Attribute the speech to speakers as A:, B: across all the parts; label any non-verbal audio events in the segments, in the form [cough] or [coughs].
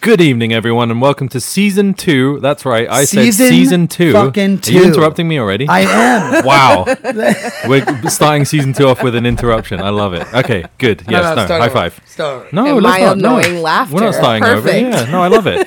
A: Good evening, everyone, and welcome to season two. That's right, I
B: Season
A: said season two.
B: fucking
A: Are you
B: two.
A: interrupting me already?
B: I [laughs]
A: [laughs]
B: am.
A: wow, we're starting season two off with an interruption. I love it. Okay, good. Yes, no,
B: start
A: high
B: over.
A: five.
B: Start over.
A: No,
C: And
A: let's
C: my
A: not. No,
C: annoying laughter.
A: we're not starting
C: Perfect.
A: over. Yeah, no, I love
B: [laughs]
A: it.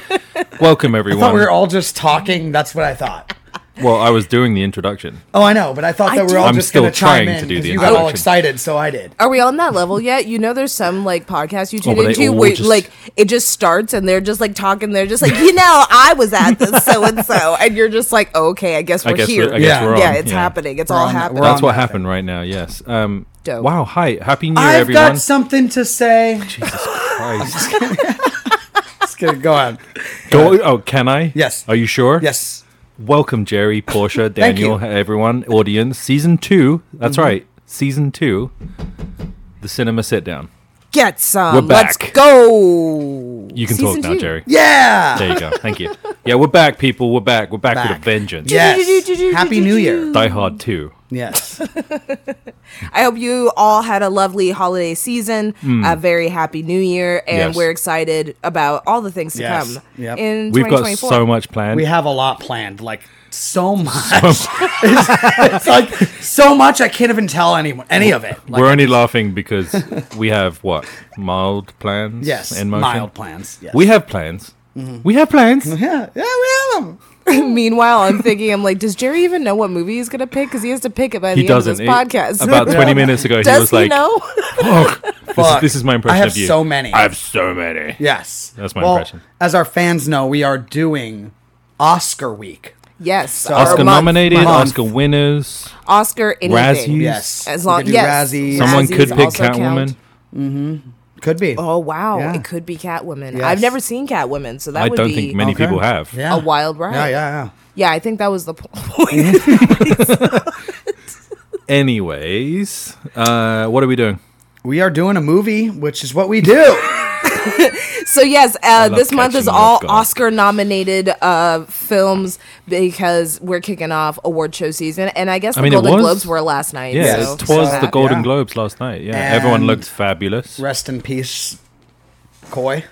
A: welcome,
B: I
A: everyone.
B: thought we were all just talking. That's what I thought.
A: well, I was doing the introduction.
B: Oh, I know, but I thought that we were all
A: I'm
B: just
A: still
B: going to chime
A: trying to
B: in
A: do
B: because
A: the
B: you got all
A: introduction.
B: excited, so I did.
C: Are we on that level yet? You know, there's some like podcasts you
A: Oh,
C: tune
A: but they
C: into
A: all
C: where
A: just-
C: like it just starts and they're just like talking. They're just like, you know, I was at this so and so, and you're just like, okay, I guess
A: I
C: we're
A: guess
C: here.
A: we're, I guess
B: Yeah.
A: we're on.
C: yeah, it's happening. It's all
B: on-
C: happening.
B: we're on-
A: That's what
B: that
A: happened right now. Yes. Um,
C: Dope.
A: Wow. Hi. Happy New Year,
B: I've
A: everyone.
B: got something to say. [laughs]
A: Jesus Christ.
B: Just kidding. Go on.
A: Go, oh, can I?
B: Yes.
A: Are you sure?
B: Yes.
A: Welcome, Jerry, Portia,
B: [laughs] Thank you. Mm-hmm.
A: Daniel, hey, everyone, audience. Season two. That's right. Season two. The cinema sit down.
C: Get some.
A: We're
C: Let's
A: back.
C: go.
A: You can talk
C: Season
A: now,
B: [laughs]
C: two.
A: Jerry.
B: Yeah.
A: There you go. Thank you. Yeah, we're back, people. We're back. We're back, with
B: Back.
A: a vengeance.
B: Yes. Happy New Year.
A: Die Hard 2.
B: Yes.
C: I hope you all had a lovely holiday season, a very happy New Year, and
A: Hmm. Yes.
C: we're excited about all the things to
B: Yes.
C: come
B: Yep.
C: in
A: We've got
C: 2024.
A: so much planned.
B: We have a lot planned, like so much. [laughs] it's, it's like so much I can't even tell anyone any of it. Like,
A: we're only laughing
B: [laughs]
A: because we have what? Mild plans?
B: yes,
A: In motion?
B: mild plans. Mm-hmm. Yes.
A: We have plans. We have plans.
B: yeah, yeah, we have them.
C: [laughs] Meanwhile, I'm thinking, I'm like, does Jerry even know what movie he's gonna pick? Because he has to pick it by
A: He
C: the
A: doesn't.
C: end
A: He-
C: of this
B: [laughs]
C: podcast.
A: about 20 minutes ago,
C: does
A: he was like,
C: know?
A: this, is, this is my impression
B: I have
A: of you.
B: so many.
A: I have so many.
B: Yes.
A: That's my
B: well,
A: impression.
B: As our fans know, we are doing Oscar week.
C: [laughs] yes, our
A: Oscar
C: month-
A: nominated,
B: month.
A: Oscar winners.
C: Oscar anything.
A: Razzies.
B: Yes.
C: As
B: We
C: long,
B: could do
C: yes,
B: Razzies.
A: Someone
C: Razzies
A: could pick
C: also count.
A: Catwoman.
B: Could be.
C: Oh wow,
B: Yeah.
C: it could be Catwoman.
B: Yes.
C: I've never seen Catwoman, so that
A: I
C: would
A: don't
C: be
A: think many
B: Okay.
A: people have.
B: yeah.
C: a wild ride.
B: Yeah, yeah,
C: Yeah, I think that was the po- [laughs] point.
B: [laughs]
A: Anyways, uh, what are we doing?
B: yeah. We are doing a movie, which is what we do.
C: So yes, uh,
A: love
C: this month
A: catching
C: is all
A: off guard.
C: Oscar-nominated uh, films because we're kicking off award show season, and I guess the
A: mean, it
C: Golden
A: was-
C: Globes were last night.
A: Yeah,
C: so
A: it twas
C: so
A: the
C: that-
A: Golden
B: yeah.
A: Globes last night. Yeah, everyone
B: And-
A: looked fabulous.
B: Rest in peace, Coy.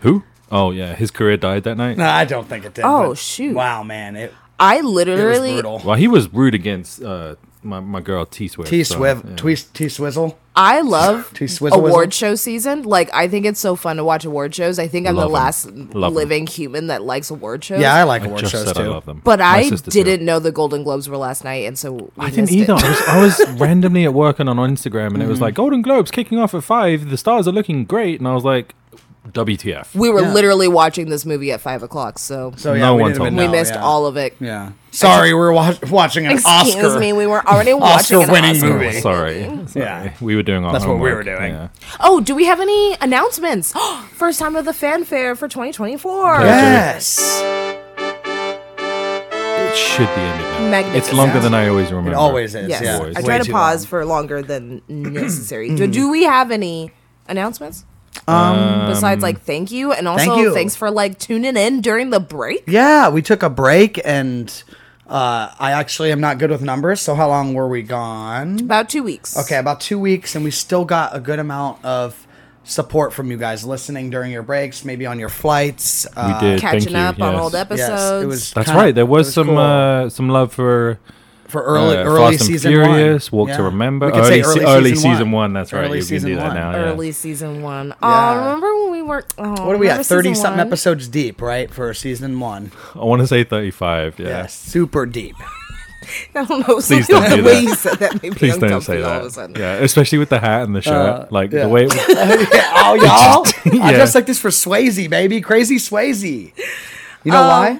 A: Who? Oh yeah, his career died that night.
B: No, I don't think it did.
C: Oh,
B: but-
C: shoot.
B: Wow, man. It,
C: I
B: it was
C: literally,
B: brutal.
A: Well, he was rude against uh, my my girl T Swift.
B: T
A: so,
B: Swiv,
A: yeah.
B: Twi- T Swizzle.
C: I love
B: [laughs] Too swizzle
C: award show season. Like, I think it's so fun to watch award shows. I think I'm
A: Love
C: the
A: 'em.
C: last
A: Love 'em.
C: living human that likes award shows.
B: Yeah, I like
A: I
B: award
A: just
B: shows
A: said
B: too.
A: I love them.
C: but
A: My
C: I
A: sister too.
C: didn't know the Golden Globes were last night, and so we
A: I didn't
C: missed
A: either.
C: It. Mm-hmm.
A: I was, I
C: [laughs]
A: was randomly at work and on Instagram, and it was like Golden Globes kicking off at five. The stars are looking great, and I was like, WTF?
C: We were
B: Yeah.
C: literally watching this movie at five o'clock, so,
B: So yeah,
A: No
B: we,
A: one
B: didn't
A: told
B: even
A: me.
C: we
B: know,
C: missed
B: yeah.
C: all of it.
B: Yeah. Sorry, we were wa- watching an
C: Excuse
B: Oscar.
C: me, we
B: [laughs]
C: were already watching an
B: Oscar-winning
C: Oscar.
B: movie.
A: Sorry. Oh,
B: [laughs]
A: Sorry.
B: Yeah.
A: we were doing our
B: That's what we were
A: homework.
B: doing.
A: Yeah.
C: Oh, do we have any announcements? [gasps] First time of the fanfare for 2024.
A: Yeah.
B: Yes.
A: It should be ended now. It's
C: Magnificent.
A: longer than I always remember.
B: It always is.
C: Yes,
B: Yeah.
A: Always.
C: I
B: Way
C: try to
B: too
C: pause
B: long. Mm.
C: for longer than [clears throat] necessary. do, do we have any announcements? Um, besides like thank you and also
B: thank you.
C: thanks for like tuning in during the break.
B: Yeah, we took a break, and uh, I actually am not good with numbers. So how long were we gone?
C: About two weeks.
B: Okay, about two weeks, and we still got a good amount of support from you guys listening during your breaks, maybe on your flights.
A: We
B: Uh,
A: did.
C: Catching
A: Thank you.
C: up on
A: yes.
C: old episodes.
B: Yes, it was
A: That's
B: kinda-
A: right. There
B: it
A: was some
B: cool.
A: uh, some love for
B: for early
A: uh,
B: early
A: Fast and
B: season
A: Furious,
B: one.
A: Walk to
B: Yeah.
A: Remember.
B: We could say
A: se- early season one. That's right.
B: Early
A: you can
B: season
A: do that
B: one.
A: now. Oh, yeah.
C: Early season one.
B: Yeah.
C: Oh, remember when we were oh,
B: What are we
C: remember
B: at? Thirty
C: season
B: something
C: one?
B: episodes deep, right? For season one.
A: I want to say thirty-five. Yeah.
B: Yeah, super deep.
C: [laughs] I don't know.
A: Please
C: something
A: don't do
C: the way
A: that.
C: you said that made me
A: Please don't say
C: uncomfortable all of a
A: that.
C: sudden.
A: Yeah, especially with the hat and the shirt, like
B: Uh, yeah.
A: the
B: [laughs]
A: way. It,
C: [laughs]
B: oh, y'all! I
A: Yeah.
B: dressed like this for Swayze, baby. Crazy Swayze. You know
C: Um,
B: why?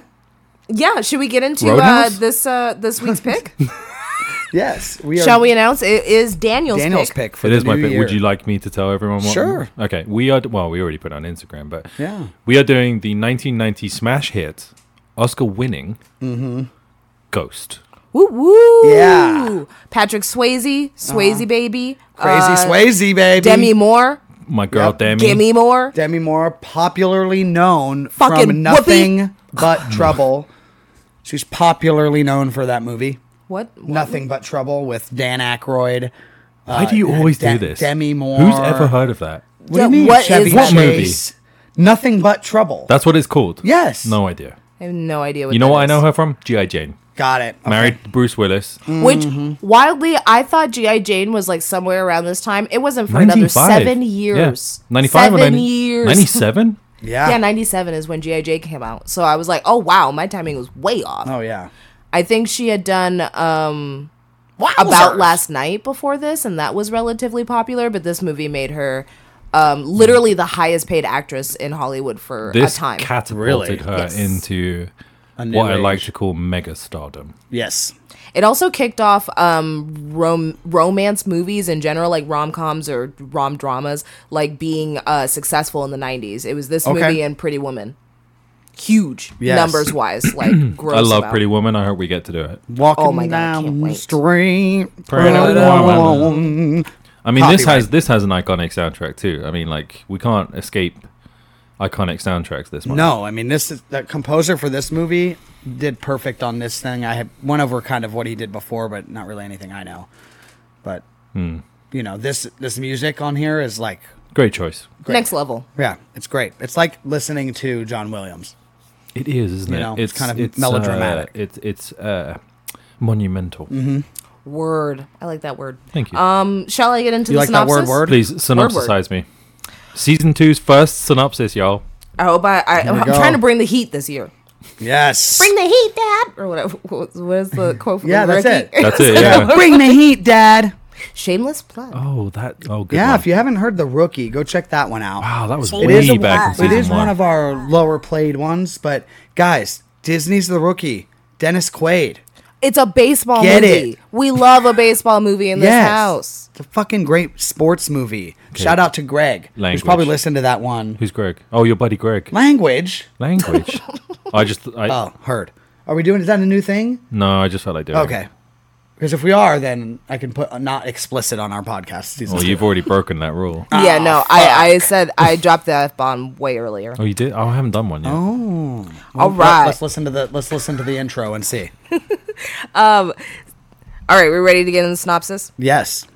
C: Yeah, should we get into uh,
A: Roadhouse?
C: this uh,
A: [laughs]
C: this week's pick?
B: Yes, we are.
C: Shall we announce it is Daniel's,
B: Daniel's
C: pick?
B: pick for
A: it
B: the
A: is my
B: new
A: pick. Would
B: year.
A: you like me to tell everyone? What
B: Sure.
A: Okay, we are. d- Well, we already put it on Instagram, but
B: Yeah.
A: we are doing the 1990 smash hit, Oscar-winning,
B: Mm-hmm.
A: Ghost.
C: Woo woo!
B: Yeah.
C: Patrick Swayze, Swayze
A: Uh-huh.
C: baby,
B: Crazy
C: uh,
B: Swayze, baby.
C: Demi Moore,
A: My girl,
B: Yep.
A: Demi.
C: Demi Moore.
B: Demi Moore, popularly known
C: Fucking
B: from nothing
C: [sighs]
B: but trouble. She's popularly known for that movie,
C: What? what?
B: Nothing But Trouble, with Dan Aykroyd. Uh,
A: Why do you always
B: De-
A: do this?
B: Demi Moore.
A: Who's ever heard of that?
B: What do
C: Yeah,
B: you mean?
C: what
B: Chevy
C: is that
B: Chase? Nothing but trouble.
A: That's what it's called.
B: yes.
A: No idea.
C: I have no idea what
A: You know
C: that
A: what I know
C: is.
A: her from? G.I. Jane.
B: Got it. Okay. Mm.
A: Married to Bruce Willis.
C: Which
A: Mm-hmm.
C: wildly, I thought GI Jane was like somewhere around this time. It wasn't for another
A: 95.
C: seven
A: Yeah.
C: years.
A: 95
C: seven
A: or 90,
C: years. [laughs]
A: 97?
B: Yeah.
C: Yeah, ninety seven is when GI Jane came out. So I was like, oh wow, my timing was way off.
B: oh yeah.
C: I think she had done um
B: Wowzers.
C: about last night before this, and that was relatively popular. But this movie made her um, literally the highest paid actress in Hollywood for
A: This
C: a time.
A: catapulted
B: Really?
A: her
C: Yes.
A: into
B: new
A: what I like
B: age.
A: to call mega stardom.
B: Yes.
C: It also kicked off um, rom- romance movies in general, like rom coms or rom dramas, like being uh, successful in the 90s. It was this
B: Okay.
C: movie and Pretty Woman. Huge
B: Yes.
C: numbers wise, like
A: [clears throat]
C: gross.
A: I love
C: amount.
A: Pretty Woman. I hope we get to do it.
B: Walking
C: Oh my God, I can't
B: down the
C: wait.
B: street.
A: Pretty
B: Woman.
A: I mean, this
B: Copyright.
A: has this has an iconic soundtrack too. I mean, like we can't escape iconic soundtracks this month.
B: No, I mean this is the composer for this movie did perfect on this thing. I had went over kind of what he did before, but not really anything I know. But
A: Hmm.
B: you know, this this music on here is like
A: great choice.
C: Next level.
B: yeah, it's great. It's like listening to John Williams.
A: It is, isn't
B: You
A: it?
B: know, it's kind of melodramatic. Mm-hmm.
A: Uh, it's it's uh, monumental.
C: Word. I like that word.
A: Thank you.
C: Um, shall I get into
B: You
C: the
B: like that word
C: synopsis?
B: word?
A: Please synopsisize me. Season two's first synopsis, y'all.
C: I hope I. I I'm
B: go.
C: trying to bring the heat this year.
B: Yes.
C: Bring the heat, Dad, or whatever. [laughs] What what
B: [laughs]
C: is the quote? From
B: Yeah, that's
C: Ricky?
B: it.
A: That's it. Yeah.
B: Bring the heat, Dad.
C: [laughs] Shameless plug.
A: oh, that. Oh, good.
B: Yeah,
A: one.
B: if you haven't heard the rookie, go check that one out.
A: Wow, that was
D: It
A: way
D: is a lot.
A: back. in
B: It
A: season
B: is one of our lower played ones, but guys, Disney's the rookie. Dennis Quaid.
C: It's a baseball
B: Get
C: movie.
B: it.
C: We love a baseball movie in this
B: Yes.
C: house.
B: The fucking great sports movie. Shout out to Greg. Who's
A: Language.
B: probably listened to that one.
A: Who's Greg? Oh, your buddy
B: [laughs]
A: Greg.
B: Language.
A: Language. I just. I,
B: Oh, heard. Are we doing is that a new thing?
A: No, I just felt like doing. it.
B: Okay. Because if we are, then I can put not explicit on our podcast. Season
A: Well,
B: two.
A: you've already broken that
B: [laughs]
A: rule.
B: Oh. Ah,
C: yeah, no, I, I said I dropped the f bomb
B: [laughs]
C: way earlier.
A: Oh, you did. Oh, I haven't done one yet.
C: All
B: Let,
C: right,
B: let's listen to the let's listen to the intro and see.
C: all right, we're ready to get in the synopsis.
B: Yes.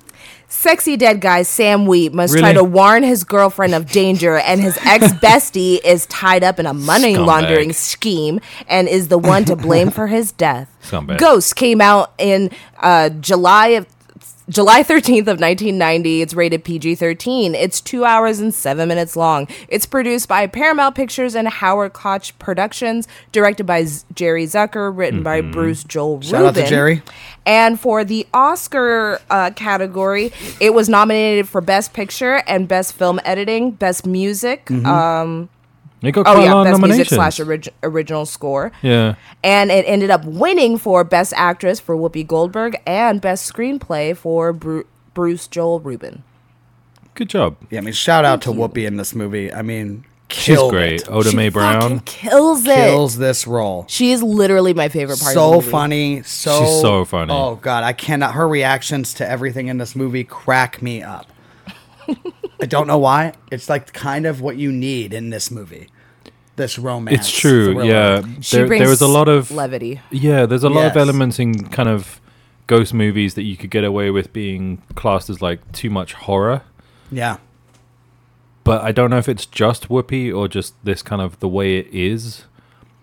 C: Sexy dead guy Sam Wheat must
A: Really?
C: try to warn his girlfriend of danger, and his ex
A: [laughs]
C: bestie is tied up in a money
A: Scumbag.
C: laundering scheme and is the one to blame for his death.
A: Scumbag.
C: Ghost came out in uh, July of. July 13th of 1990. It's rated PG-13. It's 2 hours and 7 minutes long. It's produced by Paramount Pictures and Howard Koch Productions, directed by Z- Jerry Zucker, written by
A: Mm-hmm.
C: Bruce Joel
B: Shout out to
C: Rubin.
B: Jerry.
C: And for the Oscar uh, category, it was nominated for Best Picture and Best Film Editing, Best Music.
B: Mm-hmm.
C: Um,
A: It got quite a
C: oh
A: lot
C: yeah,
A: of
C: Best Music
A: nominations.
C: slash orig- Original Score.
A: yeah.
C: And it ended up winning for Best Actress for Whoopi Goldberg and Best Screenplay for Bru- Bruce Joel Rubin.
A: Good job.
B: Yeah, I mean shout out to Whoopi in this movie. I mean
A: She's
B: killed
A: great. Oh,
B: it.
A: Oda Mae Brown.
C: Fucking kills it.
B: Kills this role.
C: She is literally my favorite part. of the
B: so
C: movie.
B: funny. So
A: She's so funny.
B: Oh god, I cannot. Her reactions to everything in this movie crack me
C: [laughs]
B: up. I don't know why. It's like kind of what you need in this movie. This romance.
A: It's true.
B: thriller.
A: Yeah.
C: She
A: There, there
C: brings
A: was a lot of
C: levity.
A: Yeah, there's a lot
B: Yes.
A: of elements in kind of ghost movies that you could get away with being classed as like too much horror.
B: Yeah.
A: But I don't know if it's just Whoopi or just this kind of the way it is.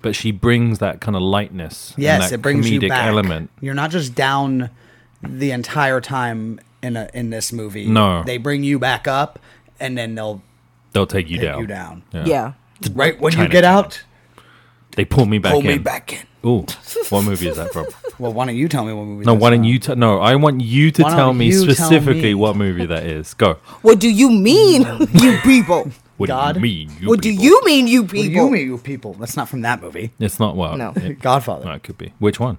A: But she brings that kind of lightness. and
B: Yes,
A: that
B: it brings
A: comedic
B: you back.
A: element.
B: You're not just down the entire time in a, in this movie.
A: No.
B: they bring you back up, and then they'll
A: They'll take you
B: take
A: down.
B: you down.
A: Yeah.
C: Yeah.
B: Right when you
A: Chinatown.
B: get out,
A: They pull me back
B: pull
A: in.
B: me back in.
A: Ooh, what movie is
B: [laughs]
A: that from?
B: Well, why don't you tell me what movie?
A: No,
B: this
A: why
B: is
A: don't
B: from?
A: you? T- no, I want you to
B: Why don't
A: tell me
B: you tell
A: specifically
B: me?
A: what movie that is. Go.
C: What do
B: [laughs]
C: you mean, you people?
A: What
B: God.
A: do you mean?
C: What do
A: people?
C: you mean, you
B: Well,
C: people?
B: you, mean you people. That's not from that movie.
A: It's not well.
C: No.
A: It,
B: Godfather.
A: no, it could be. Which one?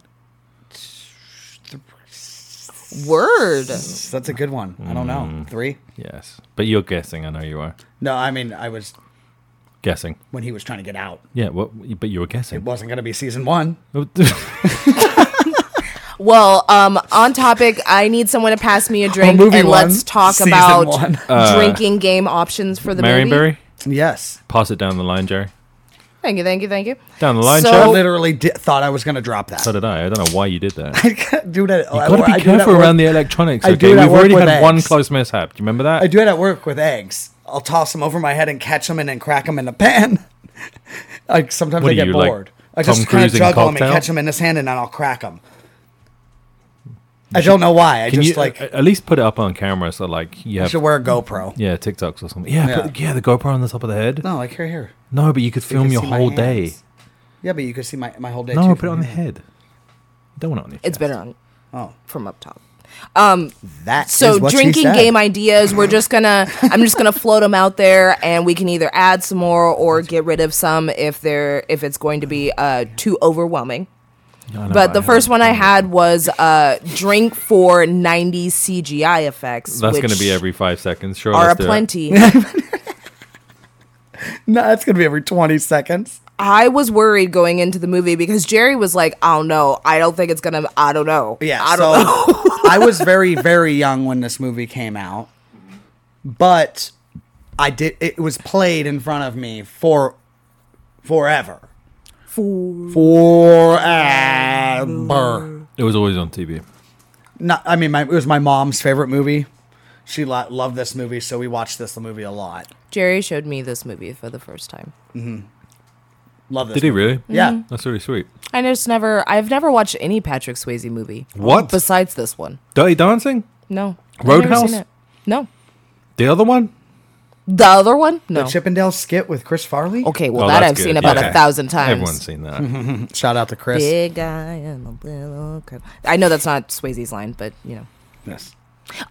C: Word.
B: That's a good one. I don't
A: Mm.
B: know. Three?
A: Yes, but you're guessing. I know you are
B: No, I mean, I was
A: guessing.
B: when he was trying to get out.
A: Yeah, what? But you were
B: It
A: guessing.
B: wasn't going to be season one.
A: [laughs]
C: Well, um, on topic, I need someone to
B: [laughs]
C: pass me a drink
B: movie
C: and
B: one,
C: let's talk
B: season
C: about
A: [laughs]
B: one.
C: drinking game options for the
A: Uh, Marion
C: movie.
A: Barry,
B: Yes.
A: pass it down the line, Jerry.
C: Thank you, thank you, thank you.
A: Down the line,
B: I
C: So-
A: Jerry.
B: literally di- thought I was going to drop that.
A: So did I. I don't know why you did that.
B: [laughs] I do that.
A: You gotta be careful around the electronics.
B: [laughs] I
A: Okay,
B: do it at
A: we've
B: work
A: already
B: with
A: had one
B: eggs.
A: close mishap. Do you remember that?
B: I do it at work with eggs. I'll toss them over my head and catch them and then crack them in the pan. [laughs] like sometimes
A: What
B: I
A: are
B: get
A: you, like,
B: bored. I
A: Tom
B: just kind of
A: Cruise in
B: juggle them and
A: Cocktail?
B: catch them in this hand and then I'll crack them. I don't know why. I
A: Can you
B: just
A: uh,
B: like
A: like at least put it up on camera so like you
B: I
A: have
B: should wear a GoPro.
A: yeah TikToks or something. Yeah,
B: Yeah.
A: yeah. yeah, the GoPro on the top of the head.
B: No, like here, here.
A: No, but you could
B: You
A: film
B: can
A: your
B: see my
A: whole day.
B: hands. Yeah, but you could see my, my whole day.
A: No,
B: too
A: put
B: from
A: it on the
B: here.
A: head. You don't want it on your
C: It's
A: chest.
C: better on
B: Oh,
C: from up top.
B: that.
C: So
B: is what she
C: drinking
B: said.
C: game ideas, we're just gonna I'm just gonna float them out there, and we can either add some more or get rid of some if they're if it's going to be uh, too overwhelming.
A: I know,
C: But the
A: I
C: first
A: haven't
C: one I
A: done that.
C: had was uh, drink for 90 CGI effects.
A: That's
C: which
A: going to be every five seconds. Sure,
C: Are
A: let's do it.
C: aplenty.
A: [laughs]
B: No, that's gonna be every twenty seconds.
C: I was worried going into the movie because Jerry was like, "I don't know. I don't think it's gonna. I don't know.
B: Yeah,
C: I don't know."
B: so
C: [laughs]
B: I was very, very young when this movie came out, but I did. It was played in front of me for forever, forever.
A: It was always on TV.
B: Not, I mean, my, it was my mom's favorite movie. She lo- loved this movie, so we watched this movie a lot.
C: Jerry showed me this movie for the first time.
B: Love this.
A: Did he really?
B: Yeah.
C: Mm-hmm.
A: That's really sweet.
C: I just never. I've never watched any Patrick Swayze movie.
A: What?
C: besides this one?
A: Dirty Dancing?
C: No. I've never
A: Roadhouse?
C: seen it. No.
A: The other one?
C: The other one? No.
B: The Chippendale skit with Chris Farley.
C: okay, well
A: Oh,
C: that
A: that's
C: I've
A: good.
C: seen about
A: Okay.
C: a thousand times. Mm-hmm.
A: Everyone's seen that.
B: Shout out to Chris.
C: Big guy and a little girl. I know that's not Swayze's line, but you know.
B: Yes.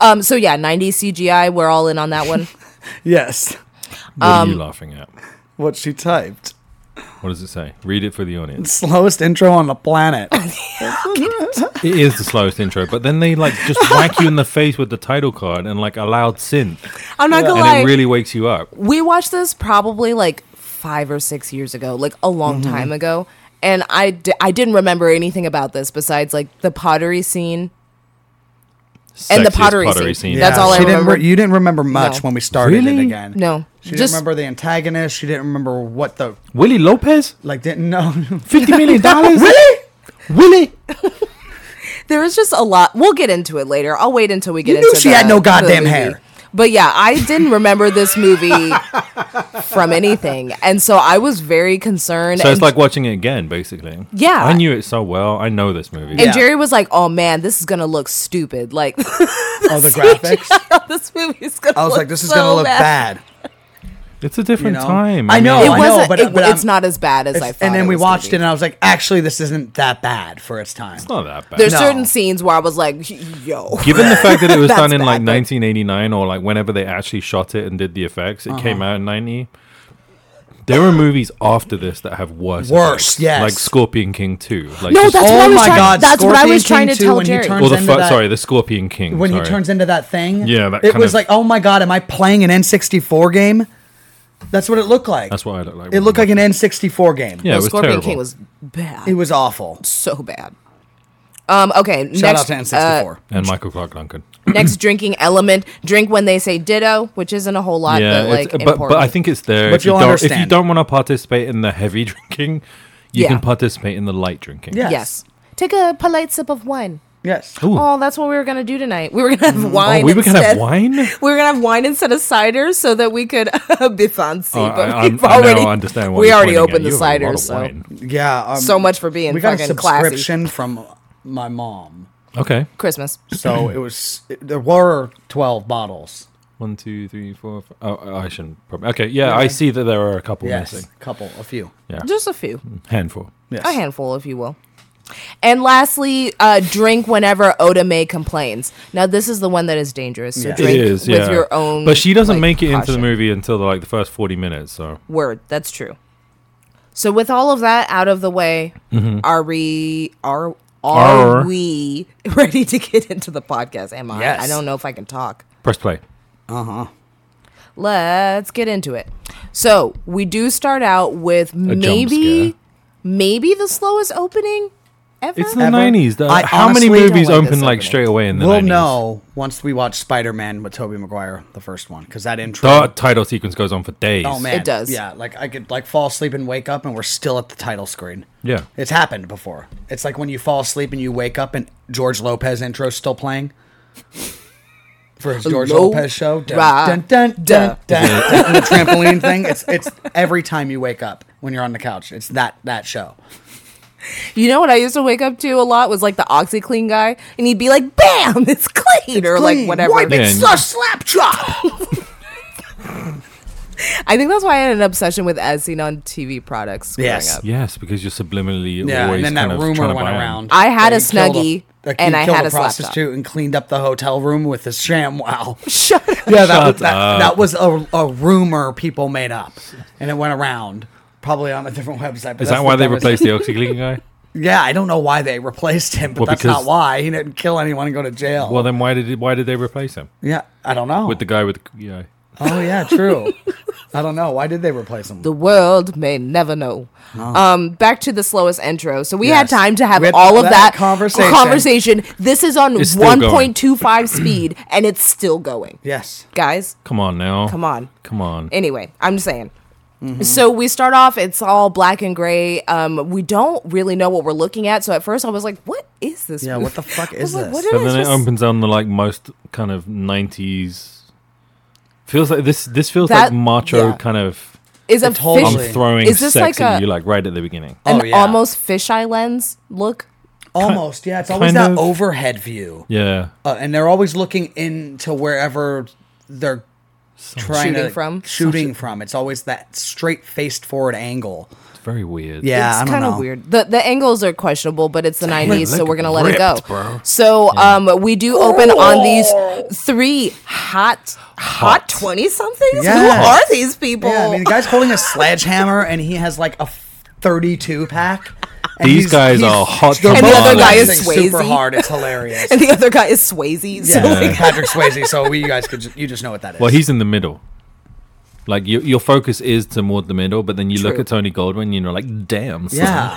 C: Um. So yeah, 90 CGI. We're all in on that one.
B: Yes.
A: What are
C: Um,
A: you laughing at?
B: What she typed.
A: What does it say? Read it for the audience.
B: Slowest intro on the
C: [laughs]
B: planet.
A: It is the slowest intro, but then they like just whack you in the face with the title card and like a loud synth,
C: [laughs] I'm not gonna
A: and
C: lie.
A: it really wakes you up.
C: we watched this probably like five or six years ago, like a long
B: Mm-hmm.
C: time ago. And I, d- I didn't remember anything about this besides like the pottery scene. And the
A: Sexiest
C: pottery scene. That's all I
B: she Didn't
C: remember.
B: re- you didn't remember much
C: No.
B: when we started it
A: Really?
B: again.
C: No.
B: She
C: Just-
B: didn't remember the antagonist. She didn't remember what the
A: Willie Lopez,
B: like didn't know. [laughs]
C: [laughs]
A: fifty million dollars. really? Willie?
C: There is just a lot. We'll get into it later. I'll wait until we get
B: You knew
C: into
B: she
C: the-
B: had no
C: the
B: goddamn
C: movie.
B: hair.
C: But yeah, I didn't remember this movie
B: [laughs]
C: from anything. And so I was very concerned.
A: So
C: and
A: it's like watching it again, basically.
C: Yeah.
A: I knew it so well. I know this movie.
C: And
B: Yeah.
C: Jerry was like, "Oh man, this is gonna look stupid. Like [laughs]
B: oh, the graphics.
C: this movie is gonna."
B: I was
C: look
B: like, this is
C: so
B: gonna look
C: bad.
B: bad.
A: It's a different
B: You know?
A: time.
B: I know.
C: It
B: Oh, I
C: wasn't.
B: but-
C: it-
B: but
C: it's
B: I'm-
C: not as bad as I
B: It's-
C: thought.
B: And then
C: it
B: we
C: was gonna
B: watched it,
C: be.
B: and I was like, actually, this isn't that bad for its time.
A: It's not that bad.
C: There's
B: No.
C: certain scenes where I was like, "Yo."
A: Given the fact that
B: [laughs]
A: it was
C: That's
A: done in like
C: bad, but-
A: 1989 or like whenever they actually shot it and did the effects, it came
B: Uh-huh.
A: out in 90. There were movies after this that have worse.
B: Worse,
A: effects,
B: yes.
A: Like Scorpion King 2. Like
C: No,
A: just-
C: that's
B: Oh
C: what I was
B: my
C: trying.
B: God,
C: that's what I
B: Scorpion
C: was trying to
B: King 2
C: tell
B: when he
C: Jerry.
B: turns-
A: or the
B: into
A: fu-
B: that-
A: sorry, the Scorpion King.
B: when
A: sorry.
B: he turns into that thing,
A: Yeah, that
B: it
A: kind
B: was
A: of-
B: like, oh my god, am I playing an N64 game? That's what it looked like.
A: That's what I look like.
B: it looked like an N64 game.
A: Yeah, it was
C: Scorpion
A: terrible.
C: King was bad.
B: it was awful. uh,
C: so bad. Um. Okay.
B: Shout
C: next,
B: out to N64.
A: and Michael Clark Duncan.
C: uh, next drinking element: drink when they say "ditto," which isn't a whole lot,
A: yeah,
C: but
A: it's-
C: like
A: but,
C: important.
A: but I think it's there.
B: But
A: if, you
B: you'll
A: don't, if you
B: understand.
A: don't want to participate in the heavy [laughs] drinking, you
C: Yeah.
A: can participate in the light drinking.
B: Yeah.
C: yes. Take a polite sip of wine.
B: yes.
A: Ooh.
C: Oh, that's what we were gonna do tonight. We were gonna have wine.
A: Oh, we were gonna have
C: instead.
A: wine.
C: [laughs] We were gonna have wine instead of cider, so that we could [laughs] be
B: [laughs]
C: fancy.
A: Oh,
C: but
A: I, I,
C: we've
A: I
C: already
A: now understand. What
C: we
A: you're
C: already
A: pointing at.
C: opened the
A: You have a lot
C: cider,
A: of
C: so
A: wine.
B: Yeah. um,
C: so much for being
B: we got a
C: fucking classy.
B: subscription from my mom.
A: okay.
C: Christmas.
A: [clears throat]
B: So it was it- there were twelve bottles.
A: One, two, three, four. Five. Oh, I shouldn't. Probably. Okay, yeah, I see that there are a couple
B: Yes,
A: missing.
B: a couple, a few.
C: Just a few.
A: Handful.
B: Yes.
C: A handful, if you will. And lastly, uh, drink whenever Oda May complains. Now, this is the one that is dangerous. So
B: Yeah. It
A: It
C: drink
A: is, yeah.
C: with your own.
A: but she doesn't
C: like,
A: make it into the
C: caution.
A: movie until like the first forty minutes. So
C: Word, that's true. So, with all of that out of the way,
A: Mm-hmm.
C: are we are are
A: Are.
C: we [laughs] ready to get into the podcast? Am I?
B: Yes.
C: I don't know if I can talk.
A: press play.
C: Let's get into it. So we do start out with
A: jump
C: maybe
A: scare.
C: maybe the slowest opening ever.
A: It's the
B: Ever?
A: nineties.
B: I
A: How many
B: honestly don't
A: movies
C: like
A: open
C: this
A: like
C: opening.
A: straight away in the
B: We'll
A: 90s?
B: know once we watch Spider Man with Tobey Maguire, the first one, because that intro.
A: The title sequence goes on for days.
B: oh man,
C: It does.
B: Yeah, like I could like fall asleep and wake up, and we're still at the title screen.
A: Yeah.
B: it's happened before. It's like when you fall asleep and you wake up, and George Lopez intro still playing. for his George
C: Low
B: Lopez show. Dun,
C: ra-
B: dun, dun,
C: da.
B: dun, dun, dun. the trampoline thing. It's it's every time you wake up when you're on the couch. It's that that show.
C: You know what I used to wake up to a lot was like the OxyClean guy, and he'd be like, "Bam, [laughs] it's clean," or like
B: Clean,
C: whatever.
B: Wipe it,
A: Yeah, and-
B: slush, slap, chop.
C: I think that's why I had an obsession with as seen on TV products growing
B: Yes. [laughs]
C: up.
A: Yes, because you're subliminally
B: Yeah,
A: always
B: and then that
A: kind of trying
B: rumor
A: to
B: went
A: buy 'em.
B: around.
C: I had
B: that
C: a
B: he killed
C: Snuggie,
B: that
C: and
B: he
C: I
B: killed
C: had
B: a
C: a slap
B: prostitute and cleaned up the hotel room with his sham. Wow.
C: Shut up.
B: Yeah, that was,
A: Shut
B: that,
A: up.
B: that was a, a rumor people made up, and it went around. Probably on a different website. But
A: Is
B: that's
A: that why
B: the
A: they replaced
B: dumbest-
A: the OxyClean guy?
B: Yeah, I don't know why they replaced him, but
A: Well,
B: that's not
A: because-
B: why he didn't kill anyone and go to jail.
A: Well, then why did it, why did they replace him
B: yeah, I don't know.
A: with the guy with you know?
B: oh yeah, true. I don't know why did they replace him.
C: The world may never know. Um, back to the slowest intro. So
B: Oh.
C: we
B: Yes.
C: had time to have
B: We had
C: all of
B: that
C: that,
B: conversation.
C: conversation. This is on
A: It's still going.
C: 1.25 speed, and it's still going.
B: yes,
C: Guys,
A: Come on now.
C: come on.
A: Come on.
C: Anyway, I'm just saying.
B: Mm-hmm.
C: So we start off, it's all black and gray. Um, we don't really know what we're looking at. So at first I was like, what is this?
B: Yeah,
C: movie?
B: what the fuck
C: I was
B: is
C: like,
B: this?
A: [laughs]
C: what did
A: But
C: I
A: then it
C: just-
A: opens on the like most kind of nineties. Feels like this. This feels
C: That-
A: like macho
C: yeah.
A: kind of.
C: is a
B: It totally-
A: I'm
C: fish,
B: Actually,
A: throwing
C: is this
A: sex
C: like
A: at
C: a-
A: you like right at the beginning.
B: Oh,
C: an
B: yeah.
C: almost fisheye lens look.
B: almost. Yeah, it's always
A: kind
B: that
A: of-
B: overhead view,
A: Yeah.
B: uh, and they're always looking into wherever they're trying
C: Shooting
B: to
C: from?
B: shooting from. It's always that straight faced forward angle.
A: It's very weird.
B: Yeah, I
C: it's
B: don't
C: kind of
B: know.
C: weird. The the angles are questionable, but it's the '90s, so
A: look
C: we're gonna let it go.
A: ripped, bro.
C: So um, we do open
A: Oh.
C: on these three hot hot
A: Hot.
C: twenty somethings. Who
B: Yes.
C: are these people?
B: Yeah, I mean, the guy's holding
C: [laughs]
B: a sledgehammer and he has like a 32 pack. and
A: These
B: he's-
A: guys
B: he's-
A: are hot
B: they're
A: And
C: the
B: both
C: other guy is
B: dancing super
C: Swayze.
B: hard. It's [laughs] hilarious.
C: and the other guy is Swayze. So
B: yeah,
A: like-
B: it's Patrick Swayze. So we, you guys could, ju- you just know what that is.
A: Well, he's in the middle. Like your your focus is toward the middle, but then you look
C: True.
A: at Tony Goldwyn, you know, like damn. son.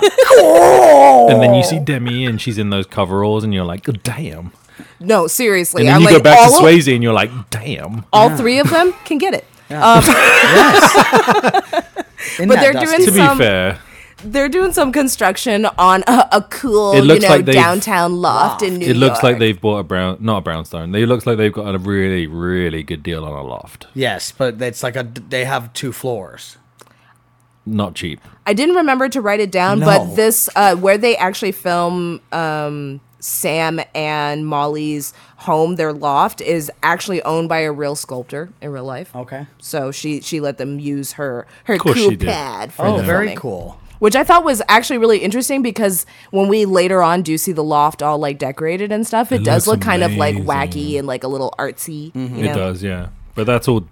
A: [laughs]
B: yeah,
A: And then you
C: Oh.
A: see Demi, and she's in those coveralls, and you're like, damn.
C: no, seriously,
A: And then
C: I'm
A: you
C: like
A: go back to
C: all, of-
A: Swayze, and you're like, damn.
C: all three of them can get it.
B: In
C: But
B: that
C: they're
B: dust.
C: doing-
A: To be
C: Some-
A: fair,
C: They're doing some construction on a, a cool,
A: It
C: you
A: looks
C: know,
A: like they've-
C: downtown loft in New
A: it looks like
C: York.
A: they've bought a brown, not a brownstone. They looks like they've got a really, really good deal on a loft.
B: Yes, but it's like a. They have two floors.
A: Not cheap.
C: I didn't remember to write it down,
B: No.
C: but this uh, where they actually film um, Sam and Molly's home, their loft, is actually owned by a real sculptor in real life.
B: Okay.
C: So she she let them use her her
A: course
C: cool
A: she did.
C: pad for
B: Oh,
C: the
B: very
C: filming.
B: cool.
C: Which I thought was actually really interesting because when we later on do see the loft all like decorated and stuff, it,
A: It
C: does look
A: looks
C: kind of
A: amazing. Mm-hmm.
C: like wacky and like a little artsy. You know?
A: It does, yeah. But that's all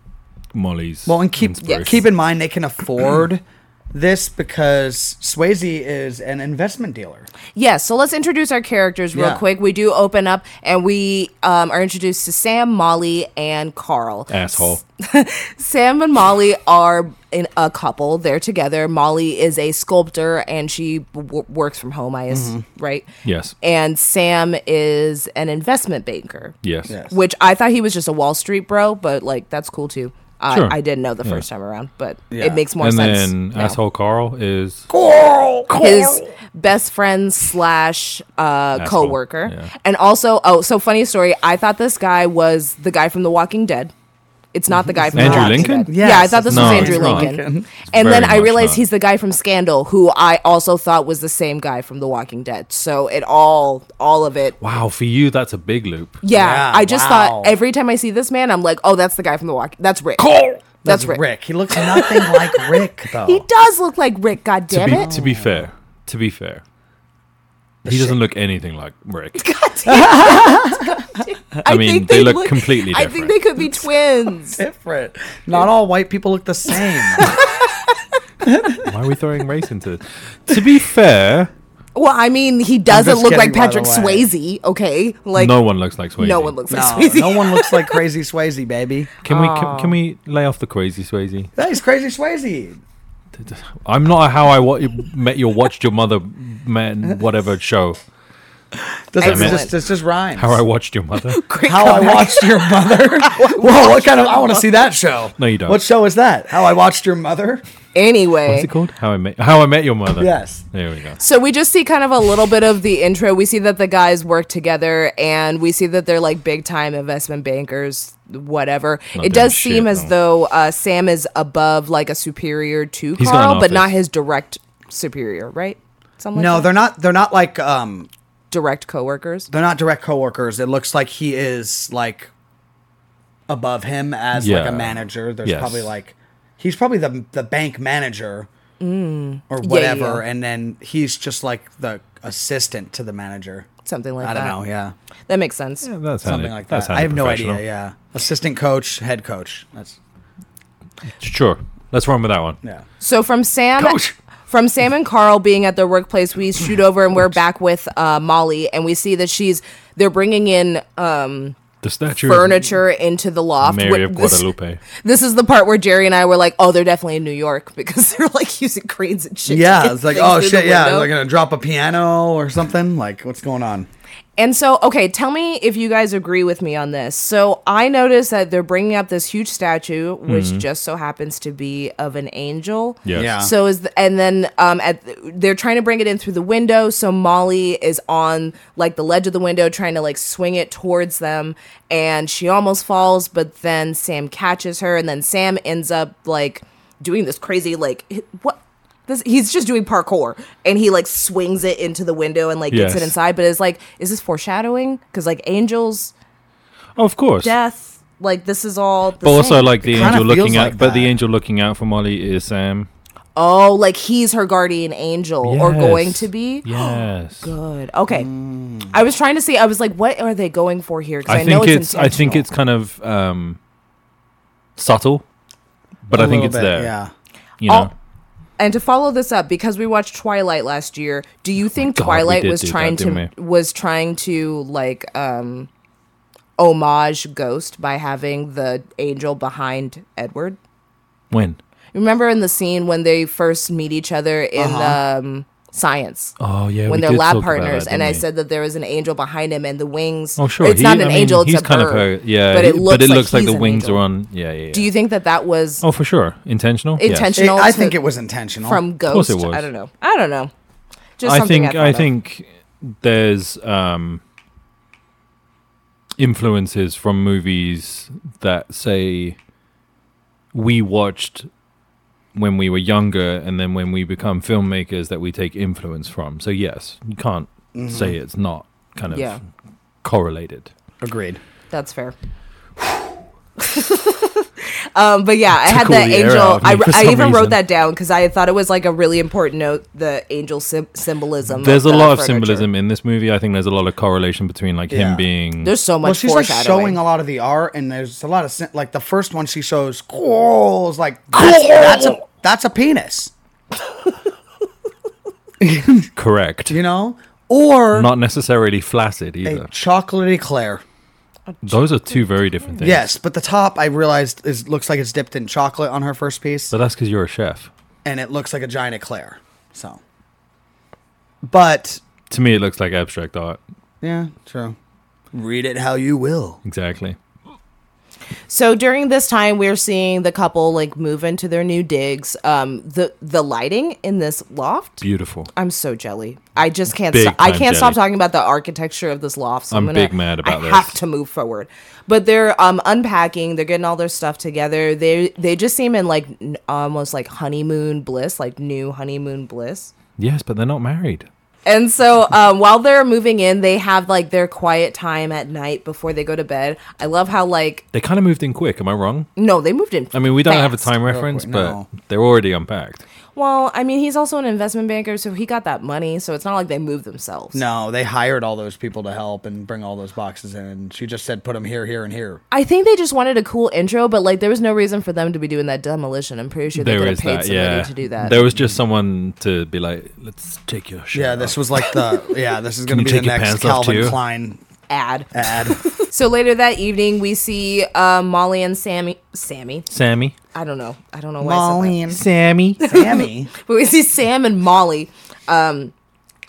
A: Molly's.
B: Well, and keep
A: inspiration.
B: keep in mind they can afford [clears throat] this because Swayze is an investment dealer.
C: Yes, so let's introduce our characters real
B: Yeah.
C: quick. We do open up and we um, are introduced to Sam, Molly, and Carl. [laughs]
A: asshole.
C: Sam and Molly are in a couple. They're together. Molly is a sculptor and she w- works from home, I guess,
B: Mm-hmm.
C: right?
A: Yes.
C: And Sam is an investment banker,
A: Yes.
B: Yes.
C: which I thought he was just a Wall Street bro, but like that's cool too. I,
A: Sure.
C: I didn't know the
A: Yeah.
C: first time around, but
B: Yeah.
C: it makes more
A: And
C: sense.
A: then
C: now.
A: asshole Carl is
C: his best friend slash uh,
A: Asshole,
C: coworker,
A: yeah.
C: and also oh, so funny story. I thought this guy was the guy from The Walking Dead. It's not the guy from
A: Andrew
C: The Walking
A: Lincoln?
C: Dead. yeah, I
B: Yes,
C: thought this
A: No,
C: was
A: it's
C: Andrew
A: not.
C: Lincoln,
B: It's
C: and
A: very
C: then I
A: much
C: realized
A: not.
C: he's the guy from Scandal, who I also thought was the same guy from The Walking Dead. So it all, all of it.
A: wow. For you, that's a big loop.
C: Yeah,
B: Yeah,
C: I just
B: wow.
C: thought every time I see this man, I'm like, oh, that's the guy from The Walking. That's Rick. That's,
B: That's
C: Rick.
B: Rick. He looks nothing
C: [laughs]
B: like Rick though.
C: He does look like Rick. God
A: To
C: damn
A: be,
C: it.
A: to be fair, to be fair, he doesn't look anything like
C: [laughs]
A: Rick.
C: God damn it. I,
A: mean, they look completely
C: I think they could be twins.
B: different. Not all white people look the same.
A: Why are we throwing race into this? To be fair,
C: Well, I mean, he doesn't
B: just
C: look like
B: kidding, by the
C: Patrick
B: way.
C: Swayze. Okay, like
A: no one looks like Swayze.
C: no one looks like
B: no,
C: Swayze.
B: no one looks like Crazy Swayze, baby.
A: Can we can,
C: Oh.
A: can we lay off the crazy Swayze?
B: That is Crazy Swayze.
A: I'm not a how I wa- met your watched your mother man whatever show.
B: This,
C: Excellent.
B: this, this just rhymes.
A: How I watched your [laughs] mother.
C: Great
B: How I
C: comeback.
B: watched
A: [laughs]
B: your mother. [laughs] Whoa, what kind of? I want to see that show.
A: No, you don't.
B: What show is that? How I watched your mother.
C: [laughs] Anyway,
A: What's it called? How I met How I Met Your Mother.
B: Eh? Yes.
A: There we go.
C: So we just see kind of a little bit of the intro. We see that the guys work together and we see that they're like big time investment bankers, whatever.
A: Not
C: it does
A: doing
C: seem
A: shit,
C: as
A: no.
C: though uh, Sam is above like a superior to
A: He's got an
C: Carl, but not
A: office.
C: his direct superior, right? Something like
B: No,
C: that?
B: they're not. They're not like. Um,
C: direct coworkers.
B: they're not direct coworkers. It looks like he is like above him as
A: Yeah.
B: like a manager. There's
A: Yes.
B: probably like he's probably the the bank manager or whatever,
C: Mm. yeah.
B: and then he's just like the assistant to the manager.
C: Something like
B: I
C: that.
B: don't know. Yeah,
C: That makes sense.
A: Yeah, that sounded,
B: something like
A: that
B: that.
A: sounded
B: I have no idea.
A: professional.
B: Yeah, assistant coach, head coach. That's
A: Sure. Let's run with that one.
B: yeah.
C: So from Sam
A: Coach!
C: from Sam and Carl being at their workplace,
B: [laughs]
C: we shoot over and we're back with uh, Molly and we see that she's they're bringing in um,
A: The statue
C: furniture into the
A: of
C: loft.
A: Mary
C: Wait,
A: of
C: this-
B: [laughs]
A: Guadalupe.
C: This is the part where Jerry and I were like, "Oh, they're definitely in New York [laughs] because they're like using cranes and shit." to
B: Yeah,
C: get
B: it's like
C: things
B: oh
C: through the
B: shit, yeah,
C: window."
B: they're gonna drop a piano or something. Like what's going on?
C: and so, okay, tell me if you guys agree with me on this. So I noticed that they're bringing up this huge statue, which
B: Mm-hmm.
C: just so happens to be of an angel.
A: Yes.
B: Yeah.
C: So is the, and then um at they're trying to bring it in through the window. So Molly is on like the ledge of the window trying to like swing it towards them, and she almost falls, but then Sam catches her, and then Sam ends up like doing this crazy like h- what. This, he's just doing parkour and he like swings it into the window and like gets
A: Yes.
C: it inside but it's like is this foreshadowing because like angels
A: Oh, of course.
C: death like this is all the
A: But also,
C: same.
A: like the
B: kinda
A: angel
B: feels
A: looking out,
B: like
A: but the
B: that.
A: angel looking out for Molly is Sam.
C: oh like he's her guardian angel or going
A: Yes.
C: to be
B: [gasps]
A: Yes.
C: Good. Okay. I was trying to see. I was like, what are they going for here? Because
A: I,
C: I, know
A: think
C: it's.
A: it's, I think
C: intentional.
A: it's kind of um, subtle, but I
B: A
A: think it's
B: little bit,
A: there.
B: Yeah. Oh.
A: You know.
C: All- And to follow this up, because we watched Twilight last year, do you think
A: Oh God, we
C: Twilight
A: did
C: was
A: do that,
C: trying to
A: didn't
C: was trying to like um homage Ghost by having the angel behind Edward?
A: When?
C: Remember in the scene when they first meet each other in um, science.
A: Oh yeah.
C: when
A: we
C: they're
A: did
C: lab
A: talk about that,
C: partners, and
A: didn't
C: I
A: we?
C: said that there was an angel behind him, and the wings.
A: Oh sure.
C: it's not
A: he-
C: an
A: I mean,
C: angel; it's
A: he's
C: a
A: kind
C: bird.
A: of her. Yeah.
C: but
A: he-
C: it looks like, he's
A: the
C: an
A: wings
C: angel.
A: are on. Yeah, yeah. yeah.
C: Do you think that that was
A: oh, for sure. Intentional. Yes.
B: It,
C: intentional?
B: I
C: to-
B: think it was intentional.
C: from
A: course
C: Ghost.
A: it was.
C: I don't know. I don't know. Just
A: I
C: something
A: think
C: I,
A: I,
C: thought of.
A: think there's um, influences from movies that say we watched when we were younger, and then when we become filmmakers, that we take influence from. So yes, you can't say it's not kind of
C: Mm-hmm. Yeah.
A: correlated.
B: agreed.
C: that's fair. [laughs] um, but yeah, I had
A: Took all
C: that
A: the air out
C: angel.
A: of me
C: I,
A: for
C: I
A: some
C: even wrote
A: reason.
C: that down because I thought it was like a really important note. The angel sym symbolism.
A: There's a
C: the
A: lot of
C: furniture.
A: symbolism in this movie. I think there's a lot of correlation between like
B: Yeah.
A: him being
C: There's so much.
B: Well, she's like
C: foreshadowing.
B: showing a lot of the art, and there's a lot of sen- like the first one she shows corals, like that's, that's a that's a penis,
A: correct,
B: you know, or
A: not necessarily flaccid
B: a
A: either.
B: chocolate eclair.
A: Those are two very different things.
B: Yes, but the top I realized is looks like it's dipped in chocolate on her first piece,
A: So that's because you're a chef.
B: and it looks like a giant eclair. So, but
A: To me, it looks like abstract art.
B: yeah, true. Read it how you will.
A: Exactly.
C: So during this time, we're seeing the couple like move into their new digs. Um, the the lighting in this loft.
A: Beautiful.
C: I'm so jelly. I just can't.
A: Big
C: Stop. I
A: time
C: can't stop
A: jelly.
C: talking about the architecture of this loft. So
A: I'm
C: I'm, gonna,
A: big mad about
C: I
A: this.
C: have to move forward. But they're um unpacking. They're getting all their stuff together. They they just seem in like n- almost like honeymoon bliss, like new honeymoon bliss.
A: Yes, but they're not married.
C: And so um, while they're moving in, they have like their quiet time at night before they go to bed. I love how like
A: They kind of moved in quick. Am I wrong?
C: no, they moved in.
A: I mean, we don't have a
C: fast.
A: time reference,
B: quick,
A: but
B: no.
A: they're already unpacked.
C: Well, I mean, he's also an investment banker, so he got that money. So it's not like they moved themselves.
B: No, they hired all those people to help and bring all those boxes in. She just said, put them here, here, and here.
C: I think they just wanted a cool intro, but like there was no reason for them to be doing that demolition. I'm pretty sure they
A: there
C: could have
A: is
C: paid
A: that.
C: somebody
A: Yeah.
C: to do that.
A: There was just someone to be like, let's take your shirt.
B: Yeah, this
A: off."
B: was like
A: [laughs]
B: the yeah, this is going
A: you
B: to be the
A: take your
B: next
A: pants off
B: Calvin
A: too?
B: Klein
C: ad. [laughs]
B: ad.
C: So later that evening, we see uh, Molly and Sammy. Sammy, [laughs]
A: Sammy.
C: I don't know. I don't [laughs] know why. I said that.
B: Molly and
A: Sammy.
B: Sammy.
C: But we see Sam and Molly um,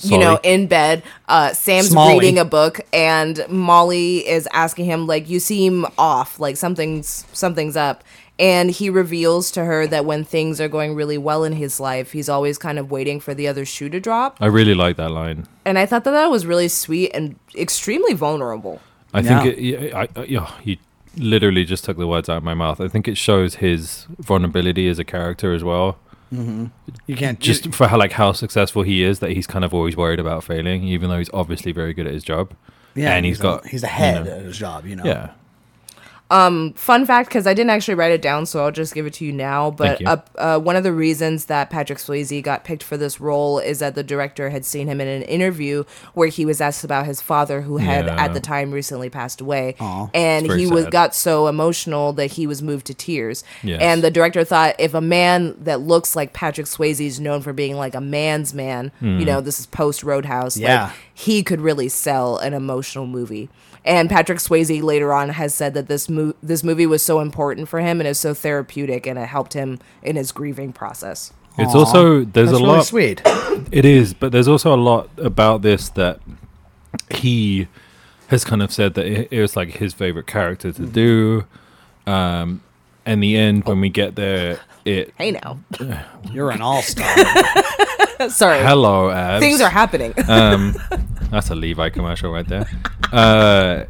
C: you know,
A: Sorry.
C: in bed. Uh, Sam's
B: Smalley.
C: reading a book, and Molly is asking him like, "You seem off. Like something's something's up." And he reveals to her that when things are going really well in his life, he's always kind of waiting for the other shoe to drop.
A: I really like that line.
C: And I thought that that was really sweet and extremely vulnerable.
A: I
B: Yeah.
A: think it, yeah, I, I, yeah, you literally just took the words out of my mouth. I think it shows his vulnerability as a character as well.
B: You can't
A: Just for how like how successful he is, that he's kind of always worried about failing, even though he's obviously very good at his job. and he's
B: a-
A: got
B: he's the
A: you
B: head
A: know,
B: at his job. You know.
A: yeah,
C: fun fact because I didn't actually write it down, so I'll just give it to you now. But
A: you.
C: Uh, uh, one of the reasons that Patrick Swayze got picked for this role is that the director had seen him in an interview where he was asked about his father, who had
A: Yeah.
C: at the time recently passed away,
B: Aw.
C: and
A: It's very
C: he was
A: sad.
C: got so emotional that he was moved to tears.
A: Yes.
C: And the director thought if a man that looks like Patrick Swayze is known for being like a man's man,
A: Hmm.
C: you know, this is post Roadhouse,
B: Yeah.
C: like he could really sell an emotional movie. And Patrick Swayze later on has said that this mo- this movie was so important for him and is so therapeutic and it helped him in his grieving process.
A: it's also there's
B: That's
A: a
B: really
A: lot.
B: sweet.
A: It is, but there's also a lot about this that he has kind of said that it, it was like his favorite character
B: Mm.
A: to do. Um, in the end, when we get there, it
C: Hey now, [laughs]
B: You're an
A: [laughs]
B: all star.
C: sorry,
A: hello abs.
C: things are happening. [laughs]
A: um, that's a Levi commercial right there. Uh,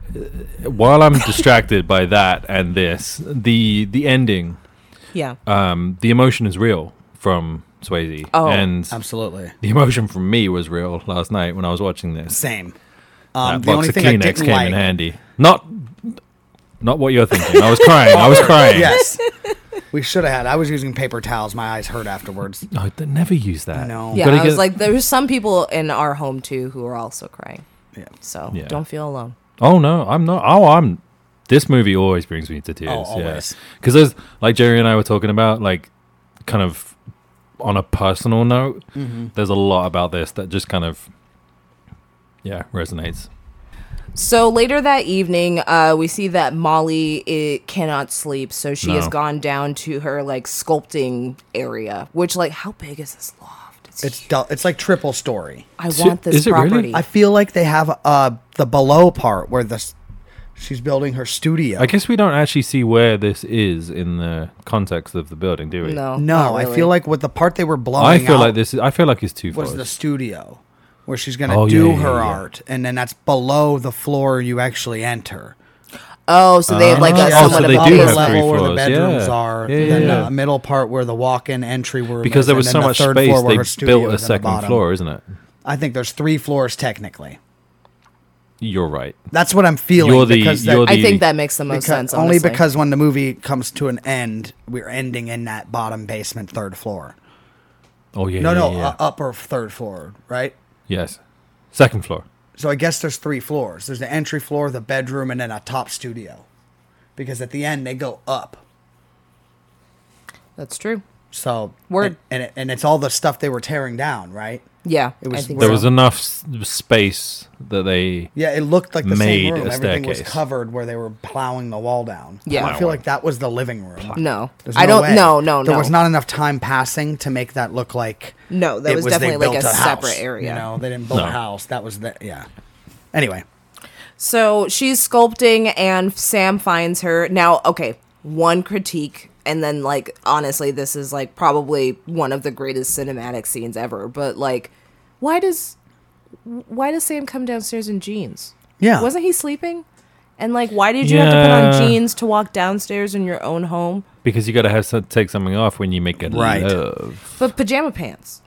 A: while I'm distracted by that and this, the the ending,
C: yeah,
A: um, the emotion is real from Swayze,
C: Oh,
A: and
B: Um, Absolutely.
A: the emotion from me was real last night when I was watching this.
B: Same.
A: That
B: Um, the
A: box
B: only
A: of
B: thing I
A: Kleenex
B: didn't
A: came
B: like.
A: in handy. Not, not what you're thinking. I was crying. I was crying. [laughs]
B: [laughs] [laughs] Yes. we should have had. I was using paper towels. My eyes hurt afterwards.
A: No, Oh, they never use that.
B: No.
A: You've
C: yeah.
A: gotta
C: I was
A: get-
C: like, there's some people in our home too who are also crying.
B: Yeah.
C: So
A: Yeah.
C: don't feel alone.
A: Oh no, I'm not. Oh, I'm. This movie always brings me to tears.
B: Oh, always.
A: Yes, because there's like Jerry and I were talking about, like, kind of on a personal note.
B: Mm-hmm.
A: There's a lot about this that just kind of, yeah, resonates.
C: So later that evening, uh, we see that Molly it cannot sleep, so she has
A: No.
C: gone down to her like sculpting area. Which, like, how big is this loft? It's,
B: It's du- it's like triple story.
C: I
A: Is
C: want
A: it-
C: this
A: is it really?
C: property.
B: I feel like they have uh the below part where the s- she's building her studio.
A: I guess we don't actually see where this is in the context of the building, do we?
C: no,
B: no,
C: not
B: I
C: really.
B: feel like with the part they were blowing.
A: I feel
B: out
A: like this. Is, I feel like it's too far.
B: was the studio where she's gonna
A: Oh, yeah,
B: do
A: yeah,
B: her
A: yeah, yeah.
B: art, and then that's below the floor you actually enter.
C: Oh, so they have like
A: Ah.
C: a
A: Oh, so
C: somewhat
A: they
C: of
A: do
C: a
A: have
C: base
A: three
C: level.
B: where the
A: floors,
B: bedrooms
A: yeah.
B: are,
A: Yeah, yeah,
B: then
A: yeah.
B: the middle part where the walk-in entry room.
A: because
B: is,
A: there
B: and
A: was
B: then
A: so
B: the
A: much
B: third floor
A: space.
B: where her
A: They
B: studio
A: built a
B: is in the
A: second
B: bottom.
A: floor, isn't it?
B: I think there's three floors technically.
A: You're right.
B: That's what I'm feeling.
A: You're the-
B: because
A: you're
B: that,
A: the-
C: I think that makes the most
B: because-
C: sense.
B: only
C: honestly.
B: because when the movie comes to an end, we're ending in that bottom basement third floor.
A: Oh yeah.
B: No,
A: yeah,
B: no,
A: yeah.
B: Uh, upper third floor, right?
A: yes, second floor.
B: So I guess there's three floors. There's the entry floor, the bedroom, and then a top studio. Because at the end they go up.
C: that's true.
B: So
C: Word.
B: and and, it, and it's all the stuff they were tearing down, right?
C: Yeah,
B: It was-
C: I think
A: There
C: so.
A: was enough s- space that they
B: Yeah, it looked like the
A: Made
B: same room.
A: a
B: Everything was
A: staircase.
B: covered where they were plowing the wall down.
C: Yeah.
B: I feel like that was the living room.
C: No.
B: There's
C: I don't-
B: way.
C: no, no,
B: There
C: no.
B: was not enough time passing to make that look like
C: No, that
B: it
C: was
B: they
C: definitely like
B: built
C: a separate
B: house,
C: area.
B: You know, they didn't build
A: No.
B: a house. That was the yeah. Anyway,
C: So she's sculpting, and Sam finds her. Now, okay, one critique, and then, like, honestly, this is, like, probably one of the greatest cinematic scenes ever. But, like, why does. Why does Sam come downstairs in jeans?
B: Yeah.
C: Wasn't he sleeping? And, like, why did you have to put
A: Yeah.
C: on jeans to walk downstairs in your own home?
A: because you got to have some, take something off when you make a
B: Right.
A: love
C: But pajama pants.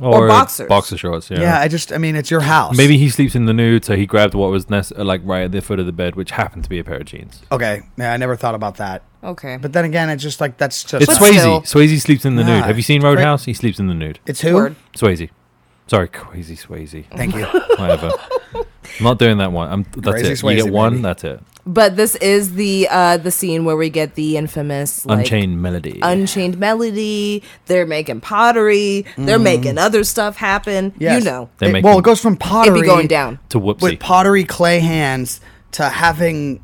A: or,
C: boxers.
A: boxer shorts. Yeah.
B: yeah, I just I mean it's your house.
A: Maybe he sleeps in the nude, so he grabbed what was nec- like right at the foot of the bed, which happened to be a pair of jeans.
B: okay. Yeah, I never thought about that.
C: Okay.
B: But then again, it's just like that's just
A: It's
C: But
A: Swayze.
C: still-
A: Swayze sleeps in the nude.
B: Yeah,
A: Have you seen
B: it's great.
A: Roadhouse? He sleeps in the nude.
B: it's who?
C: Word.
A: Swayze. Sorry, crazy Swayze.
B: Thank
C: [laughs]
B: you.
A: Whatever. I'm not doing that one. I'm, that's
B: Crazy
A: it. you
B: Swayze,
A: get one.
B: baby.
A: That's it.
C: But this is the uh the scene where we get the infamous like,
A: Unchained Melody.
C: Unchained Melody. They're making pottery. They're
A: Mm.
C: making other stuff happen.
B: Yes.
C: You know,
A: They
B: It-
A: make
B: well,
A: them-
B: it goes from pottery
C: it'd be going down.
A: to
B: with
A: whoopsie.
B: pottery clay hands to having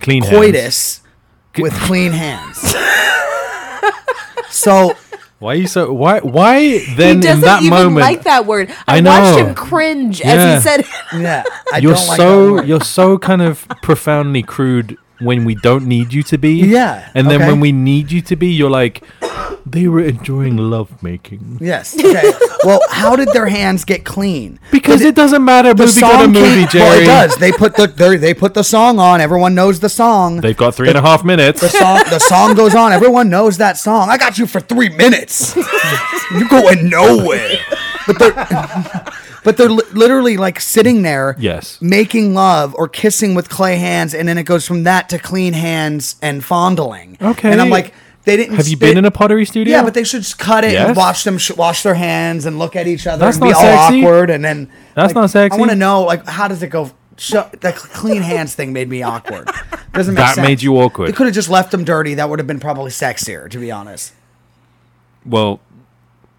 A: Clean hands. [laughs]
B: coitus with clean hands. so
A: Why are you so why why then
C: he doesn't
A: in that
C: even
A: moment
C: like that word. I,
A: I
C: watched
A: know.
C: him cringe
A: Yeah.
C: as he said.
B: Yeah, I
A: you're
B: don't like
A: so
B: that word.
A: you're so kind of profoundly crude when we don't need you to be.
B: Yeah,
A: And then
B: okay.
A: when we need you to be, you're like [gasps] they were enjoying love making.
B: Yes. Okay. well, how did their hands get clean?
A: Because it, doesn't matter
B: The
A: movie got a
B: song
A: movie,
B: came- Well,
A: Jerry.
B: it does. They put the they- they put the song on. Everyone knows the song.
A: They've got three and a half minutes.
B: the song the song goes on. Everyone knows that song. I got you for three minutes. You're going nowhere. But they're [laughs] but they're li- literally like sitting there,
A: Yes.
B: making love or kissing with clay hands, and then it goes from that to clean hands and fondling.
A: Okay.
B: and I'm like, they didn't.
A: Have you
B: they-
A: been in a pottery studio?
B: Yeah, but they should just cut it and
A: Yes.
B: watch them sh- wash their hands and look at each other
A: That's
B: and be
A: not
B: all
A: sexy.
B: awkward, and then
A: That's
B: like,
A: not sexy.
B: I want to know like how does it go? Sh- the clean hands thing made me awkward. Doesn't make
A: That
B: sense.
A: made you awkward.
B: They could have just left them dirty. That would have been probably sexier, to be honest.
A: well,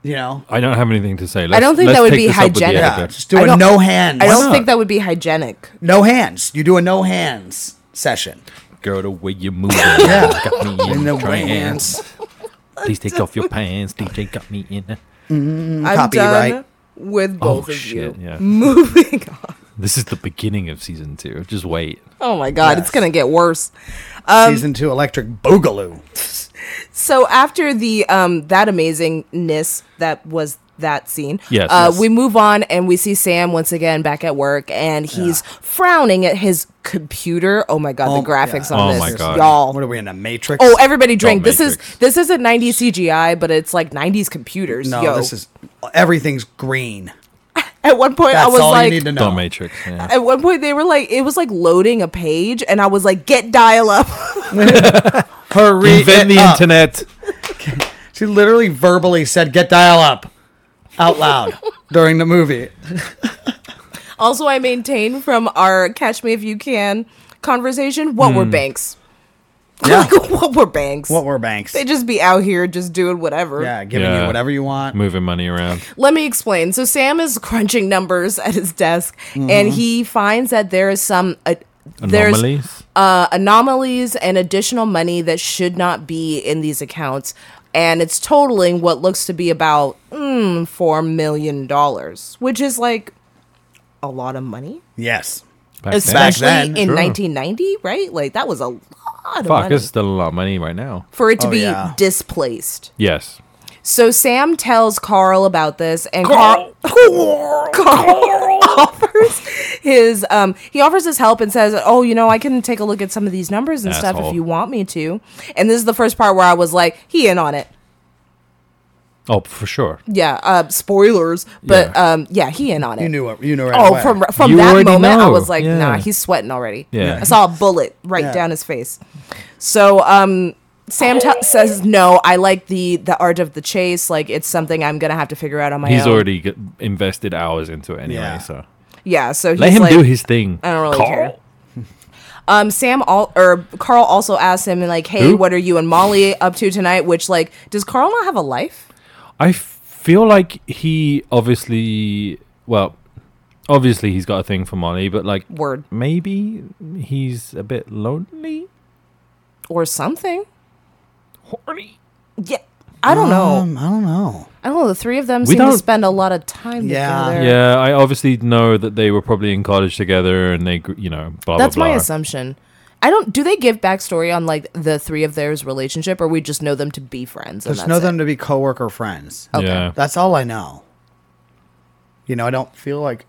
B: You know,
A: I don't have anything to say. Let's,
C: I don't think
A: let's
C: that would
A: take
C: be
A: this up with the
C: hygienic.
B: yeah,
A: editor.
B: just
C: I
B: do a
C: don't-
B: no hands,
C: I don't
A: not?
C: think that would be hygienic.
B: no hands. You do a no hands session.
A: Girl, the way you move,
B: Yeah.
A: got me
B: [laughs]
A: in
B: No
A: the trance.
B: hands.
A: Please take off your pants. DJ got me in. a-
C: I'm
B: Copyright.
C: done with
A: Oh
C: both of
A: shit!
C: you.
A: Yeah,
C: [laughs] Moving on.
A: this is the beginning of season two. Just wait.
C: Oh my god, it's gonna get worse. Um,
B: Season two, electric boogaloo.
C: So after the um that amazingness that was that scene,
A: Yes,
C: uh,
A: yes.
C: we move on and we see Sam once again back at work, and he's frowning at his computer. Oh my god,
B: Oh,
C: the graphics
B: yeah.
C: on
A: Oh
C: this,
A: my God.
C: y'all.
B: What are we in a matrix?
C: Oh, everybody drink. This
A: Matrix.
C: is this isn't 90s CGI, but it's like 90s computers.
B: no,
C: yo.
B: this is everything's green.
C: At one point, I
B: That's
C: was
B: all
C: like,
B: you need to know.
A: Don't Matrix. Yeah.
C: at one point they were like, it was like loading a page, and I was like, get dial up.
B: Hurry
A: Invent
B: it
A: the
C: uh,
B: up.
A: internet.
B: She literally verbally said, "Get dial up," out loud [laughs] during the movie.
C: also, I maintain from our "Catch Me If You Can" conversation, what were banks?
B: Hmm.
C: [laughs]
B: Yeah.
C: like, what were banks?
B: What were banks?
C: they just be out here just doing whatever.
B: yeah, giving you
A: Yeah.
B: whatever you want.
A: Moving money around.
C: Let me explain. So Sam is [laughs] crunching numbers at his desk,
B: Mm-hmm.
C: and he finds that there is some uh, there's
A: Anomalies.
C: uh, anomalies and additional money that should not be in these accounts, and it's totaling what looks to be about mm, four million dollars, which is like a lot of money,
B: Yes.
A: Back then.
C: especially
B: then,
C: in
A: sure.
C: 1990, right? Like that was a lot of
A: Fuck,
C: money
A: it's still a lot of money right now.
C: for it to
B: Oh,
C: be
B: yeah.
C: displaced.
A: Yes.
C: So Sam tells Carl about this, and Carl, [laughs] Carl offers his um he offers his help and says, "Oh, you know, I can take a look at some of these numbers and stuff
A: Asshole.
C: if you want me to." And this is the first part where I was like, "He in on it."
A: Oh, for sure.
C: Yeah, uh, spoilers, but
A: Yeah.
C: um, yeah, he in on it.
B: You knew it. You knew right
C: oh,
B: away.
C: from from
A: You
C: that
A: already
C: moment, I
A: know.
C: was like, "Nah,
A: Yeah.
C: he's sweating already."
A: Yeah.
C: I saw a bullet right
B: Yeah.
C: down his face. So um, Sam t- says, "No, I like the the art of the chase. Like it's something I'm gonna have to figure out on my
A: He's
C: own."
A: already g- invested hours into it anyway,
B: Yeah.
A: so
C: yeah. So he's
A: let him
C: like,
A: do his thing.
C: I don't really care. Um, Sam all or Carl also asked him like, "Hey,
A: Who?
C: what are you and Molly up to tonight?" Which like, does Carl not have a life?
A: I feel like he obviously, well, obviously he's got a thing for Molly, but like
C: Word
A: maybe he's a bit lonely.
C: or something?
A: Horny.
C: Yeah, I don't know.
B: Um, I don't know.
C: I don't know. The three of them
A: We
C: seem to
A: don't-
C: spend a lot of time
B: Yeah.
C: together.
A: Yeah, I obviously know that they were probably in college together, and they, gr- you know, blah
C: that's
A: blah
C: my
A: blah.
C: assumption. I don't. Do they give backstory on like the three of theirs relationship, or we just know them to be friends? And
B: Just
C: that's
B: know
C: it?
B: them to be coworker friends.
C: Okay.
A: Yeah,
B: That's all I know. You know, I don't feel like.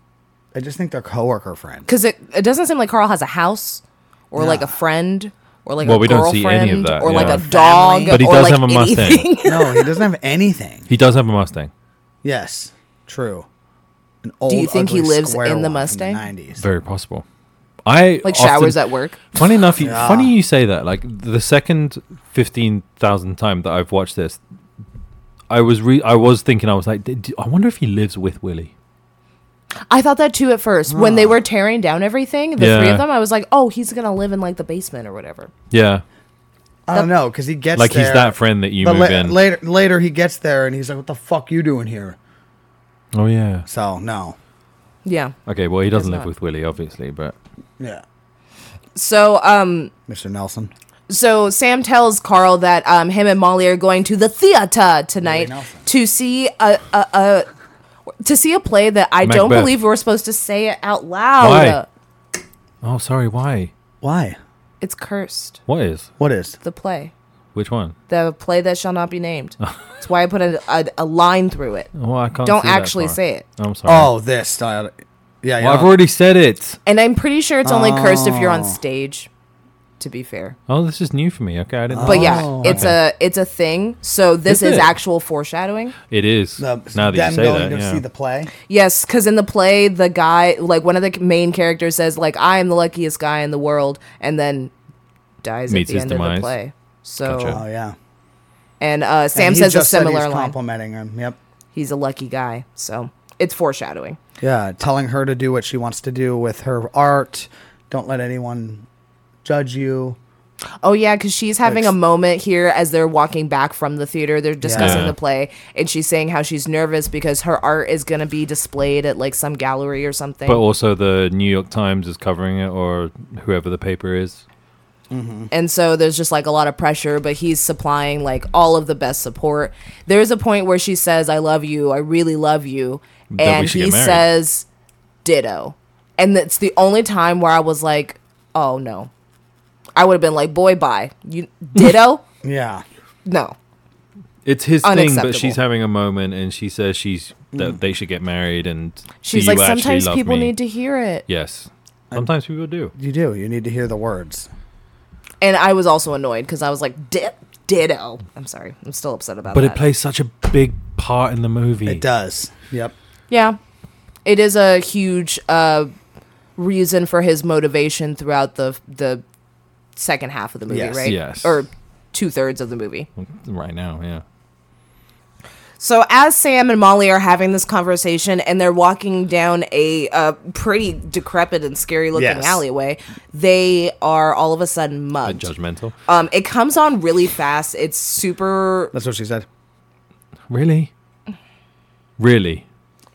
B: I just think they're coworker
C: [laughs]
B: friends.
C: because it, it doesn't seem like Carl has a house or like a friend or like
A: Well,
C: a
A: we don't
C: girlfriend
A: see any of that,
C: or like
A: yeah.
C: a dog.
B: But
A: he
C: or,
A: does
C: like,
A: have a Mustang.
C: anything. [laughs]
B: no, he doesn't have anything.
A: he does have a Mustang.
B: Yes, true. An
C: you
B: old,
C: think he
B: ugly
C: lives
B: square
C: in the
B: one from
C: Mustang?
B: Nineties.
A: Very possible. I
C: like
A: often-
C: showers at work.
A: [laughs] Funny enough, you
B: Yeah.
A: funny you say that. Like the second fifteen thousand time that I've watched this, I was re- I was thinking I was like, "D- d- I wonder if he lives with Willie.
C: I thought that too at first when they were tearing down everything. The three
A: Yeah.
C: of them, I was like, oh, he's gonna live in like the basement or whatever.
A: Yeah,
B: I don't know because he gets
A: like he's
B: there,
A: that friend that you
B: But
A: move
B: la-
A: in.
B: later, later he gets there and he's like, "What the fuck you doing here?"
A: oh yeah.
B: So no,
C: Yeah.
A: Okay, well he doesn't live
C: not.
A: with Willie, obviously, but
B: yeah,
C: So um,
B: Mr. Nelson.
C: So Sam tells Carl that um, him and Molly are going to the theater tonight
B: Nelson.
C: to see a, a, a to see a play that I don't
A: Macbeth.
C: believe we're supposed to say it out loud.
A: Why? Oh, sorry. Why?
B: Why?
C: It's cursed.
A: What is?
B: What is?
C: The play.
A: Which one?
C: The play that shall not
A: [laughs]
C: be named. That's why I put a, a, a line through it.
A: Well, Oh, I can't.
C: Don't
A: see that
C: actually
A: far.
C: say it.
A: I'm sorry.
B: Oh, this style. Yeah, yeah.
A: Well, I've already said it.
C: And I'm pretty sure it's only cursed if you're on stage, to be fair.
A: Oh, this is new for me. Okay, I didn't.
C: But
A: know.
B: Oh,
C: yeah, it's a it's a thing. So this
A: Is
C: is,
A: it?
C: actual foreshadowing.
A: it is.
B: The-
A: now that
B: them
A: you say that,
B: going to
A: yeah.
B: see the play.
C: Yes, because in the play, the guy, like one of the main characters, says like I am the luckiest guy in the world, and then dies
A: Meets
C: at the
A: his
C: end of
A: demise.
C: the play. So
A: Gotcha.
B: Oh yeah.
C: and uh, Sam
B: And he
C: says a
B: just said
C: similar
B: he's
C: line.
B: complimenting him. Yep.
C: He's a lucky guy. So it's foreshadowing.
B: Yeah, telling her to do what she wants to do with her art. Don't let anyone judge you.
C: Oh yeah, because she's having a
B: Like-
C: moment here as they're walking back from the theater. They're discussing
A: Yeah.
C: the play, and she's saying how she's nervous because her art is gonna be displayed at like some gallery or something.
A: But also the New York Times is covering it, or whoever the paper is.
C: and so there's just like a lot of pressure but he's supplying like all of the best support there's a point where she says i love you i really love you
A: we
C: and
A: should get
C: he
A: married.
C: says ditto and that's the only time where i was like oh no i would have been like boy bye
A: [laughs]
C: you ditto
B: Yeah.
C: no
A: It's his thing, but
C: Unacceptable. Mm.
A: she's having a moment, and she says she's that they should get married, and do
C: she's
A: you
C: like
A: actually
C: sometimes
A: love
C: people
A: me?"
C: need to hear it
A: Yes, sometimes people do.
B: You do. You need to hear the words.
C: and i was also annoyed because i was like dip ditto i'm sorry i'm still upset about
A: But
C: that
A: it plays such a big part in the movie.
B: It does. Yep.
C: Yeah. It is a huge uh, reason for his motivation throughout the the second half of the movie,
B: Yes. Mm-hmm.
C: right?
A: Yes.
C: Or two thirds of the movie.
A: right now. Yeah.
C: So as Sam and Molly are having this conversation and they're walking down a uh, pretty decrepit and scary looking
B: Yes.
C: alleyway, they are all of a sudden mugged.
A: Judgmental.
C: Um, it comes on really fast. It's super.
B: That's what she said.
A: Really? Really?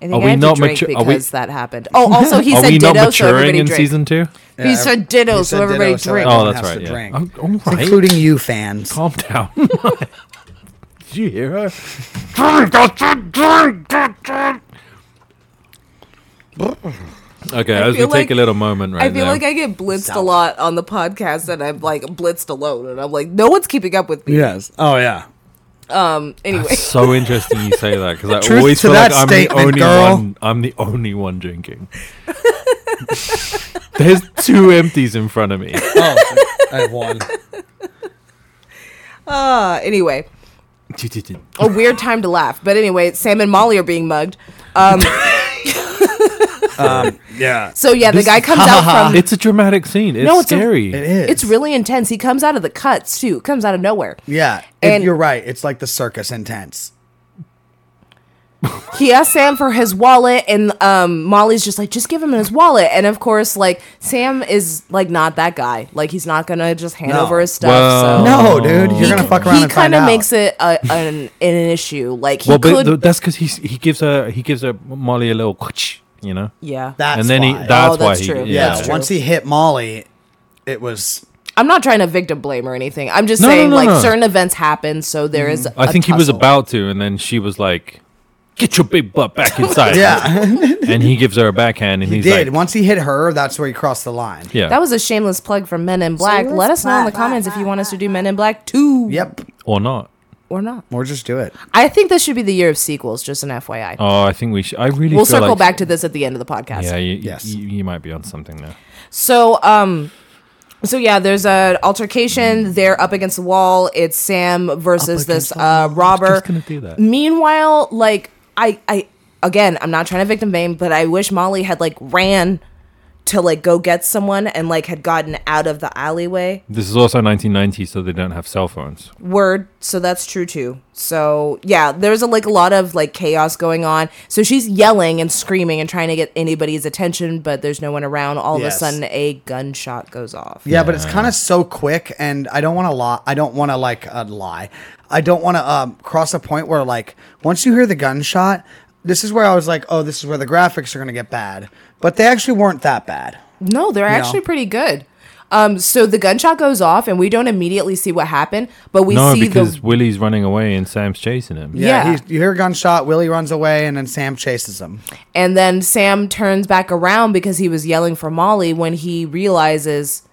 C: I think
A: Are
C: I
A: we
C: have to
A: not
C: drink
A: mature- are we-
C: because that happened. Oh, also
A: [laughs]
C: he
A: Are
C: said
A: we
C: ditto,
A: not
C: so
A: maturing
C: everybody
A: in
C: drink.
A: season two?
B: Yeah,
C: he said ditto,
B: he
C: so
B: said
C: everybody
B: ditto, so
C: drink.
B: everyone
A: Oh, that's
B: has to
A: right, yeah.
B: drink.
A: Oh, all
B: It's
A: right.
B: Including you fans.
A: Calm [laughs] down. Did you hear her? Drink, I said drink, I said- okay, as we
C: feel
A: take
C: like-
A: a little moment right
C: I feel
A: now.
C: like I get blitzed a
B: Stop.
C: lot on the podcast, and I'm like blitzed alone, and I'm like, no one's keeping up with me.
B: Yes. Oh yeah.
C: Anyway,
A: It's so interesting you say that because I
B: Truth
A: always
B: to
A: feel like
B: that
A: I'm the
B: statement,
A: only
B: girl.
A: one. I'm the only one drinking. [laughs] There's two empties in front of me.
B: Oh, I have [laughs] one.
C: uh, anyway, a weird time to laugh. But anyway, Sam and Molly are being mugged. Um,
B: Um, Yeah.
C: so yeah, the guy comes out
A: [laughs]
C: from. [laughs]
A: It's a dramatic scene. It's
C: Ah. No, it's a-
A: scary.
B: It is.
C: It's really intense. He comes out of the cuts too. Comes out of nowhere.
B: Yeah. It-
C: And-
B: you're right. It's like the circus intense.
C: He asks Sam for his wallet, and um, Molly's just like, just give him his wallet. And of course, like Sam is like not that guy. Like he's not gonna just hand
B: No.
C: over his stuff.
A: Well-
C: so.
B: No, dude. You're
A: He-
B: gonna fuck around
C: he
B: and find
C: kind of
B: out.
C: makes it a, an an issue. Like he
A: well, but
C: could,
A: th- that's because he he gives her he gives her Molly a little [laughs] you know.
C: yeah.
B: That's
A: and then
B: why.
A: he that's,
C: Oh, that's
A: why
C: true.
A: he
B: yeah.
C: That's true.
B: Once he hit Molly, it was
C: I'm not trying to victim blame or anything. I'm just
A: No, no,
C: saying
A: no,
C: like
A: no. Mm-hmm.
C: certain events happen, so there is.
A: I
C: a
A: think he was
C: tussle.
A: about to, and then she was like, "Get your big butt
C: [laughs]
A: back inside."
B: yeah.
A: and he gives her a backhand, and
B: he
A: he's
B: did.
A: like,
B: Once he hit her, that's where he crossed the line.
A: "Yeah,
C: That was a shameless plug for Men in Black. Let us know in the comments if you want us to do Men in Black Two
B: Yep.
A: or not."
C: or not.
B: Or just do it.
C: I think this should be the year of sequels. Just an FYI.
A: Oh, I think we should. I really
C: we'll
A: feel
C: circle
A: like-
C: back to this at the end of the podcast.
A: Yeah, you,
B: Yes.
A: you, you might be on something there.
C: So um so yeah, there's an altercation. They're up against the wall. It's Sam versus
B: Up against
C: this
B: the
C: uh robber.
A: Just gonna do that.
C: Meanwhile, like I I again, I'm not trying to victim blame, but I wish Molly had like ran to like go get someone and like had gotten out of the alleyway.
A: This is also 1990, so they don't have cell phones.
C: Word, so that's true too. So yeah, there's a, like a lot of like chaos going on. So she's yelling and screaming and trying to get anybody's attention, but there's no one around. All of a
B: Yes.
C: sudden, a gunshot goes off.
B: Yeah, but it's kind of so quick, and I don't want to lie. I don't want to like uh, lie. I don't want to um, cross a point where like once you hear the gunshot, this is where I was like, oh, this is where the graphics are gonna get bad. But they actually weren't that bad.
C: No, they're
B: You
C: actually
B: know?
C: pretty good. Um, so the gunshot goes off, and we don't immediately see what happened, but we
A: no,
C: see
A: because
C: the
A: Willie's running away and Sam's chasing him.
B: Yeah,
C: Yeah.
B: he's you hear a gunshot. Willie runs away, and then Sam chases him.
C: and then Sam turns back around because he was yelling for Molly when he realizes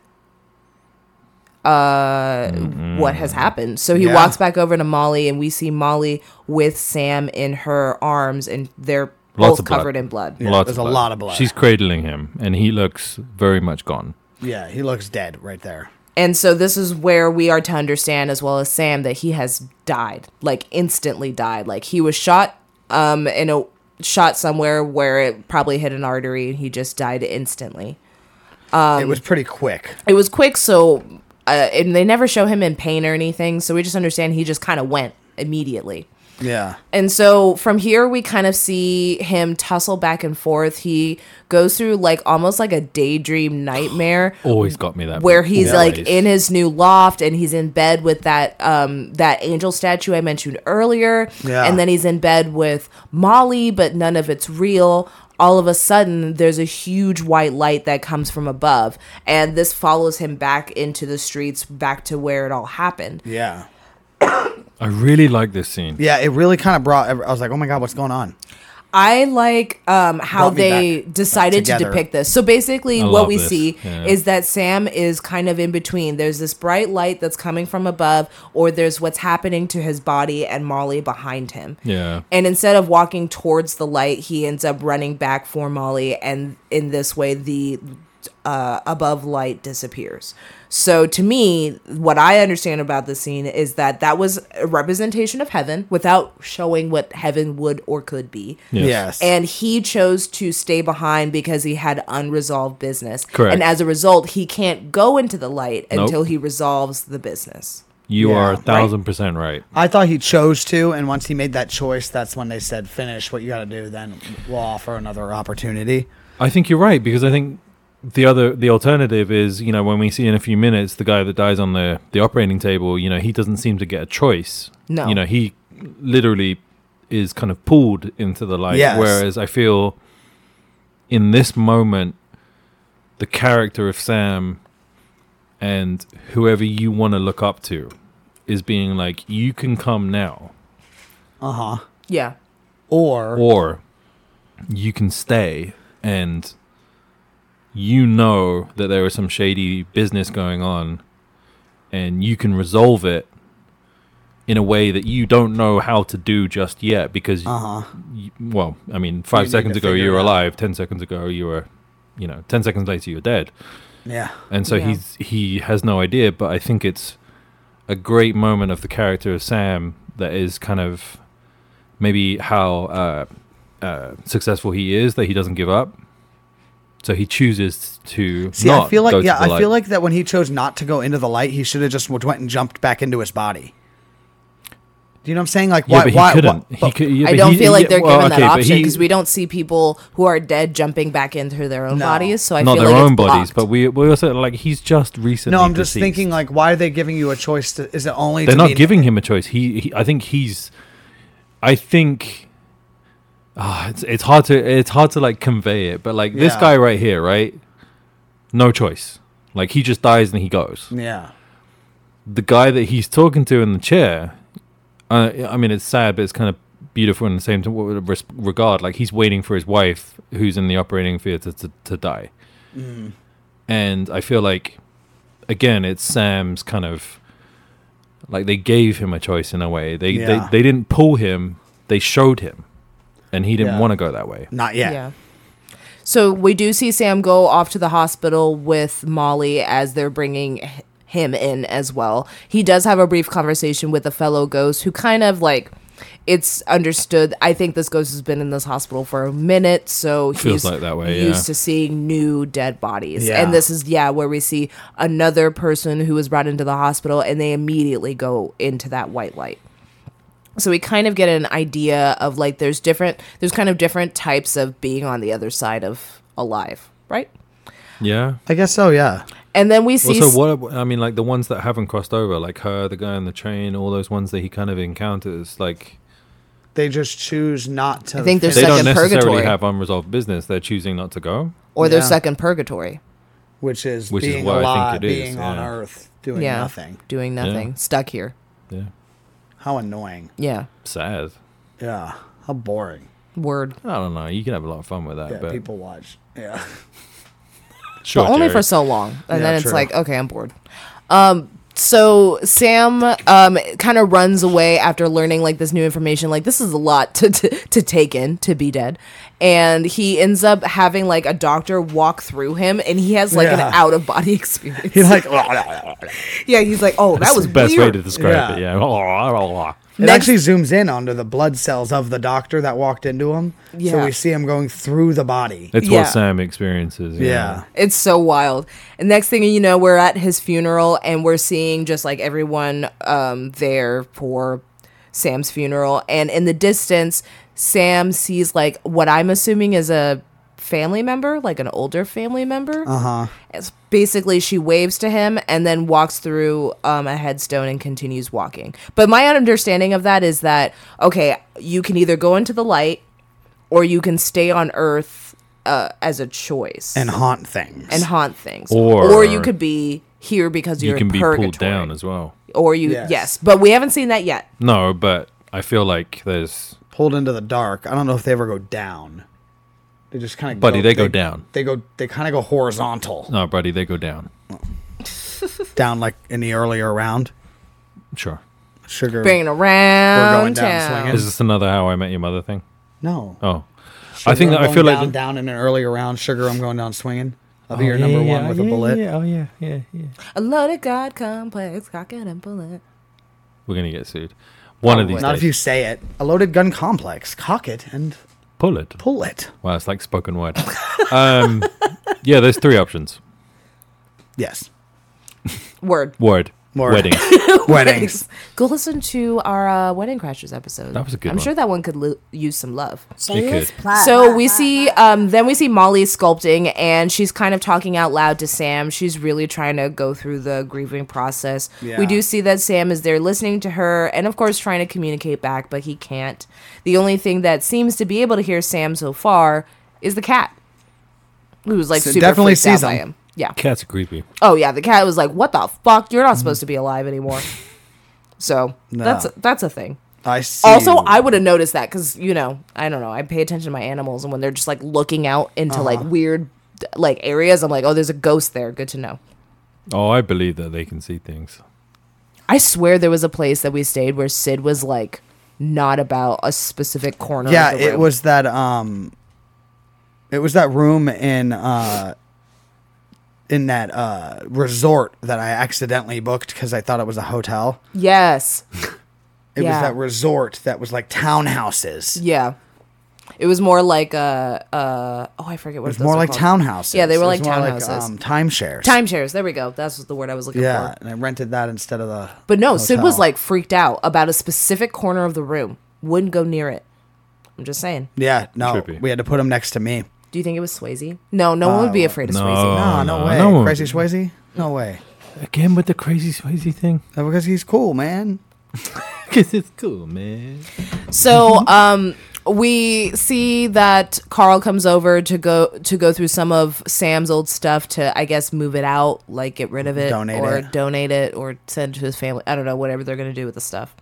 C: uh what
A: Mm-hmm.
C: has happened. So he
B: Yeah.
C: walks back over to Molly and we see Molly with Sam in her arms and they're
A: Lots
C: both
A: of blood.
C: covered in blood.
A: Lots
B: there's a lot of blood.
A: She's cradling him, and he looks very much gone.
B: Yeah, he looks dead right there.
C: And so this is where we are to understand, as well as Sam, that he has died, like instantly died. Like he was shot, um, in a shot somewhere where it probably hit an artery, and he just died instantly.
B: it was pretty quick.
C: It was quick, so uh, and they never show him in pain or anything. So we just understand he just kind of went immediately.
B: Yeah,
C: And so from here, we kind of see him tussle back and forth. He goes through like almost like a daydream nightmare
A: Always got me that.
C: where
A: book.
C: he's like
A: Always.
C: in his new loft and he's in bed with that um that angel statue I mentioned earlier.
B: Yeah.
C: And then he's in bed with Molly, but none of it's real. All of a sudden there's a huge white light that comes from above. And this follows him back into the streets, back to where it all happened.
B: yeah,
A: I really like this scene.
B: yeah. It really kind of brought. I was like, oh my god, what's going on?
C: I like um, how
B: Brought me
C: they
B: back, back
C: decided to
B: together.
C: depict this. So basically,
A: I
C: what
A: love
C: we
A: this,
C: see
A: yeah.
C: is that Sam is kind of in between. There's this bright light that's coming from above, or there's what's happening to his body and Molly behind him.
A: Yeah.
C: And instead of walking towards the light, he ends up running back for Molly, and in this way, the uh, above light disappears. So, to me, what I understand about the scene is that that was a representation of heaven without showing what heaven would or could be.
A: Yes.
B: Yes,
C: And he chose to stay behind because he had unresolved business.
A: Correct.
C: And as a result, he can't go into the light
A: Nope.
C: until he resolves the business.
A: You
B: Yeah.
A: are a
B: Right.
A: thousand percent right.
B: I thought he chose to, and once he made that choice, that's when they said, "Finish what you got to do." Then we'll offer another opportunity.
A: I think you're right because I think the other the alternative is you know when we see in a few minutes the guy that dies on the the operating table you know he doesn't seem to get a choice.
C: No.
A: you know he literally is kind of pulled into the light.
B: Yes.
A: Whereas I feel in this moment the character of Sam and whoever you want to look up to is being like you can come now
B: Uh
C: Uh-huh.
B: huh.
C: Yeah.
B: Or,
A: or you can stay and you know that there is some shady business going on and you can resolve it in a way that you don't know how to do just yet because
B: uh huh.
A: y- well i mean 5
B: need to
A: seconds ago
B: figure
A: you
B: it
A: were
B: out.
A: alive 10 seconds ago you were you know 10 seconds later you're dead
B: Yeah.
A: and so
C: Yeah.
A: he's he has no idea but i think it's a great moment of the character of sam that is kind of maybe how uh, uh, successful he is that he doesn't give up so he chooses to
B: See,
A: not
B: I feel
A: go
B: like
A: to
B: yeah,
A: the
B: I feel
A: light.
B: like that when he chose not to go into the light, he should have just went and jumped back into his body. Do you know what I'm saying? Like,
A: yeah,
B: why?
A: but he
B: why,
A: couldn't.
B: why-
A: He
B: but-
A: could- yeah,
C: I
A: but
C: don't
A: he-
C: feel like
A: yeah,
C: they're
A: well,
C: given
A: okay,
C: that
A: but
C: option
A: he-
C: because we don't see people who are dead jumping back into their own
B: No.
C: bodies. So I
A: not
C: feel
A: their
C: like
A: own
C: it's
A: bodies,
C: blocked.
A: but we we also like he's just recently.
B: no, I'm just
A: deceased.
B: thinking like, why are they giving you a choice? To, is it only
A: They're
B: to
A: not
B: be-
A: giving him a choice. He, he I think he's, I think, ah, it's it's hard to it's hard to like convey it. But like this
B: Yeah.
A: guy right here, right? No choice. Like he just dies and he goes.
B: Yeah,
A: The guy that he's talking to in the chair, uh, I mean, it's sad, but it's kind of beautiful in the same t- w- res- regard. Like he's waiting for his wife, who's in the operating theater, to to die.
B: Mm.
A: And I feel like, again, it's Sam's kind of like they gave him a choice in a way. They
B: Yeah.
A: they, they didn't pull him. They showed him, and he didn't
B: Yeah.
A: want to go that way.
B: not yet.
C: Yeah. So we do see Sam go off to the hospital with Molly as they're bringing h- him in as well. He does have a brief conversation with a fellow ghost who kind of like it's understood. I think this ghost has been in this hospital for a minute, so
A: Feels
C: he's
A: like that way,
C: used
A: yeah.
C: to seeing new dead bodies.
B: Yeah.
C: And this is yeah, where we see another person who was brought into the hospital and they immediately go into that white light so we kind of get an idea of like there's different there's kind of different types of being on the other side of alive right
A: Yeah.
B: I guess so. Yeah,
C: and then we see
A: Well, so what? I mean, like the ones that haven't crossed over, like her, the guy on the train, all those ones that he kind of encounters, like.
B: they just choose not to.
C: I think there's
A: they
B: finish-
C: stuck
A: don't
C: in
A: necessarily
C: purgatory.
A: have unresolved business. They're choosing not to go.
C: or they're
B: Yeah.
C: stuck in purgatory
B: which is
A: Which is
B: being
A: what I think it
B: alive,
A: is,
B: being on
A: yeah.
B: Earth, doing
C: yeah.
B: nothing.
C: Doing nothing. Stuck here.
A: Yeah.
B: How annoying.
C: Yeah.
A: Sad.
B: Yeah. How boring.
C: Word.
A: I don't know. You can have a lot of fun with that,
B: Yeah,
A: but
B: people watch. [laughs] Yeah.
A: sure,
C: only
A: Jerry.
C: for so long and
B: Yeah,
C: then it's
B: true.
C: like okay i'm bored um so sam um kind of runs away after learning like this new information like this is a lot to, to to take in to be dead and he ends up having like a doctor walk through him and he has like
B: Yeah.
C: an out of body [laughs] experience
B: He's [laughs] like,
C: yeah he's like oh that
A: That's
C: was
A: the best
C: weird.
A: way to describe it.
B: Yeah.
A: Yeah. [laughs]
B: It
C: Next-
B: actually zooms in onto the blood cells of the doctor that walked into him. So
C: Yeah.
B: we see him going through the body.
A: It's
C: Yeah.
A: what Sam experiences.
B: yeah.
C: It's so wild. And next thing you know, we're at his funeral and we're seeing just like everyone um, there for Sam's funeral. And in the distance, Sam sees like what I'm assuming is a family member, like an older family member. Uh huh. Basically, she waves to him and then walks through um, a headstone and continues walking. But my understanding of that is that, okay, you can either go into the light or you can stay on Earth uh, as a choice
B: And haunt things.
C: and haunt things,
A: Or-
C: you could be here because you're
A: You can
C: in
A: be
C: purgatory,
A: pulled down as well.
C: or you
B: Yes. Hmm.
C: yes. but we haven't seen that yet.
A: No, but I feel like there's
B: pulled into the dark. I don't know if they ever go down. They just kind of
A: Buddy, they go down.
B: They go. They kind of go horizontal
A: no, oh, buddy. They go down.
B: down, like in the earlier round.
A: Sure.
B: Sugar.
C: Bringing
B: down
C: around town.
B: swinging.
A: Is this another How I Met Your Mother thing?
B: No.
A: Oh, I think
B: Sugar,
A: that
B: I'm
A: I feel
B: going down,
A: like.
B: down in an earlier round. Sugar, I'm going down swinging. I'll be your number one with a bullet.
A: oh yeah, yeah, yeah.
C: A loaded god complex, cock it and bullet.
A: We're gonna get sued. One of these
B: Oh, Not if
A: days.
B: you say it. A loaded gun complex. Cock it and
A: Pull it.
B: pull it.
A: Wow, it's like spoken word. [laughs] um, yeah, there's three options. [laughs]
B: Yes.
C: Word.
A: Word.
B: Word.
C: [laughs]
A: Wedding.
B: Weddings.
C: Go listen to our uh, Wedding Crashers episode.
A: That was a good
C: I'm
A: one.
C: sure that one could lo- use some love.
A: It could.
C: So we see, um, then we see Molly sculpting, and she's kind of talking out loud to Sam. She's really trying to go through the grieving process.
B: Yeah.
C: We do see that Sam is there listening to her, and of course trying to communicate back, but he can't. The only thing that seems to be able to hear Sam so far is the cat, who's like
B: So
C: super
B: definitely
C: definitely freaked out
B: sees
C: by
B: him.
C: him. Yeah.
A: Cats are creepy.
C: Oh yeah, the cat was like, "What the fuck?
B: Mm-hmm.
C: You're not supposed to be alive anymore." So that's that's a thing.
B: [laughs] I see.
C: Also,
B: you.
C: I would have noticed that because you know, I don't know. I pay attention to my animals, and when they're just like looking out into
B: Uh-huh.
C: like weird like areas, I'm like, oh, there's a ghost there. Good to know.
A: Oh, I believe that they can see things.
C: I swear there was a place that we stayed where Sid was like not about a specific corner. of
B: Yeah,
C: the
B: it
C: room.
B: was that um it was that room in uh in that uh resort that I accidentally booked cuz I thought it was a hotel.
C: Yes,
B: [laughs] It was
C: Yeah.
B: that resort that was like townhouses.
C: yeah. It was more like uh uh oh I forget what
B: It was
C: those
B: more
C: are
B: like
C: called.
B: townhouses.
C: Yeah, they were
B: It
C: like
B: was more
C: townhouses.
B: um, timeshares.
C: timeshares. There we go. That's what the word I was looking
B: yeah,
C: [laughs] for.
B: and I rented that instead of the
C: But no, Sid was
B: hotel.
C: like freaked out about a specific corner of the room. Wouldn't go near it. I'm just saying.
B: Yeah, no.
A: Trippy.
B: We had to put them next to me.
C: Do you think it was Swayze? No, no one would be afraid of
A: no.
B: [laughs]
C: Swayze.
B: Oh,
A: Oh,
B: no,
A: no,
B: way.
A: no one-
B: Crazy Swayze? No way.
A: Again with the crazy Swayze thing. [laughs]
B: No, Because he's cool, man.
A: Cause it's cool, man.
C: So, um, we see that Carl comes over to go to go through some of Sam's old stuff to, I guess, move it out, like get rid of it,
B: Donate
C: or
B: it.
C: donate it, or send it to his family. I don't know, whatever they're gonna do with the stuff.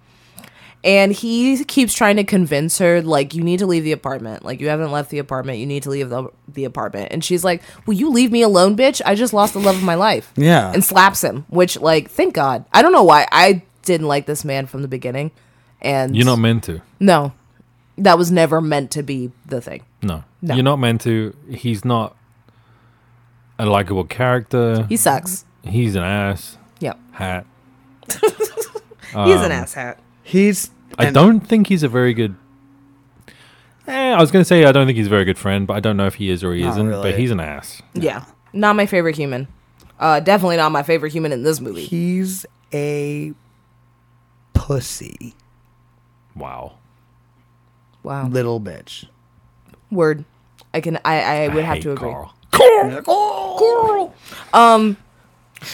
C: And he keeps trying to convince her, like, you need to leave the apartment. Like, you haven't left the apartment. You need to leave the, the apartment. And she's like, Will you leave me alone, bitch? I just lost the love of my life.
B: Yeah.
C: And slaps him, which, like, thank God. I don't know why. I didn't like this man from the beginning. And
A: You're not meant to.
C: no, that was never meant to be the thing.
A: No.
C: No.
A: You're not meant to. He's not a likable character.
C: He sucks.
A: He's an ass
C: Yep.
A: hat.
C: He's
A: Um,
C: an asshat.
B: He's
A: I
B: and-
A: don't think he's a very good. Eh, I was going to say I don't think he's a very good friend, but I don't know if he is or he
B: Not
A: isn't.
B: really.
A: But he's an ass.
C: Yeah. Not my favorite human. Uh, definitely not my favorite human in this movie.
B: He's a pussy
A: Wow.
C: Wow.
B: little bitch.
C: Word. I can. I. I would have
A: hate
C: to agree.
A: Carl.
C: Um,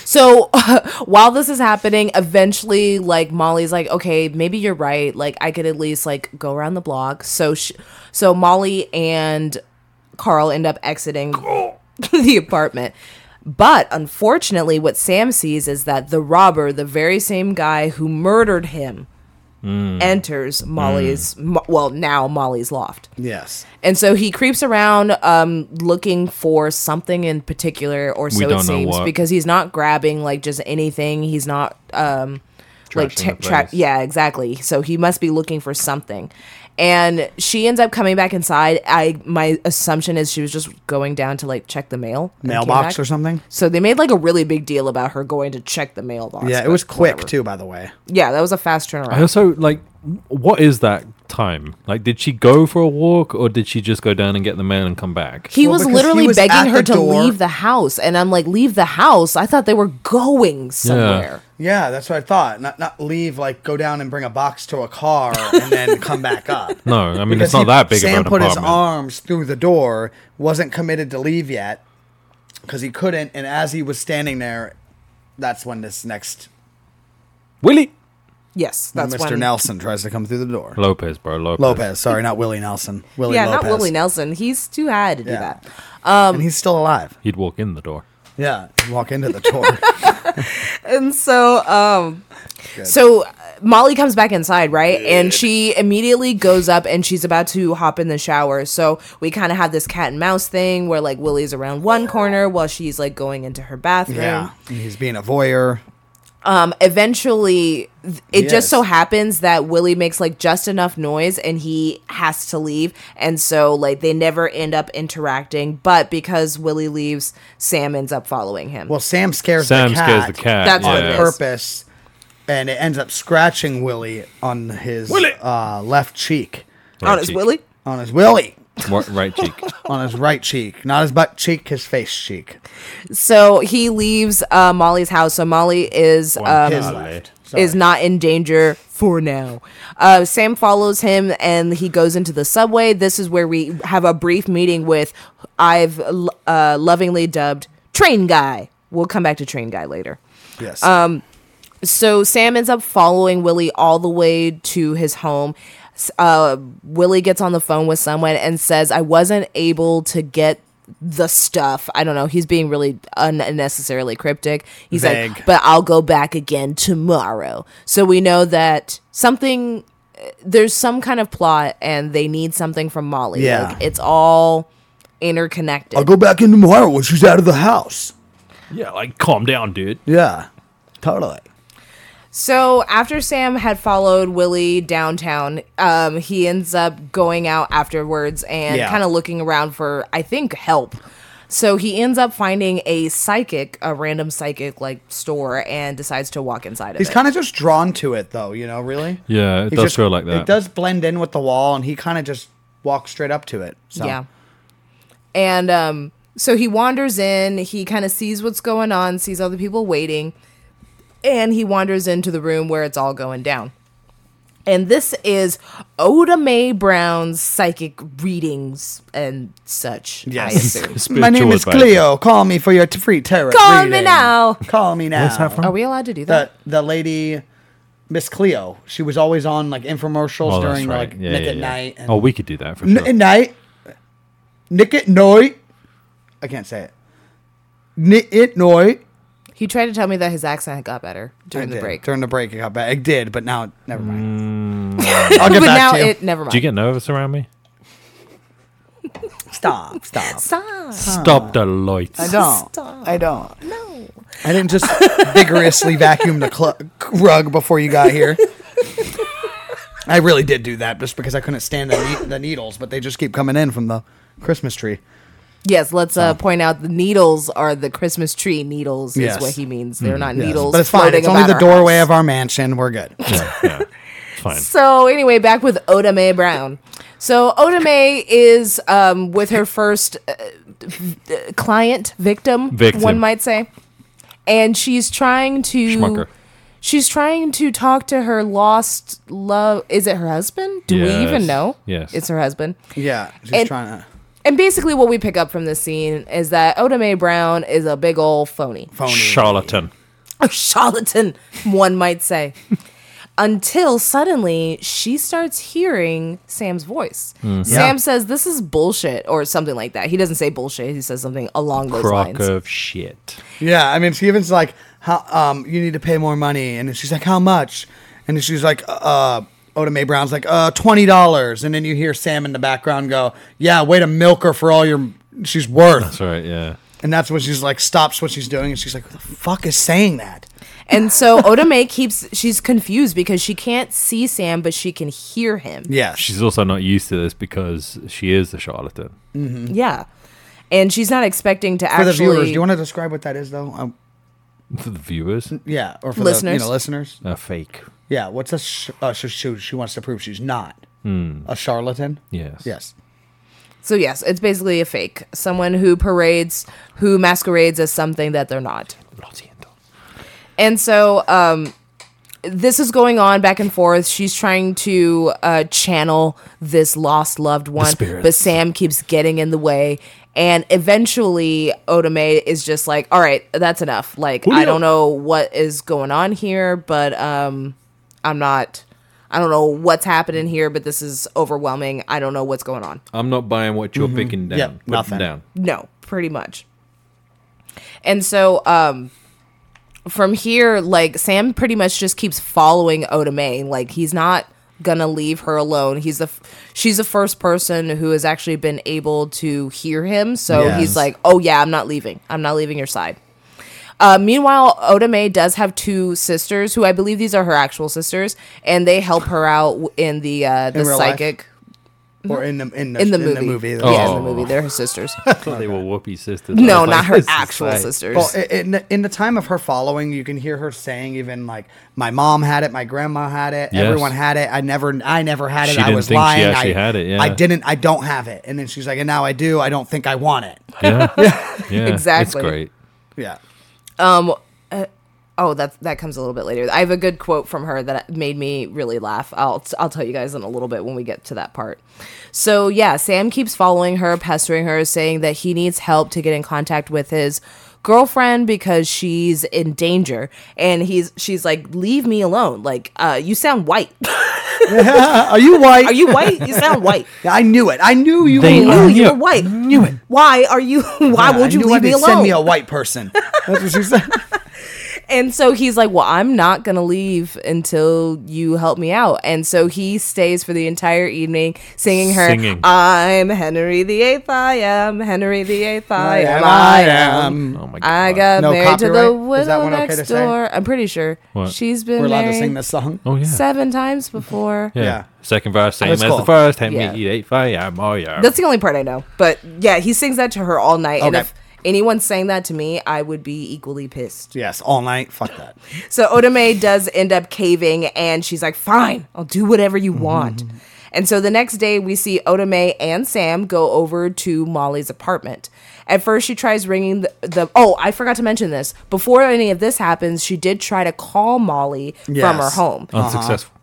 C: So [laughs] while this is happening, eventually, like Molly's like, okay, maybe you're right. Like I could at least like go around the block. So sh- so [laughs] Molly and Carl end up exiting the apartment. But unfortunately, what Sam sees is that the robber, the very same guy who murdered him, enters Molly's, Mo- well, now Molly's loft.
B: Yes.
C: And so he creeps around um, looking for something in particular, or so it
A: don't know
C: seems,
A: what.
C: because he's not grabbing like just anything. He's not um, like
A: Trashing
C: t-
A: the
C: tra-
A: place.
C: yeah, exactly. So he must be looking for something. And she ends up coming back inside. I my assumption is she was just going down to like check the mail, and came
B: Mailbox
C: back.
B: or something.
C: So they made like a really big deal about her going to check the mailbox.
B: Yeah, it
C: but
B: was quick
C: whatever.
B: too, by the way.
C: Yeah, that was a fast turnaround.
A: I also like what is that time? Like did she go for a walk or did she just go down and get the mail and come back?
C: He
B: Well,
C: was
B: because he
C: literally
B: was at
C: begging her
B: the
C: to
B: door.
C: leave the house, and I'm like, "Leave the house!" I thought they were going somewhere.
B: Yeah, that's what I thought. Not not leave like go down and bring a box to a car and then come back up.
A: No, I mean
B: Because
A: it's not
B: he-
A: that big
B: Sam
A: of an
B: put
A: apartment.
B: his arms through the door, wasn't committed to leave yet because he couldn't. And as he was standing there, that's when this next
A: Willie
C: Yes, that's
B: Mr.
C: when-
B: Nelson tries to come through the door.
A: Lopez, bro, Lopez.
B: Lopez, sorry, not Willie Nelson. Willie
C: Yeah,
B: Lopez.
C: not Willie Nelson. He's too high to do
B: Yeah.
C: that.
B: and he's still alive.
A: He'd walk in the door.
B: Yeah, walk into the
C: [laughs]
B: door.
C: And so, um, so uh, Molly comes back inside, right? And she immediately goes up and she's about to hop in the shower. So we kind of have this cat and mouse thing where like Willie's around one corner while she's like going into her bathroom.
B: yeah, and he's being a voyeur.
C: um, eventually th- it
B: Yes.
C: just so happens that Willie makes like just enough noise and he has to leave and so like they never end up interacting but because Willie leaves Sam ends up following him.
B: Well, Sam scares
A: Sam
B: the cat.
A: scares the cat.
C: That's what
B: on
C: it is.
A: yeah.
B: purpose, and it ends up scratching Willie on his
A: Willie!
B: uh, left cheek,
A: Right
C: Honest
A: cheek.
C: Willie?
B: on his Willie,
A: Wa- Right
B: [laughs]
A: cheek.
B: on his right cheek, not his butt cheek, his face cheek,
C: So he leaves uh, Molly's house so Molly is um,
B: his
A: Golly.
B: left.
C: is not in danger for now. Uh, Sam follows him and he goes into the subway. This is where we have a brief meeting with I've uh, lovingly dubbed Train Guy. We'll come back to Train Guy later.
B: Yes. Um,
C: So Sam ends up following Willie all the way to his home. S- Uh, Willie gets on the phone with someone and says, I wasn't able to get the stuff. I don't know. He's being really un- unnecessarily cryptic. He's
B: Vague.
C: like, but I'll go back again tomorrow. So we know that something, uh, there's some kind of plot and they need something from Molly.
B: Yeah.
C: Like, it's all interconnected.
B: I'll go back in tomorrow when she's out of the house.
A: yeah, like calm down, dude.
B: Yeah, totally.
C: So after Sam had followed Willie downtown, um, he ends up going out afterwards and
B: Yeah.
C: kind of looking around for, I think, help. So he ends up finding a psychic, a random psychic like store, and decides to walk inside of
B: He's
C: it.
B: kind of just drawn to it, though. You know, really.
A: Yeah, it
B: He
A: does
B: just-
A: feel like that.
B: It does blend in with the wall, and he kind of just walks straight up to it. So.
C: Yeah. And um, so he wanders in, he kind of sees what's going on, sees all the people waiting, and he wanders into the room where it's all going down. And this is Oda Mae Brown's psychic readings and such. I
B: Yes.
A: [laughs]
C: assume.
B: My name
A: Spiritual
B: is
A: advisor.
B: Cleo. Call me for your t- free tarot.
C: Call me
B: reading.
C: now.
B: Call me now.
A: What's that from?
C: Are we allowed to do that?
B: the the lady Miss Cleo. She was always on like infomercials
A: Oh, that's
B: during
A: right.
B: like
A: yeah,
B: Nick
A: yeah,
B: at
A: yeah.
B: Night. And
A: oh, we could do that for
B: N-
A: sure.
B: at night. Nick at night. I can't say it. Nick at night.
C: he tried to tell me that his accent got better during
B: It
C: the
B: did.
C: break.
B: During the break, it got bad. It did, but now never mind.
A: Mm.
C: [laughs]
B: I'll get
C: but
B: back
C: now
B: to you.
C: it never mind.
A: Do you get nervous around me?
B: stop, stop.
C: Stop.
A: Stop the lights.
B: I don't.
C: Stop.
B: I don't.
C: No.
B: I didn't just vigorously vacuum the cl- rug before you got
C: [laughs]
B: here. I really did do that just because I couldn't stand the, ne- the needles, but they just keep coming in from the Christmas tree.
C: Yes, let's uh, point out the needles are the Christmas tree needles,
B: Yes. Hmm.
C: is what he means. They're not
B: Yes,
C: needles.
B: but it's fine.
C: floating
B: It's only
C: about
B: the
C: our
B: doorway
C: house.
B: of our mansion. We're good.
A: Yeah, yeah. It's
B: [laughs]
A: fine.
C: So anyway, back with Oda Mae Brown. So Oda Mae is um, with her first uh, uh, client, victim,
A: Victim.
C: one might say, and she's trying to.
A: Schmucker.
C: She's trying to talk to her lost love. Is it her husband? Do
A: Yes.
C: we even know?
A: Yes.
C: it's her husband.
B: Yeah, she's
C: And-
B: trying to
C: And basically, what we pick up from this scene is that Oda Mae Brown is a big old phony.
B: phony.
A: Charlatan.
C: a charlatan, one might say. until suddenly she starts hearing Sam's voice. Sam
B: Yeah.
C: says, This is bullshit, or something like that. He doesn't say bullshit, he says something along those
A: Crock
C: lines.
A: of shit.
B: Yeah, I mean, Steven's like, how, um, you need to pay more money. And then she's like, how much? And then she's like, uh, Oda Mae Brown's like, uh, $20. And then you hear Sam in the background go, yeah, way to milk her for all your, she's worth.
A: That's right. Yeah.
B: And that's when she's like, stops what she's doing. And she's like, who the fuck is saying that?
C: And so Otome keeps, she's confused because she can't see Sam, but she can hear him.
B: Yeah.
A: She's also not used to this because she is the charlatan. [laughs]
C: Yeah. And she's not expecting to
B: for the
C: actually.
B: viewers, do you want to describe what that is, though? Um,
A: For the viewers,
B: yeah. Or for the you
C: Listeners.
B: know, listeners?
A: a fake.
B: Yeah. What's a, sh- uh, so she, she wants to prove she's not a charlatan?
A: Hmm. Yes.
B: Yes.
C: So, yes, it's basically a fake. Someone who parades, who masquerades as something that they're not.
A: Lo siento.
C: And so um, this is going on back and forth. She's trying to uh, channel this lost loved one,
A: spirits.
C: but Sam keeps getting in the way. And eventually, Otome is just like, "All right, that's enough. Like, I don't know what is going on here, but um, I'm not. I don't know what's happening here, but this is overwhelming. I don't know what's going on."
A: I'm not buying what
C: Mm-hmm.
A: you're picking down.
B: Yeah,
A: Put
B: nothing.
A: Them
C: [laughs]
A: down.
C: No, pretty much. And so um from here like Sam pretty much just keeps following Oda May. Like he's not going to leave her alone. He's the f- she's the first person who has actually been able to hear him. So
B: Yes.
C: he's like, "Oh yeah, I'm not leaving. I'm not leaving your side." Uh, meanwhile, Oda May does have two sisters who I believe these are her actual sisters, and they help her out w- in the uh, the
B: real life?
C: psychic
B: Or in the, in the,
C: Mm-hmm. in the movie.
B: movie.
C: Yeah, in
A: Oh.
C: the movie, they're her
B: [laughs]
C: sisters.
A: I thought they were Whoopi sisters. I
C: No,
A: was like,
C: not her
A: this is
C: actual
A: like-
C: sisters.
B: Well, i- in the, in the time of her following, you can hear her saying even like, "My mom had it, my grandma had it,
A: Yes.
B: everyone had it. I never, I never had it.
A: She
B: I
A: didn't
B: was
A: think she
B: lying.
A: actually
B: I
A: had it, yeah.
B: I didn't. I don't have it." And then she's like, "And now I do. I don't think I want it."
A: Yeah.
C: [laughs]
A: yeah.
C: Exactly.
A: It's great.
B: Yeah,
C: Oh, that that comes a little bit later. I have a good quote from her that made me really laugh. I'll I'll tell you guys in a little bit when we get to that part. So yeah, Sam keeps following her, pestering her, saying that he needs help to get in contact with his girlfriend because she's in danger. And he's she's like, "Leave me alone! Like, uh, you sound white. [laughs]
B: are you white?
C: Are you white? You sound white.
B: I knew it. [laughs] I knew you.
A: They
B: were
C: Knew
A: are.
B: white.
C: you
A: yeah.
C: were white. Knew it. Why are you? [laughs] Why
B: Yeah,
C: won't
B: I
C: you
B: knew
C: leave
B: I
C: me
B: didn't
C: alone?
B: Send me a white person. That's what she said.
C: And so he's like, Well, I'm not going to leave until you help me out. And so he stays for the entire evening singing her,
A: Singing.
C: I'm Henry the Eighth, I am Henry the Eighth, I am, I
B: I
C: am.
B: am.
A: Oh my god.
C: I got
B: No
C: married to the
B: copyright? Is that
C: widow
B: one okay to
C: next
B: say?
C: door. I'm pretty sure.
A: What?
C: She's been
B: We're allowed
C: married
B: to sing this song.
A: Oh yeah.
C: seven times before.
A: yeah.
B: Yeah.
A: Second verse, same
B: That's
A: as
B: cool.
A: the first. Hand
C: Yeah.
A: me eat eight fire. I'm all yeah.
C: That's the only part I know. But yeah, he sings that to her all night. And
B: Okay.
C: if anyone sang that to me, I would be equally pissed.
B: Yes, all night. Fuck that.
C: So Otome does end up caving and she's like, fine, I'll do whatever you want. And so the next day, we see Otome and Sam go over to Molly's apartment. At first, she tries ringing the, the. Oh, I forgot to mention this. Before any of this happens, she did try to call Molly from her
B: Yes.
C: home
A: unsuccessful.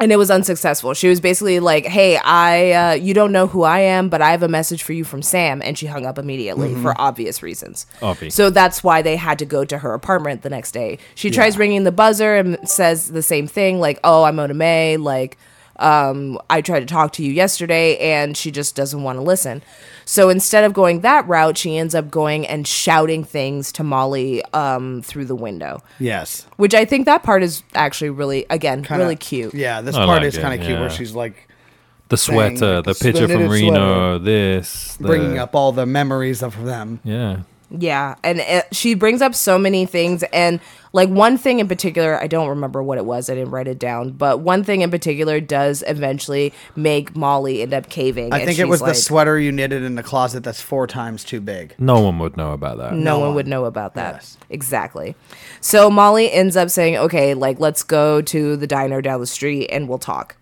C: and it was unsuccessful. She was basically like, "Hey, I uh, you don't know who I am, but I have a message for you from Sam," and she hung up immediately for obvious reasons.
A: Obvi.
C: So that's why they had to go to her apartment the next day. She tries ringing the buzzer and says the same thing, like, "Oh, I'm Oda May. Like, um, I tried to talk to you yesterday, and she just doesn't want to listen." So instead of going that route, she ends up going and shouting things to Molly um, through the window,
B: Yes.
C: which I think that part is actually really, again,
B: Kinda-
C: really cute.
B: Yeah, this
A: I
B: part
A: like
B: is
A: it,
B: kind of cute where
A: yeah.
B: she's like
A: The sweater, the
B: Sweater,
A: picture from
B: sweater.
A: Reno, this. The,
B: bringing up all the memories of them.
A: Yeah.
C: Yeah, and it, she brings up so many things, and like one thing in particular, I don't remember what it was. I didn't write it down, but one thing in particular does eventually make Molly end up caving.
B: I
C: and
B: think it
C: she's
B: was the
C: like,
B: sweater you knitted in the closet that's four times too big.
A: No one would know about that.
C: No one would know about that.
B: Yes.
C: Exactly. So Molly ends up saying, okay, like, let's go to the diner down the street and we'll talk.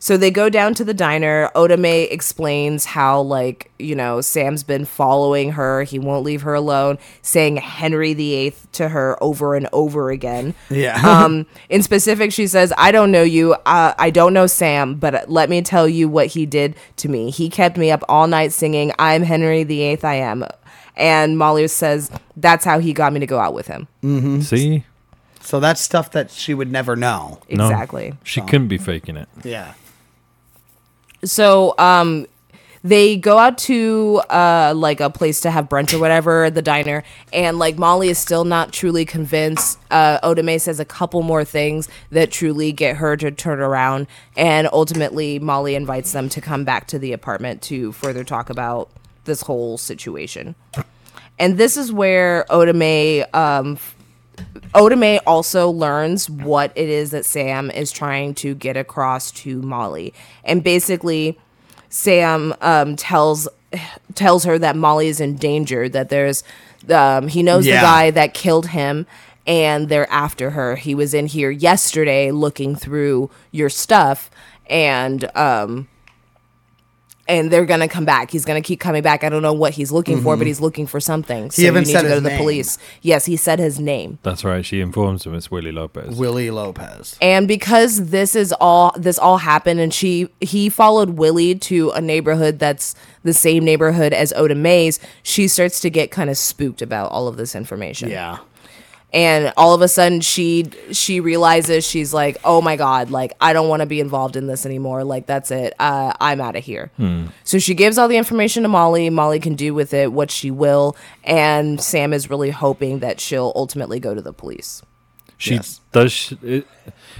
C: So they go down to the diner. Otome explains how, like, you know, Sam's been following her. He won't leave her alone, saying Henry VIII to her over and over again.
B: [laughs] Yeah.
C: Um, in specific, she says, I don't know you. Uh, I don't know Sam, but let me tell you what he did to me. He kept me up all night singing, I'm Henry the Eighth, I am. And Molly says, That's how he got me to go out with him.
A: See?
B: So that's stuff that she would never know.
A: No,
C: Exactly.
A: she couldn't be faking it.
B: Yeah.
C: So um they go out to uh like a place to have brunch or whatever, the diner, and like Molly is still not truly convinced. Uh Otome says a couple more things that truly get her to turn around and ultimately Molly invites them to come back to the apartment to further talk about this whole situation. And this is where Otome um Otome also learns what it is that Sam is trying to get across to Molly. And basically, Sam um, tells tells her that Molly is in danger, that there's um, he knows
B: Yeah.
C: the guy that killed him and they're after her. He was in here yesterday looking through your stuff and um and they're gonna come back. He's gonna keep coming back. I don't know what he's looking for, but he's looking for something. So
B: Mm-hmm. even
C: you need
B: said
C: to go
B: his
C: to the
B: name.
C: police. Yes, he said his name.
A: That's right. She informs him it's Willie Lopez.
B: Willie Lopez.
C: And because this is all this all happened and she he followed Willie to a neighborhood that's the same neighborhood as Oda May's, she starts to get kind of spooked about all of this information.
B: Yeah.
C: And all of a sudden she she realizes she's like, "Oh my god, like I don't want to be involved in this anymore. Like that's it. Uh, I'm out of here."
A: Hmm.
C: So she gives all the information to Molly. Molly can do with it what she will, and Sam is really hoping that she'll ultimately go to the police.
A: She
B: Yes.
A: does. She, it,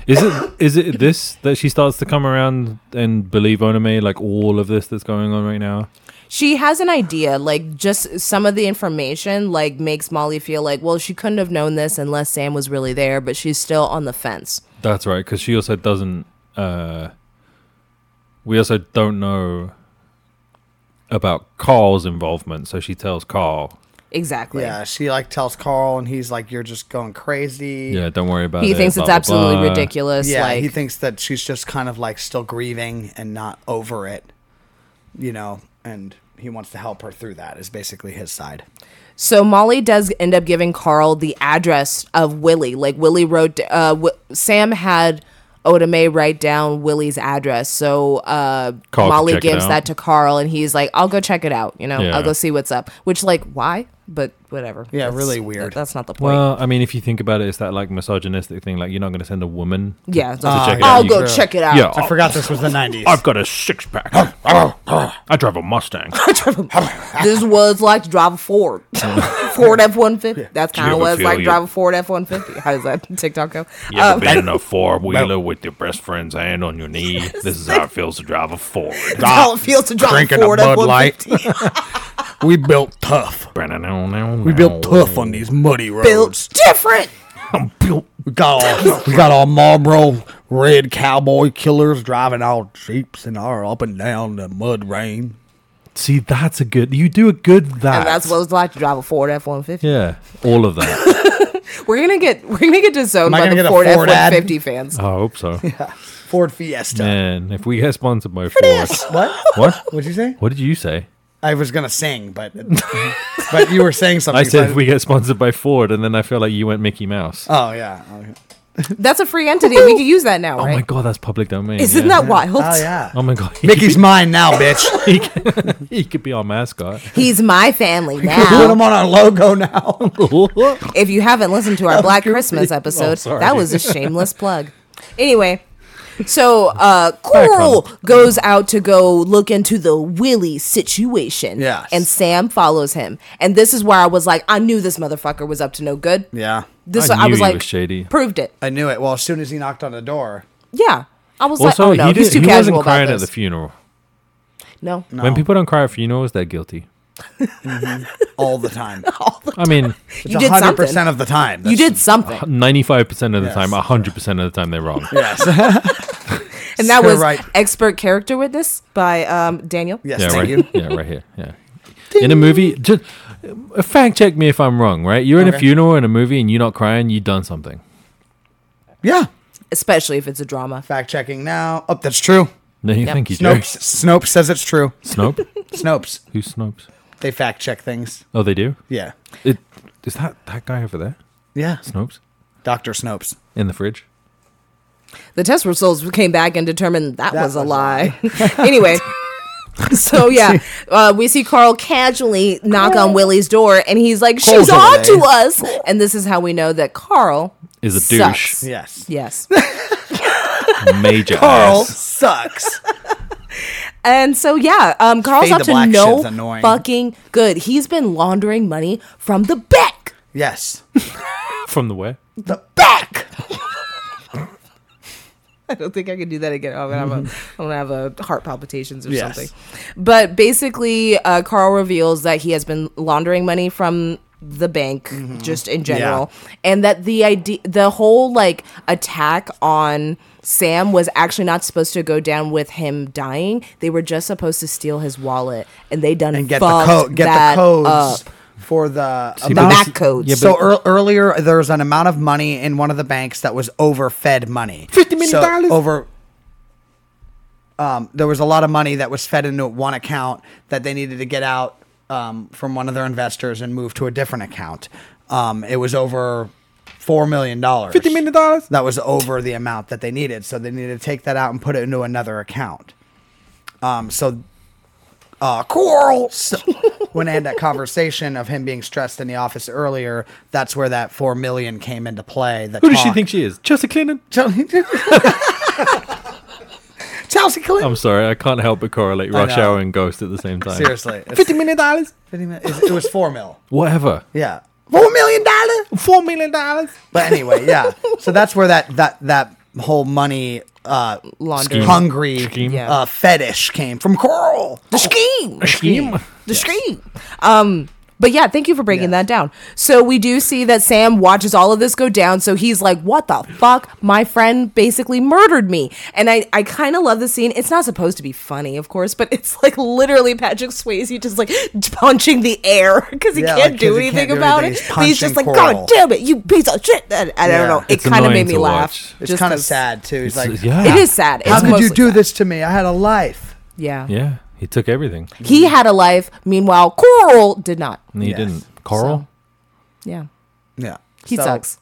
A: is
C: [coughs]
A: it is it this that she starts to come around and believe Onome like all of this that's going on right now?
C: she has an idea like just some of the information like makes molly feel like well she couldn't have known this unless sam was really there but she's still on the fence
A: That's right, because she also doesn't. Uh, we also don't know about Carl's involvement, so she tells Carl,
C: exactly
B: Yeah. She like tells Carl and he's like, You're just going crazy.
A: "Yeah, don't worry about it."
C: he thinks
A: blah,
C: it's
A: blah,
C: absolutely
A: blah.
C: ridiculous
B: Yeah,
C: like
B: he thinks that she's just kind of like still grieving and not over it, you know, and he wants to help her through that, is basically his side.
C: So Molly does end up giving Carl the address of Willie. Like Willie wrote, uh, w- Sam had Otome write down Willie's address. So uh,
A: Carl could
C: Molly
A: check it
C: gives
A: out.
C: that to Carl, and he's like, "I'll go check it out. You know,
A: Yeah.
C: I'll go see what's up." Which, like, why? But whatever.
B: Yeah,
C: That's-
B: really weird.
C: That's not the point.
A: Well, I mean, if you think about it, it's that like misogynistic thing. Like, you're not going to send a woman. to-
C: yeah,
A: to
C: that's-
A: check it out.
C: I'll
A: You-
C: go
B: True.
C: check it out.
A: Yeah,
B: Oh, I forgot this was the 90s.
A: I've got a six pack. [gasps] I drive a Mustang.
C: [laughs] this was like to drive
A: [laughs]
C: a Ford, Ford F one fifty. That's kind
A: ever
C: of what it's
A: feel
C: like to
A: you-
C: drive a Ford F one fifty. How does that [laughs] TikTok go? Um,
A: You ever been [laughs] in a four wheeler with your best friend's hand [laughs] on your knee? This is how it feels to drive a [laughs] Ford.
C: how it feels to drive a
B: drinking a
C: Ford F
B: Bud
C: one
B: Light.
C: fifty.
B: [laughs] we built tough.
A: We
B: these muddy roads.
C: built different.
B: built. We got
C: [laughs]
B: all, we got all Marlboro red cowboy killers driving all jeeps and all up and down the mud rain.
A: See, that's a good. You do a good that.
C: And that's what it's like to drive a Ford F one fifty.
A: Yeah, all of [laughs] that.
C: We're gonna get we're gonna get
B: Am
C: disowned
B: I
C: by
B: gonna
C: the
B: get a
C: Ford F
B: Ford
C: one
B: ad?
C: fifty fans.
A: I hope [laughs] so.
B: Ford Fiesta.
A: Man, if we get sponsored by Ford,
B: What?
A: [laughs] what?
B: What'd you say?
A: What did you say?
B: I was gonna
A: [laughs]
B: sing, but but you were saying something.
A: I said
B: so
A: if we get sponsored by Ford, and then I feel like you went Mickey Mouse.
B: Oh yeah. Oh
C: That's a free entity. We can use that now,
A: oh
C: right?
A: my god, that's public domain.
C: Isn't
A: yeah.
C: that wild?
A: [laughs]
B: yeah.
A: Oh my god, he,
B: Mickey's mine
A: [laughs]
B: now, bitch.
A: he, could, he could be our
C: [laughs]
A: mascot.
C: He's my family
B: Put
C: now.
B: him on our logo now.
A: [laughs]
C: if you haven't listened to our Black Christmas episode,
A: sorry.
C: that was a shameless plug. Anyway, so uh, Coral goes out to go look into the Willie situation.
B: Yes.
C: And Sam follows him. And this is where I was like, I knew this motherfucker was up to no good.
B: yeah,
C: This
A: I
C: I,
A: knew
C: was
A: he
C: like
A: was shady.
C: proved it.
B: I knew it. Well, as soon as he knocked on the door,
C: Yeah. I was
A: Also,
C: like, oh no,
A: he,
C: he's
A: didn't,
C: too
A: he
C: casual
A: wasn't
C: about
A: crying at
C: this.
A: the funeral.
C: no.
A: When people don't cry at funerals, they're guilty.
B: all the
C: [laughs]
B: time.
A: I [laughs] mean,
B: It's
C: Oh, You did
B: hundred
C: something.
B: percent of the time.
C: You did
B: That's-
C: something.
A: [laughs] ninety-five percent of the
B: Yes.
A: time, hundred percent of the time, they're wrong.
B: Yes. [laughs]
C: And that
B: So
C: was
B: right.
C: expert character witness by um, Daniel.
B: yes.
A: Yeah,
B: thank
A: right.
B: you.
A: [laughs] Yeah, right here. Yeah. In a movie, just uh, fact check me if I'm wrong. Right? You're in a
B: Okay.
A: funeral in a movie and you're not crying. You've done something.
B: Yeah.
C: Especially if it's a drama.
B: Fact checking now. Oh, that's true.
A: No, you
C: Yep.
A: think you do.
B: Snopes. Snopes says it's true.
A: [laughs] Snope?
B: Snopes.
A: Who snopes?
B: They fact check things.
A: Oh, they do.
B: Yeah.
A: It is that that guy over there?
B: Yeah.
A: Snopes
B: Doctor Snopes.
A: in the fridge.
C: The test results came back and determined that,
B: That
C: was, a
B: was a
C: lie. [laughs] anyway. So yeah, uh, we see Carl casually knock on Willie's door, and he's like, "She's
B: Casually.
C: on to us." And this is how we know that Carl
A: is a douche.
C: Sucks.
B: Yes.
C: Yes.
A: Major
B: [laughs] Carl
A: ass.
B: sucks.
C: And so yeah, um, Carl's
B: Fade
C: up
B: to black
C: to no
B: shit's annoying.
C: fucking good. He's been laundering money from the back,
B: Yes.
A: From the where?
B: The
C: back. I don't think I can do that again. I'm gonna have a, I'm gonna have a heart palpitations or
B: Yes.
C: something. But basically, uh, Carl reveals that he has been laundering money from the bank
B: Mm-hmm.
C: just in general, and that the idea, the whole like attack on Sam was actually not supposed to go down with him dying. They were just supposed to steal his wallet, and they done
B: and get the
C: fucked
B: code. Get the
C: that
B: codes
C: up.
B: for the
A: See, but
B: amount-
A: this-
C: back codes.
A: Yeah, but
B: so ear earlier, there was an amount of money in one of the banks that was overfed money.
A: $50 million
B: So over. Um, there was a lot of money that was fed into one account that they needed to get out um, from one of their investors and move to a different account. Um, it was over four million dollars.
A: $50 million?
B: That was over the amount that they needed, so they needed to take that out and put it into another account. Um, so uh, quarrels. when I had that conversation of him being stressed in the office earlier, that's where that four million came into play. The
A: Who does she
B: talk.
A: think she is? Chelsea Clinton?
B: [laughs] Chelsea Clinton.
A: I'm sorry, I can't help but correlate Rush
B: know.
A: Hour and Ghost at the same time.
B: Seriously, it's-
A: Fifty million dollars?
B: 50 mi- it's- it was four mil.
A: Whatever.
B: Yeah, four million dollars.
A: Four million dollars?
B: But anyway, yeah. So
C: [laughs]
B: that's where that that that whole money uh,
C: Laundering.
B: hungry
A: Scheme.
C: Yeah.
B: uh, fetish came from Coral.
C: the scheme.
A: Scheme.
C: the screen. Um, but yeah, thank you for breaking
B: Yeah.
C: that down. So we do see that Sam watches all of this go down. So he's like, "What the fuck? My friend basically murdered me." And I, I kind of love the scene. It's not supposed to be funny, of course, but [laughs] it's like literally Patrick Swayze just like punching the air [laughs] because he
B: Yeah,
C: can't
B: like, 'cause
C: do
B: he can't
C: anything
B: do
C: about
B: anything.
C: it.
B: He's
C: But he's just like,
B: punching Coral.
C: "God damn it, you piece of shit!" And I
B: Yeah.
C: don't know. It
A: It's
C: kind of
A: annoying
C: made me
A: to
C: laugh.
A: watch.
B: It's
C: just
B: kind of
C: 'cause-
B: sad too. He's like,
A: It's- yeah.
C: It is sad. It's
B: how could you
C: mostly
B: do
C: sad.
B: this to me? I had a life.
C: Yeah.
A: Yeah. He took everything.
C: He had a life. Meanwhile, Coral did not.
A: And he
B: Yes.
A: didn't. Carl?
C: Yeah.
B: Yeah,
C: He
B: So-
C: sucks.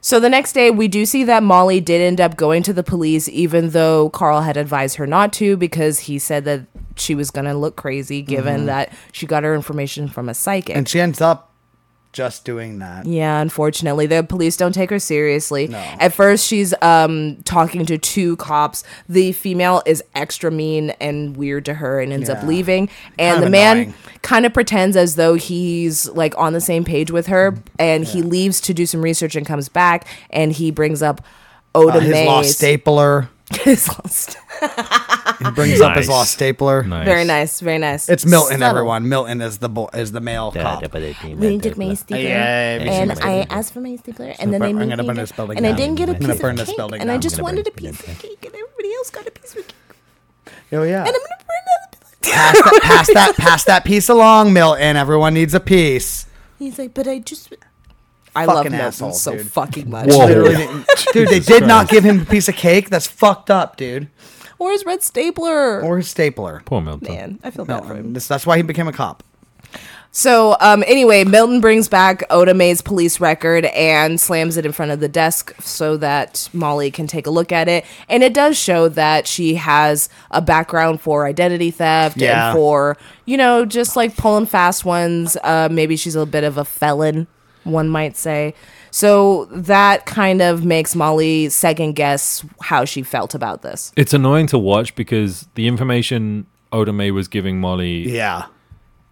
C: So the next day, we do see that Molly did end up going to the police, even though Carl had advised her not to because he said that she was going to look crazy given that she got her information from a psychic.
B: and she ends up just doing that.
C: yeah, unfortunately, the police don't take her seriously. At first, she's um, talking to two cops. The female is extra mean and weird to her and ends up
B: Yeah.
C: leaving. And
B: Kind of
C: the man
B: annoying.
C: kind of pretends as though he's like on the same page with her
B: Mm-hmm.
C: and he leaves to do some research and comes back and he brings up Oda
B: Uh, his lost
C: May's
B: stapler.
C: [laughs] his lost- Ah.
B: He brings up his
A: Nice.
B: lost stapler.
A: Nice.
C: very nice very nice
B: It's Milton,
C: Subtle.
B: everyone. Milton is the bo- is the male cop.
C: They took my stapler,
B: yeah, yeah,
C: and
B: yeah.
C: I asked for my stapler, and
B: burn-
C: then they
B: I'm
C: moved
B: gonna
C: me
B: burn
C: down,
B: this building
C: and I
B: down.
C: didn't get a
B: I'm
C: piece
B: gonna burn
C: of
B: this
C: cake,
B: building
C: and I
B: down.
C: just
A: I'm gonna
C: wanted a
A: burn
C: piece of cake, and everybody else got a piece of cake,
B: Oh yeah.
C: and I'm gonna burn another
B: pass,
C: piece.
B: that, pass that pass that piece along, Milton. Everyone needs a piece.
C: He's like, but I just, I
B: Fucking
C: love Milton
B: asshole,
C: so
B: dude.
C: fucking much.
A: Whoa.
B: Literally, didn't- dude, they
A: Jesus
B: did not
A: Christ.
B: give him a piece of cake. That's fucked up, dude.
C: Or his red stapler.
B: Or his stapler.
A: Poor Milton.
C: Man, I feel bad for him.
B: Milton. This- That's why he became a cop.
C: So, um, anyway, Milton brings back Oda May's police record and slams it in front of the desk so that Molly can take a look at it. And it does show that she has a background for identity theft
B: Yeah.
C: and for, you know, just like pulling fast ones. Uh, maybe she's a bit of a felon, one might say. So that kind of makes Molly second guess how she felt about this.
A: It's annoying to watch because the information Oda May was giving Molly,
B: Yeah.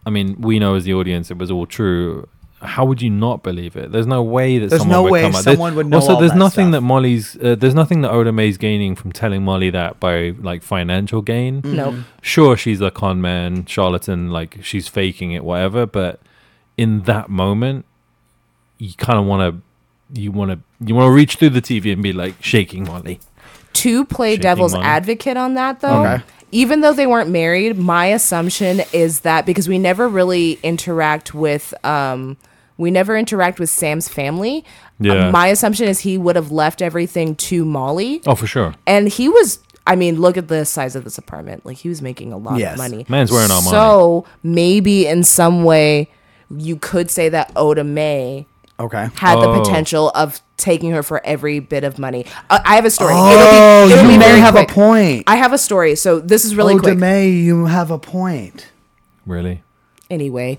A: I mean, we know as the audience it was all true. How would you not believe it? There's no way that
B: There's
A: someone
B: no
A: would
B: way
A: come up. there-
B: someone would know
A: Also,
B: all
A: there's
B: that
A: nothing
B: stuff.
A: that Molly's, uh, there's nothing that Oda May's gaining from telling Molly that by like financial gain.
B: Mm-hmm.
C: Nope.
A: Sure, she's a con man, charlatan, like she's faking it, whatever. But in that moment, you kind of want to, you want to, you want to reach through the TV and be like shaking Molly.
C: to play
A: Shaking
C: devil's
A: money.
C: advocate on that though
B: Okay.
C: even though they weren't married my assumption is that because we never really interact with um we never interact with sam's family uh,
A: Yeah.
C: my assumption is he would have left everything to molly
A: Oh, for sure.
C: and he was i mean look at the size of this apartment like he was making a lot
B: Yes.
C: of money
A: Man's wearing Armani.
C: so maybe in some way you could say that oda may
B: Okay.
C: had the
A: Oh.
C: potential of taking her for every bit of money. Uh, I have a story.
B: Oh,
C: it'll be, it'll
B: you
C: be
B: may
C: very
B: have a
C: quick.
B: point.
C: I have a story, so this is really
B: Oh,
C: quick.
B: DeMay, you have a point.
A: Really?
C: anyway,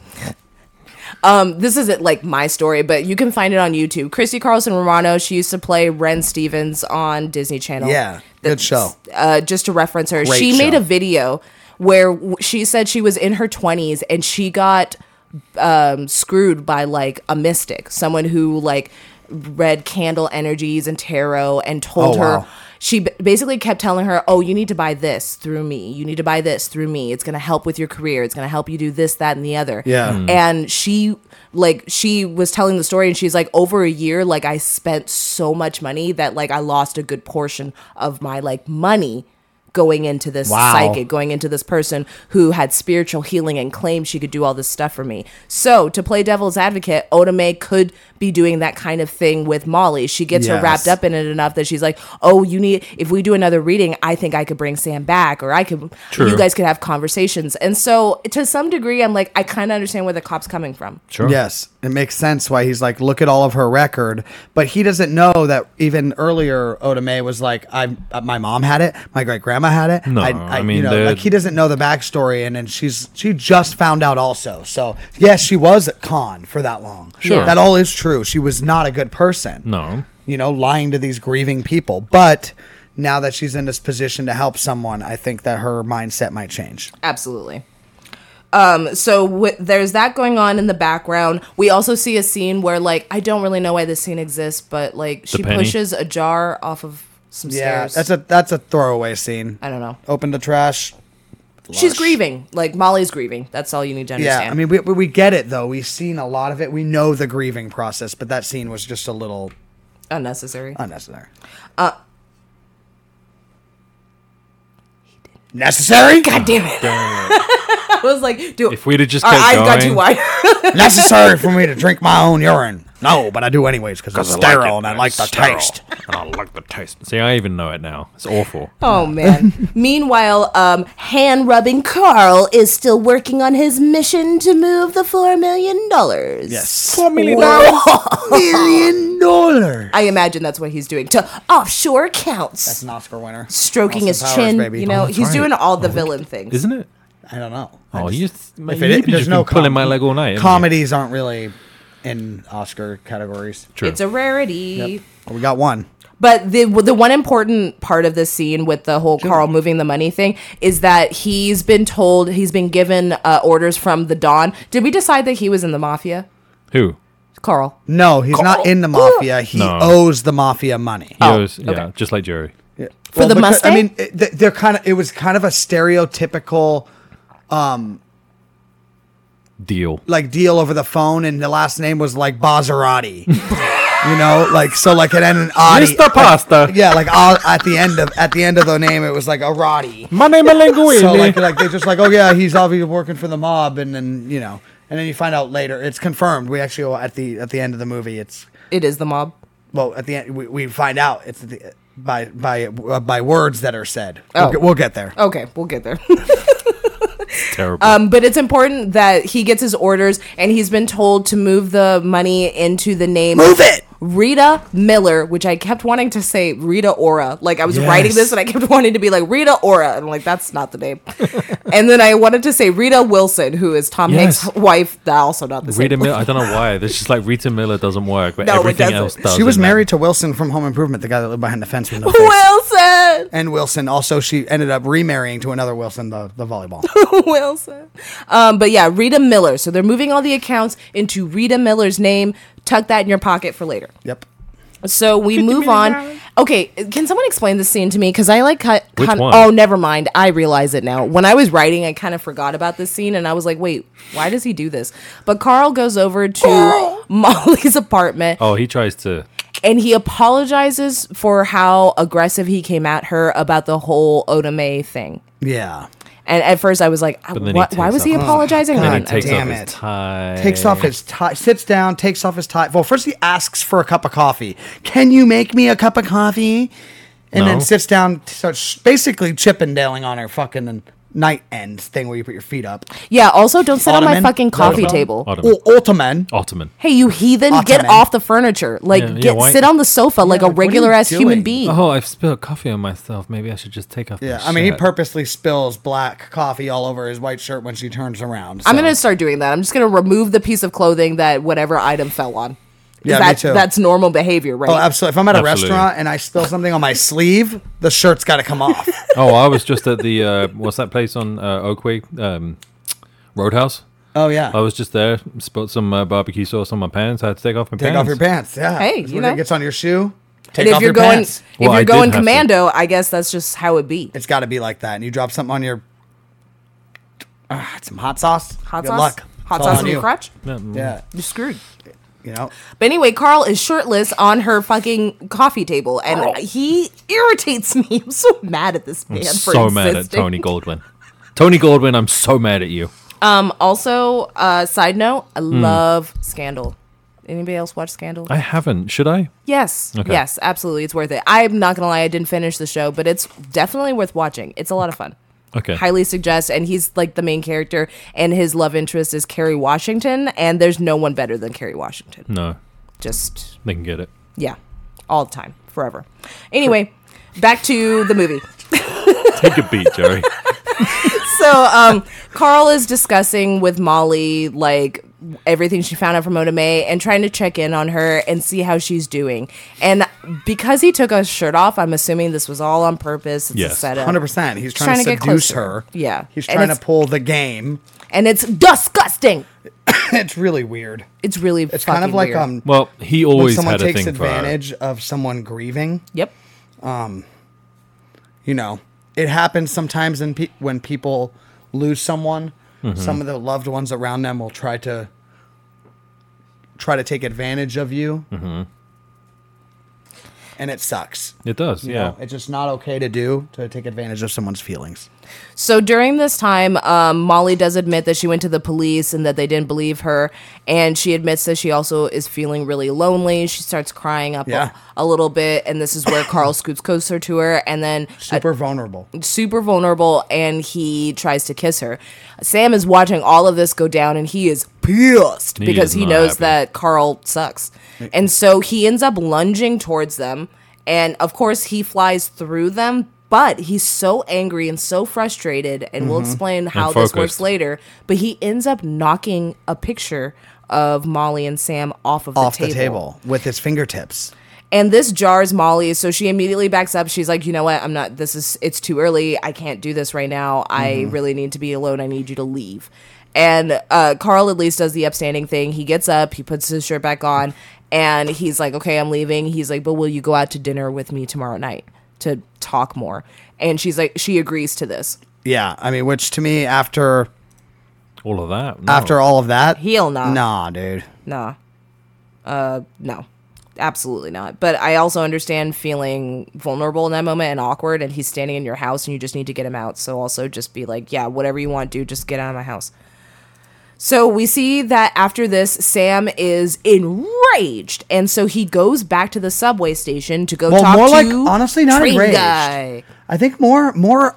C: Um, this isn't like my story, but you can find it on YouTube. Christy Carlson Romano, she used to play Ren Stevens on Disney Channel.
B: Yeah, good show.
C: Uh, just to reference her,
B: Great
C: she made
B: show.
C: a video where w- she said she was in her 20s and she got um, screwed by like a mystic, someone who like read candle energies and tarot and told
B: Oh,
C: her
B: wow.
C: she b- basically kept telling her, "Oh, you need to buy this through me. You need to buy this through me. It's going to help with your career. It's going to help you do this, that, and the other."
B: Yeah. Mm.
C: And she like she was telling the story and she's like, "Over a year, like I spent so much money that like I lost a good portion of my like money." Going into this
B: Wow.
C: psychic, going into this person who had spiritual healing and claimed she could do all this stuff for me. So, to play devil's advocate, Otame could be doing that kind of thing with Molly. She gets her wrapped
B: Yes.
C: up in it enough that she's like, "Oh, you need if we do another reading, I think I could bring Sam back or I could
A: True.
C: you guys could have conversations." And so to some degree, I'm like I kind of understand where the cop's coming from.
A: Sure.
B: Yes, it makes sense why he's like, look at all of her record, but he doesn't know that even earlier, Oda Mae was like, I, uh, my mom had it, my great grandma had it.
A: No, I mean,
B: you know,
A: the-
B: like he doesn't know the backstory, and then she's she just found out also. So yes, she was a con for that long.
C: Sure.
B: that all is true. She was not a good person.
A: No.
B: you know, lying to these grieving people, but. Now that she's in this position to help someone, I think that her mindset might change.
C: Absolutely. Um, so w- there's that going on in the background. We also see a scene where, like, I don't really know why this scene exists, but like she
A: penny.
C: pushes a jar off of some
B: Yeah,
C: stairs.
B: that's a that's a throwaway scene.
C: I don't know.
B: Open the trash.
C: She's
B: Lush.
C: grieving. Like Molly's grieving. That's all you need to
B: Yeah,
C: understand.
B: I mean, we, we we get it though. We've seen a lot of it. We know the grieving process, but that scene was just a little
C: unnecessary.
B: unnecessary.
C: Uh,
B: necessary?
C: God damn it! [laughs] I was like, dude,
A: If we'd have just
C: our
A: kept
C: eyes
A: going,
C: got too wide.
B: necessary for me to drink my own urine? No, but I do anyways because it's sterile and I like the [laughs] taste.
A: And I like the taste. See, I even know it now. It's
B: [laughs]
A: awful.
C: Oh man. Meanwhile, um, hand rubbing Carl is still working on his mission to move the four million dollars.
B: Yes,
A: Four million
B: million dollar.
C: [laughs] I imagine that's what he's doing to offshore accounts,
B: That's an Oscar winner. Austin
C: stroking his
B: Powers,
C: chin.
B: baby.
C: You know,
A: Oh, that's
C: he's
A: right.
C: doing all the villain things.
A: Isn't it?
B: I don't know. I
A: Oh,
B: just-
A: you just, my
B: if it-
A: you've
B: there's
A: just
B: no
A: been pulling
B: com-
A: my leg all night. haven't you?
B: comedies aren't really in Oscar categories.
A: True.
C: It's a rarity.
B: Oh, We got one.
C: But the the one important part of this scene with the whole Carl moving the money thing is that he's been told he's been given uh, orders from the Don. Did we decide that he was in the mafia?
A: Who?
C: Carl.
B: No, he's not in the mafia. He
A: No.
B: owes the mafia money.
A: He
C: Oh,
A: owes-
C: okay.
A: Yeah, just like Jerry.
C: For the
B: because-
C: Mustang?
B: I mean, it, th- they're kind of. It was kind of a stereotypical
A: Deal.
B: like deal over the phone, and the last name was like
C: [laughs]
B: Bazzarati. you know, like so, like it ended in Adi.
A: Mr. Pasta.
B: [laughs] Yeah, like all, at the end of at the end of the name, it was like a Roddy.
A: My name is Linguini.
B: So like, like they're just like, oh yeah, he's obviously working for the mob, and then you know, and then you find out later it's confirmed. We actually oh, at the at the end of the movie, it's
C: It is the mob.
B: well at the end we, we find out it's the, by by uh, by words that are said.
C: Oh.
B: We'll, get, we'll get there.
C: Okay, we'll get there. [laughs]
A: Terrible.
C: Um, but it's important that he gets his orders and he's been told to move the money into the name
B: Move it.
C: Rita Miller, which I kept wanting to say Rita Ora. Like I was writing
B: Yes.
C: this and I kept [laughs] wanting to be like Rita Ora. And I'm like, that's not the name. [laughs] and then I wanted to say Rita Wilson, who is Tom
A: Yes.
C: Hanks' wife. That also not the [laughs]
A: Rita
C: same.
A: Miller. I don't know why. This is like Rita Miller doesn't work, but
C: No, it
A: everything
C: doesn't.
A: else does.
B: She was
A: in that.
B: married to Wilson from Home Improvement, the guy that lived behind the fence with no face.
C: Wilson! [laughs]
B: And Wilson also she ended up remarrying to another Wilson, the, the volleyball.
C: Wilson. Um, but yeah, Rita Miller. So they're moving all the accounts into Rita Miller's name. Tuck that in your pocket for later.
B: yep.
C: So we move on. Okay, can someone explain this scene to me? Because I like cut.
A: Which
C: cut-
A: one?
C: Oh, never mind. I realize it now. When I was writing, I kind of forgot about this scene, and I was like, "Wait, why does he do this?" But Carl goes over to Molly's apartment,
A: Oh, he tries to.
C: and he apologizes for how aggressive he came at her about the whole Otome thing.
B: Yeah.
C: And at first, I was like,
A: then he
C: "What? Why
A: takes
C: was he
A: off-
C: apologizing?"
A: Then
C: I
A: he
C: don't-
A: takes off
B: damn
A: his
B: it.
A: tie.
B: Takes off his tie, sits down, takes off his tie. Well, first he asks for a cup of coffee. Can you make me a cup of coffee? And
A: No.
B: then sits down, starts basically chippendaling on her fucking and night end thing where you put your feet up.
C: Yeah, also don't sit on
B: Ottoman?
C: my fucking coffee
A: Ottoman?
C: table.
A: Ottoman. Oh,
B: Or Ottoman.
A: Ottoman.
C: Hey, you heathen, get
B: Ottoman.
C: off the furniture. Like,
A: Yeah, yeah,
C: get
A: why-
C: sit on the sofa
B: like,
C: like a
B: what are you
C: regular ass human
B: doing?
C: being.
A: Oh, I've spilled coffee on myself. Maybe I should just take off.
B: Yeah,
A: my
B: I mean, he
A: shirt.
B: purposely spills black coffee all over his white shirt when she turns around.
C: I'm
B: so-
C: gonna start doing that. I'm just gonna remove the piece of clothing that whatever item fell on. 'Cause
B: Yeah, me
C: that,
B: too.
C: That's normal behavior, right?
B: Oh, absolutely. If I'm at a
A: Absolutely.
B: restaurant and I spill something on my sleeve, the shirt's got to come off.
C: [laughs]
A: oh, I was just at the uh, what's that place on uh, Oakway um, Roadhouse.
B: Oh yeah.
A: I was just there, spilled some uh, barbecue sauce on my pants. I had to take off my
B: Take
A: pants.
B: off your pants. Yeah.
C: Hey,
B: It's
C: you
B: where
C: know.
B: it gets on your shoe. Take
C: and if
B: off
C: you're
B: your
C: going,
B: pants.
C: if
A: Well, I
C: you're
A: did
C: going
A: have to.
C: commando, I guess that's just how it be.
B: It's got to be like that. And you drop something on your Ah, some hot sauce.
C: Hot
B: Good
C: sauce,
B: Luck.
C: hot
B: It's all
C: sauce
B: on
C: on your
B: you.
C: crotch.
B: Yeah.
C: You're screwed.
B: You know.
C: But anyway, Carl is shirtless on her fucking coffee table, and he irritates me. [laughs] I'm so mad at this man.
A: I'm
C: for
A: so mad at
C: insisting.
A: Tony Goldwyn. Tony Goldwyn, I'm so mad at you.
C: Um. Also, uh, side note, I love Scandal. Anybody else watch Scandal?
A: Hmm. I haven't. Should I?
C: yes.
A: Okay.
C: Yes. Absolutely, it's worth it. I'm not gonna lie, I didn't finish the show, but it's definitely worth watching. It's a lot of fun.
A: Okay.
C: Highly suggest. And he's like the main character, and his love interest is Kerry Washington, and there's no one better than Kerry Washington.
A: no,
C: Just
A: they can get it.
C: Yeah. All the time. Forever. Anyway, back to the movie.
A: Take a beat, Jerry.
C: So um Carl is discussing with Molly like everything she found out from Oda May and trying to check in on her and see how she's doing. And because he took his shirt off, I'm assuming this was all on purpose. It's a
A: Yes.
C: setup.
B: Hundred percent. He's trying,
C: trying to
B: to
C: get
B: seduce
C: closer.
B: her.
C: Yeah.
B: He's
C: And
B: trying to
C: it's-
B: pull the game.
C: And it's disgusting.
B: it's really weird.
C: It's really
B: It's kind of like
C: weird.
B: um
A: Well, he
B: when
A: always
B: someone
A: had a
B: takes
A: thing for her.
B: advantage of someone grieving.
C: Yep.
B: you know, it happens sometimes in pe- when people lose someone.
A: Mm-hmm.
B: Some of the loved ones around them will try to try to take advantage of you,
A: Mm-hmm.
B: and it sucks.
A: It does,
B: You
A: yeah.
B: know, it's just not okay to do to take advantage of someone's feelings.
C: So during this time, um, Molly does admit that she went to the police and that they didn't believe her. And she admits that she also is feeling really lonely. She starts crying up
B: Yeah.
C: a, a little bit. And this is where Carl scoops closer to her and then uh,
B: Super vulnerable.
C: super vulnerable and he tries to kiss her. Sam is watching all of this go down and he is pissed
A: He
C: because
A: is
C: he
A: not
C: knows
A: happy.
C: that Carl sucks. And so he ends up lunging towards them. And of course, he flies through them, but he's so angry and so frustrated. And we'll explain how this works
A: Mm-hmm. focused.
C: later. But he ends up knocking a picture of Molly and Sam off of
B: Off the table with his fingertips.
C: and this jars Molly, so she immediately backs up. She's like, "You know what? I'm not. This is. It's too early. I can't do this right now. I really need to be alone. I need you to leave." And uh, Carl at least does the upstanding thing. He gets up, he puts his shirt back on, and he's like, "Okay, I'm leaving." He's like, "But will you go out to dinner with me tomorrow night to talk more?" And she's like, she agrees to this.
B: Yeah, I mean, which to me, after
A: All of that. no.
B: after all of that,
C: He'll not.
B: Nah, dude.
C: Nah. Uh, no. Absolutely not. But I also understand feeling vulnerable in that moment and awkward, and he's standing in your house and you just need to get him out. So also just be like, yeah, whatever you want to do, just get out of my house. So we see that after this, Sam is enraged. And so he goes back to the subway station to go
B: Well,
C: talk
B: more
C: to
B: like honestly not
C: Train
B: enraged.
C: Guy.
B: I think more more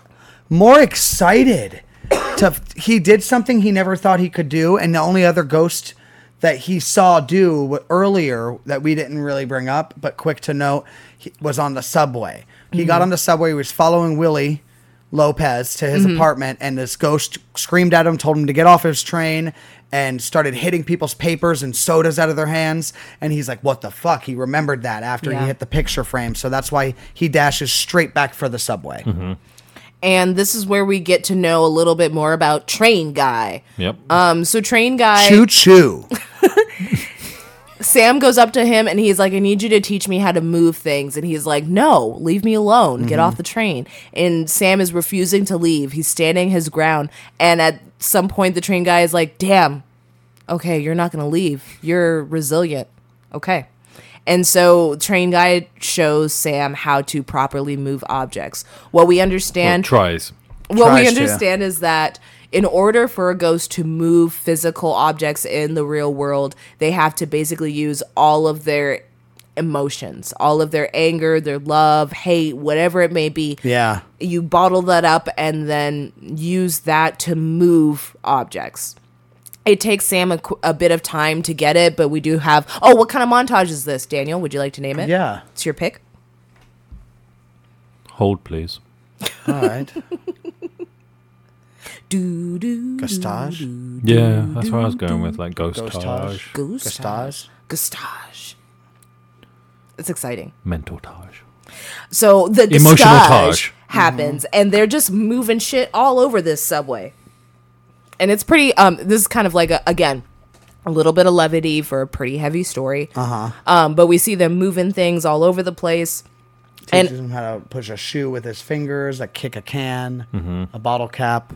B: more excited to he did something he never thought he could do and the only other ghost that he saw do wa- earlier that we didn't really bring up but quick to note he was on the subway. He
C: Mm-hmm.
B: got on the subway he was following Willie Lopez to
C: Mm-hmm.
B: his apartment and this ghost screamed at him told him to get off his train and started hitting people's papers and sodas out of their hands and he's like what the fuck he remembered that after
C: Yeah.
B: he hit the picture frame so that's why he dashes straight back for the subway
A: Mm-hmm.
C: And this is where we get to know a little bit more about Train Guy.
A: Yep.
C: Um, so Train Guy
B: choo choo
C: Sam goes up to him and he's like, I need you to teach me how to move things. And he's like, No, leave me alone. Get off the train. And Sam is refusing to leave. He's standing his ground. And at some point, the train guy is like, Damn, okay, you're not going to leave. You're resilient. Okay. And so, train guy shows Sam how to properly move objects. What we understand
A: Well, Oh, tries.
C: what we
B: tries to.
C: understand is that in order for a ghost to move physical objects in the real world, they have to basically use all of their emotions, all of their anger, their love, hate, whatever it may be.
B: Yeah.
C: You bottle that up and then use that to move objects. It takes Sam a, qu- a bit of time to get it, but we do have. Oh, what kind of montage is this, Daniel? Would you like to name it?
B: Yeah.
C: It's your pick.
A: Hold, please.
B: [laughs] All right.
C: Do, do,
B: Gastage.
A: Yeah, that's what I was going with, like ghost
B: Ghostage.
A: Taj,
C: Gustage.
B: Gastage.
C: Gustage. It's exciting.
A: mental Taj.
C: So the
A: Emotional
C: Gustage
A: Taj.
C: happens, and they're just moving shit all over this subway. And it's pretty. Um, this is kind of like a, again, a little bit of levity for a pretty heavy story. Uh
B: Uh-huh.
C: huh. Um, but we see them moving things all over the place. And-
B: Teaches him how to push a shoe with his fingers, like kick a can,
A: Mm-hmm.
B: a bottle cap.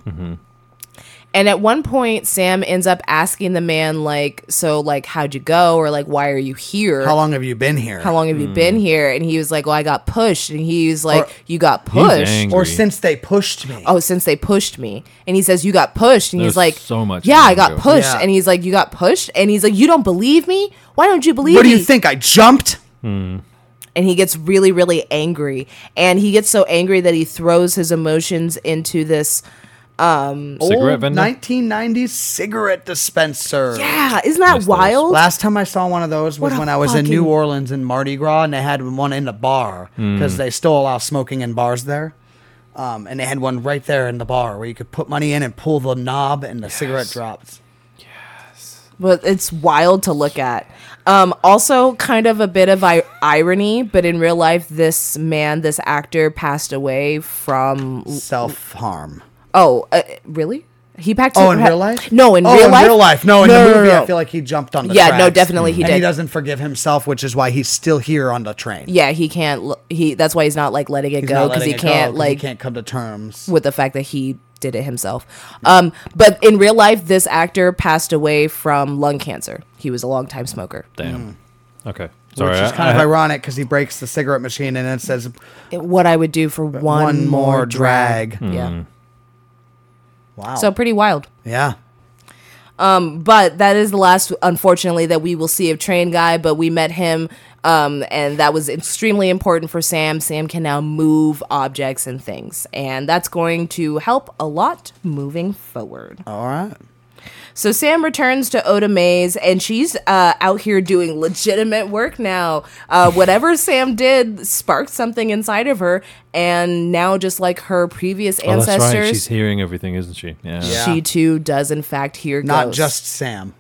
C: And at one point, Sam ends up asking the man, like, so, like, how'd you go? Or, like, why are you here?
B: How long have you been here?
C: How long have
A: Hmm.
C: you been here? And he was like, well, I got pushed. And he was like,
B: Or-
C: you got
A: He's
C: pushed.
A: angry.
B: Or since they pushed me.
C: Oh, since they pushed me. And he says, you got pushed. And he's
A: There's
C: like,
A: so much
C: Yeah, I
A: anger.
C: got pushed.
B: Yeah.
C: And he's like, you got pushed? And he's like, you don't believe me? Why don't you believe
B: what do
C: me?
B: you think? I jumped?
C: and he gets really really angry and he gets so angry that he throws his emotions into this
A: Cigarette
C: Oh,
B: Old
A: vendor.
B: 1990s cigarette dispenser.
C: yeah isn't that
A: Yes, there is.
C: wild
B: Last time I saw one of those was
C: Oh. What a
B: when I was in
C: fucking-
B: New Orleans in Mardi Gras, and they had one in the bar because they still allow smoking in bars there. Um, and they had one right there in the bar where you could put money in and pull the knob, and the cigarette drops.
C: but it's wild to look at. Um, also, kind of a bit of I- irony, but in real life, this man, this actor, passed away from.
B: Self harm.
C: Oh, uh, really? He packed.
B: Oh, in real life?
C: No, in
B: oh,
C: real
B: in
C: life.
B: real life. No, in
C: No,
B: the
C: no,
B: movie,
C: no, no.
B: I feel like he jumped on the.
C: Yeah, no,
B: tracks.
C: definitely he
B: and
C: did.
B: He doesn't forgive himself, which is why he's still here on the train.
C: Yeah, he can't. l- He that's why he's not like letting it
B: He's
C: go
B: not
C: because
B: letting
C: he
B: it go
C: can't
B: 'cause
C: like
B: he can't come to terms.
C: with the fact that he did it himself. Um, but in real life, this actor passed away from lung cancer. He was a longtime smoker.
A: Damn. Okay. Sorry.
B: which is
A: I-
B: kind of
A: I-
B: ironic because he breaks the cigarette machine and it says
C: What I would do for one,
B: one, more
C: more
B: drag. Hmm.
C: Yeah.
B: Wow.
C: So pretty wild.
B: yeah.
C: but that is the last unfortunately that we will see of train guy but we met him um, and that was extremely important for sam sam can now move objects and things and that's going to help a lot moving forward
B: All right.
C: so sam returns to oda mays and she's uh, out here doing legitimate work now uh, whatever sam did sparked something inside of her and now just like her previous
A: Oh, that's
C: ancestors
A: right. She's hearing everything, isn't she? Yeah.
B: Yeah.
C: she too does in fact hear
B: Not
C: ghosts.
B: just Sam.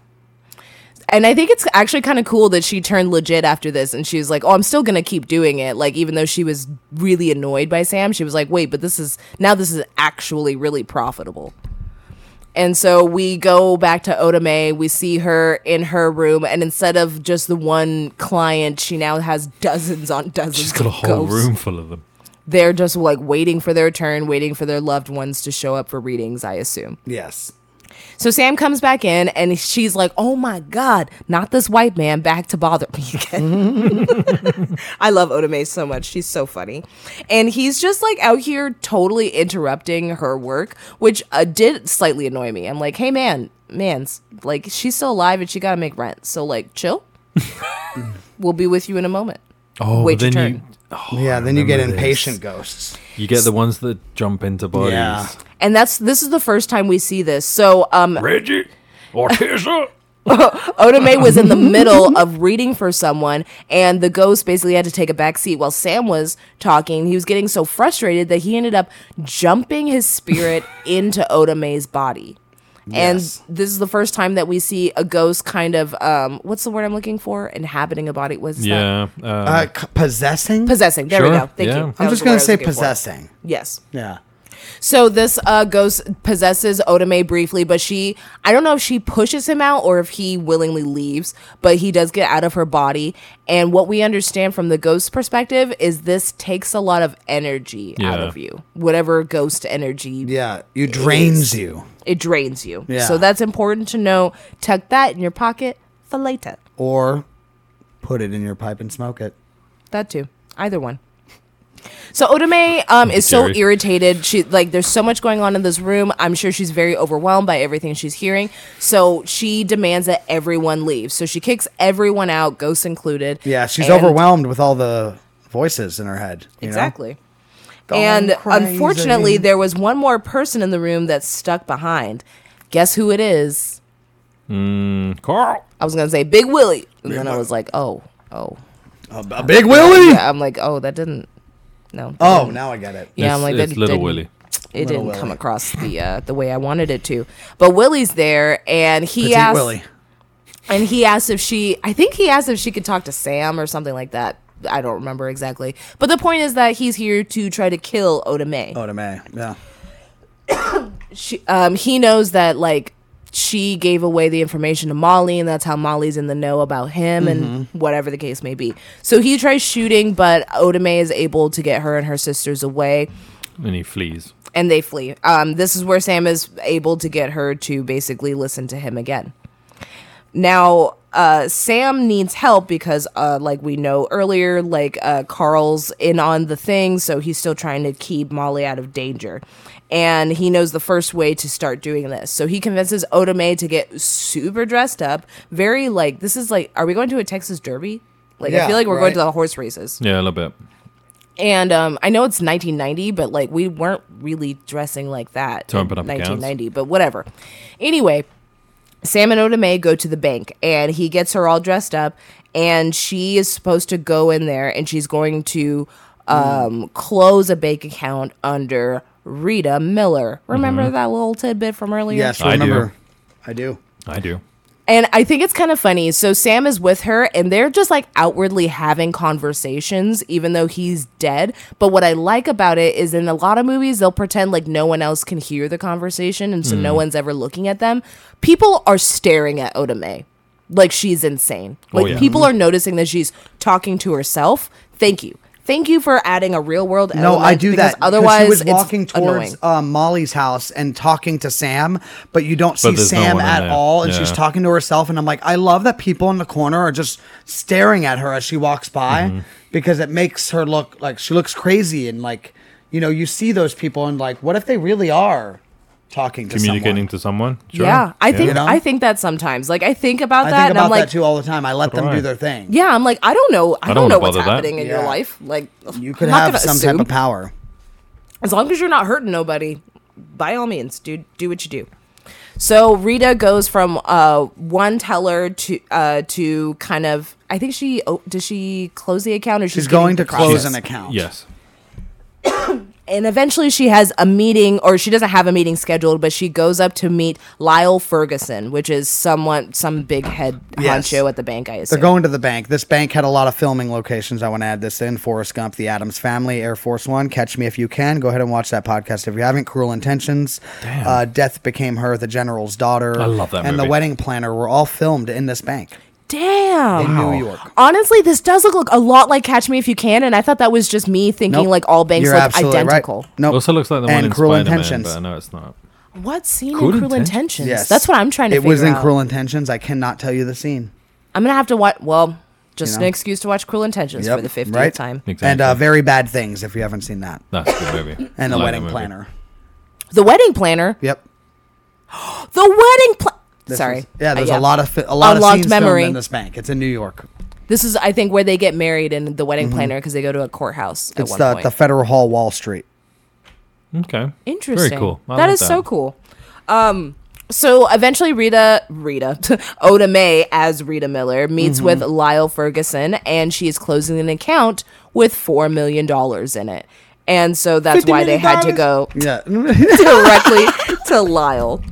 C: And I think it's actually kind of cool that she turned legit after this and she was like, oh, I'm still going to keep doing it. Like, even though she was really annoyed by Sam, she was like, wait, but this is now this is actually really profitable. And so we go back to Oda Mae. We see her in her room. And instead of just the one client, she now has dozens on dozens.
A: She's got a
C: of
A: whole
C: ghosts.
A: room full of them.
C: They're just like waiting for their turn, waiting for their loved ones to show up for readings, I assume.
B: Yes.
C: So Sam comes back in and she's like, "Oh my god, not this white man back to bother me again." [laughs] I love Oda Mae so much; she's so funny, and he's just like out here totally interrupting her work, which uh, did slightly annoy me. I'm like, "Hey man, man's like she's still alive and she gotta make rent, so like chill. we'll be with you in a moment."
A: Oh,
C: Wait your
A: then you.
C: turn.
A: Oh,
B: Yeah,
A: I
B: then you get
A: remember this.
B: impatient ghosts.
A: You get the ones that jump into bodies.
B: Yeah.
C: And that's this is the first time we see this. So um,
A: Reggie or Tisha.
C: Oda Mae
B: [laughs]
C: was in the middle of reading for someone, and the ghost basically had to take a back seat while Sam was talking. He was getting so frustrated that he ended up jumping his
B: [laughs]
C: spirit into Oda Mae's body.
B: Yes.
C: And this is the first time that we see a ghost kind of um, what's the word I'm looking for? Inhabiting a body. What's that?
A: Yeah. um,
B: Uh, c- possessing?
C: Possessing. There we
A: Sure,
C: go. Thank
A: yeah.
C: you.
A: I'm
C: That
B: I'm
C: was
B: just
C: the word
B: going to
C: I was
B: say
C: looking for.
B: possessing.
C: Yes.
B: Yeah.
C: So this uh, ghost possesses Otome briefly, but she I don't know if she pushes him out or if he willingly leaves, but he does get out of her body. And what we understand from the ghost's perspective is this takes a lot of energy out
A: Yeah.
C: of you. Whatever ghost energy
B: Yeah. You drains you.
C: it drains you.
B: Yeah.
C: So that's important to know. Tuck that in your pocket for later.
B: Or put it in your pipe and smoke it.
C: That too. Either one. So Otome um, is so
A: Jerry.
C: irritated. She like there's so much going on in this room. I'm sure she's very overwhelmed by everything she's hearing. So she demands that everyone leave. So she kicks everyone out, ghosts included.
B: Yeah, she's
C: and-
B: overwhelmed with all the voices in her head. you know?
C: Exactly.
B: Going
C: and
B: crazy.
C: unfortunately, there was one more person in the room that's stuck behind. Guess who it is?
A: Carl.
C: I was gonna say Big Willie, and then I was like, oh,
B: [laughs]
C: oh,
B: a, a big Willie.
C: yeah. I'm like, oh, that didn't. No. that
B: Oh,
C: didn't-
B: now I get it.
C: Yeah, I'm
A: It's-
C: like
A: it's
C: that
A: Little
C: didn't-
A: Willie.
C: It didn't
B: Willie.
C: come across
B: [laughs]
C: the uh, the way I wanted it to. But Willie's there, and he
B: Petite
C: asked,
B: Willie.
C: and he asked if she. I think he asked if she could talk to Sam or something like that. I don't remember exactly. But the point is that he's here to try to kill Oda May.
B: Oh, to May. Yeah.
C: she, um, he knows that like she gave away the information to Molly, and that's how Molly's in the know about him and
B: Mm-hmm.
C: whatever the case may be. So he tries shooting, but Otome is able to get her and her sisters away,
A: And he flees.
C: and they flee. Um, this is where Sam is able to get her to basically listen to him again. Now, uh, Sam needs help because, uh, like we know earlier, like uh, Carl's in on the thing, so he's still trying to keep Molly out of danger. And he knows the first way to start doing this. So he convinces Otome to get super dressed up. Very like, this is like, are we going to a Texas Derby? Like, I
B: Yeah,
C: feel like we're going to
B: right.
C: the horse races.
A: Yeah, a little bit.
C: And um, I know it's 1990, but like we weren't really dressing like that.
A: Don't
C: in
A: put up accounts.
C: 1990, but whatever. Anyway, Sam and Otome go to the bank, and he gets her all dressed up, and she is supposed to go in there, and she's going to um, close a bank account under Rita Miller. Remember
A: Mm-hmm.
C: that little tidbit from earlier?
B: Yes,
A: I do.
B: remember. I do.
A: I do.
C: And I think it's kind of funny. So Sam is with her and they're just like outwardly having conversations, even though he's dead. But what I like about it is in a lot of movies, they'll pretend like no one else can hear the conversation. And so no
A: Mm.
C: one's ever looking at them. People are staring at Otome like she's insane. Like
A: Oh, yeah. Mm-hmm.
C: people are noticing that she's talking to herself. Thank you. Thank you for adding a real world element.
B: No, I do
C: because
B: that. 'cause
C: Otherwise,
B: she was
C: it's
B: walking towards
C: annoying.
B: uh, Molly's house and talking to Sam, but you don't see
A: there's no
B: Sam
A: one in
B: at
A: there.
B: all, and she's
A: Yeah.
B: talking to herself. And I'm like, I love that people in the corner are just staring at her as she walks by
A: Mm-hmm.
B: because it makes her look like she looks crazy and like you know you see those people and like what if they really are talking to
A: Communicating
B: someone?
A: to someone. Sure.
C: Yeah, I think
B: You know?
C: I think that sometimes. Like I think about
B: I
C: that,
B: think
C: and I'm
B: about
C: like,
B: that too all the time. I let them
A: I.
B: do their thing.
C: Yeah, I'm like, I don't know. I,
A: don't
C: don't
A: wanna
C: know what's
A: bother that.
C: happening in your
B: Yeah.
C: life. Like,
B: You
C: I'm
B: could
C: not
B: have
C: gonna
B: some
C: assume.
B: type of power.
C: As long as you're not hurting nobody, by all means, do do what you do. So Rita goes from uh, one teller to uh, to kind of. I think she oh, does she close the account or she's,
B: She's going to
C: getting
B: close
C: processed?
B: an account.
A: Yes.
C: and eventually she has a meeting or she doesn't have a meeting scheduled but she goes up to meet Lyle Ferguson which is someone some big head
B: Yes.
C: honcho at the bank I
B: They're
C: assume
B: going to the bank. This bank had a lot of filming locations. I want to add this in Forrest Gump, The Adams Family, Air Force One, Catch Me If You Can. Go ahead and watch that podcast if you haven't. Cruel Intentions, uh, Death Became Her, The General's Daughter,
A: I love that
B: and
A: movie.
B: The Wedding Planner were all filmed in this bank
C: damn
B: in New York.
C: Honestly, this does look a lot like Catch Me If You Can, and I thought that was just me thinking
B: Nope.
C: like all banks
B: You're
C: look
B: absolutely
C: identical.
B: Right. Nope.
A: Also looks like the one
B: Oh. and
A: in
B: Cruel
A: Spider-Man,
B: Intentions.
A: but I know it's not.
C: What scene
A: Cruel
C: in Cruel
A: Intentions?
C: Intentions?
B: Yes,
C: that's what I'm trying to.
B: It was
C: figure
B: in
C: out.
B: Cruel Intentions. I cannot tell you the scene.
C: I'm gonna have to watch. Well, just
B: You
C: an
B: know?
C: excuse to watch Cruel Intentions
B: Yep,
C: for the fiftieth
B: right?
C: time.
A: Exactly.
B: And uh, Very Bad Things if you haven't seen that,
A: That's a good movie.
B: [laughs] and The
A: I like that
B: Wedding
A: movie.
B: Planner.
C: The wedding planner.
B: Yep.
C: The wedding plan.
B: This
C: Sorry.
B: was- yeah,
C: Uh,
B: there's a lot of fi- a lot
C: Unlocked
B: of scenes
C: memory.
B: filmed in this bank. It's in New York.
C: This is, I think, where they get married in the wedding planner because they go to a courthouse at
B: Mm-hmm. It's
C: one
B: the,
C: point.
B: the Federal Hall, Wall Street.
A: Okay.
C: Interesting.
A: Very cool. I
C: that
A: like
C: is so cool. Um, so eventually, Rita, Rita, [laughs] Oda May as Rita Miller meets with
A: Mm-hmm.
C: Lyle Ferguson, and she is closing an account with four million dollars in it, and so that's why they had to go
A: [laughs]
B: Yeah. [laughs]
C: directly to Lyle.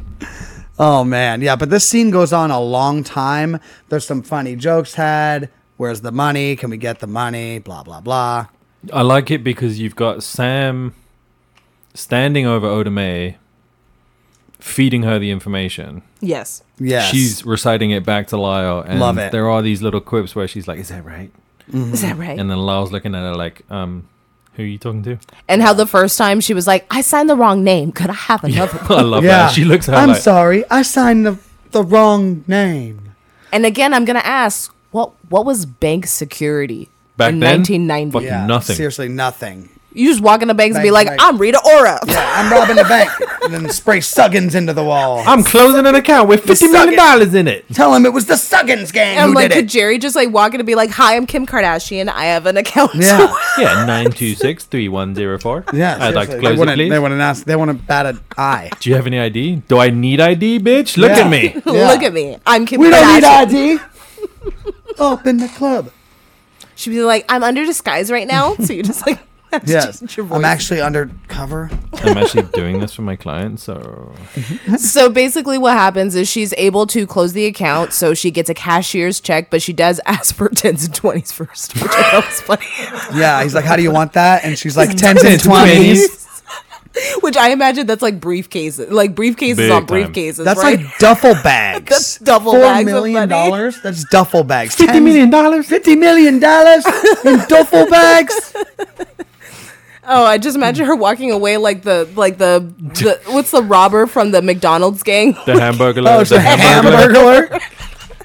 B: Oh man, yeah, but this scene goes on a long time. There's some funny jokes had. Where's the money? Can we get the money? Blah blah blah.
A: I like it because you've got Sam standing over Oda May, feeding her the information.
C: Yes.
B: Yes.
A: She's reciting it back to Lyle, and
B: Love it.
A: there are these little quips where she's like, "Is that right?"
C: Is that right?
A: And then Lyle's looking at her like, "Um, who are you talking to?" [laughs]
C: and how the first time she was like, "I signed the wrong name. Could I have another?"
A: I love
B: yeah.
A: that. She looks at her
B: I'm
A: like,
B: sorry, I signed the the wrong name.
C: And again, I'm gonna ask, what what was bank security
A: Back
C: in
A: then?
C: 1990?
A: Fucking- Nothing.
B: Seriously, nothing.
C: You just walk in the banks and be
B: Bank,
C: like,
B: bank.
C: "I'm Rita Ora."
B: Yeah, I'm robbing the bank. [laughs] And then spray Suggins into the wall.
A: I'm closing an account with fifty million dollars in it. [laughs]
B: Tell him it was the Suggins gang
C: And
B: who
C: like, could
B: did it.
C: Jerry just like walk in and be like, "Hi, I'm Kim Kardashian. I have an account."
B: [laughs] Yeah.
A: Yeah, nine two six three one zero
B: [laughs]
A: four.
B: Yeah,
A: I'd Uh, like
B: seriously.
A: to close
B: they
A: it,
B: wouldn't,
A: please.
B: They wouldn't ask. They wouldn't bat an eye.
A: Do you have any ID? Do I need ID, bitch? [laughs] Look
B: Yeah.
A: at
B: [laughs]
A: me.
C: [laughs] Look at me. I'm Kim
B: We don't
C: Kardashian.
B: need ID. Open the club.
C: She'd be like, "I'm under disguise right [laughs] now." So you just like, [laughs] that's
B: Yes,
C: just your voice.
B: I'm actually undercover.
A: I'm actually doing this for my clients, so
C: so basically what happens is she's able to close the account so she gets a cashier's check but she does [laughs] ask for 10s and 20s first which I thought was funny
B: Yeah, he's like, "How do you want that?"
A: [laughs]
B: And she's like, "Tens and twenties.
C: [laughs] which i imagine that's like briefcases like briefcases
A: Big
C: on
A: time.
C: briefcases
B: That's
C: right?
B: like
C: [laughs]
B: duffel bags.
C: That's double
B: Four
C: bags of
B: million
C: money.
B: dollars. That's duffel bags.
A: fifty
B: Tens-
A: million dollars.
B: Fifty million dollars
A: [laughs]
B: in duffel bags.
C: oh i just imagine her walking away like the like the, the what's the robber from the mcdonald's gang
A: The hamburger,
B: Oh, it's
A: the
B: a
A: hamburger, [laughs]
B: hamburger.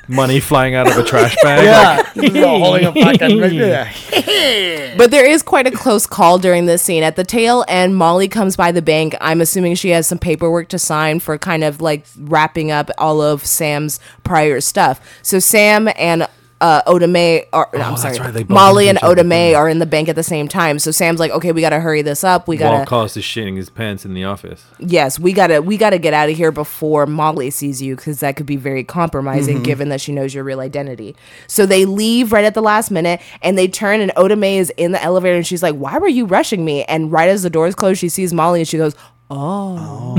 A: money flying out of a
B: [laughs]
A: trash bag.
B: Yeah, He's all holding a fucking.
A: [laughs]
B: Yeah.
C: But there is quite a close call during this scene. At the tail end, Molly comes by the bank. I'm assuming she has some paperwork to sign for kind of like wrapping up all of Sam's prior stuff. So Sam and uh, Oda May are, no, I'm
A: Oh, that's
C: sorry,
A: right, they bumped
C: Molly and
A: into each other,
C: Oda May are in the bank at the same time. So Sam's like, okay, we got to hurry this up. We
A: While
C: got to,
A: Carlos is shitting his pants in the office.
C: yes, we got to, we got to get out of here before Molly sees you because that could be very compromising given that she knows your real identity. So they leave right at the last minute and they turn and Oda May is in the elevator and she's like, why were you rushing me? And right as the doors close, she sees Molly and she goes, oh,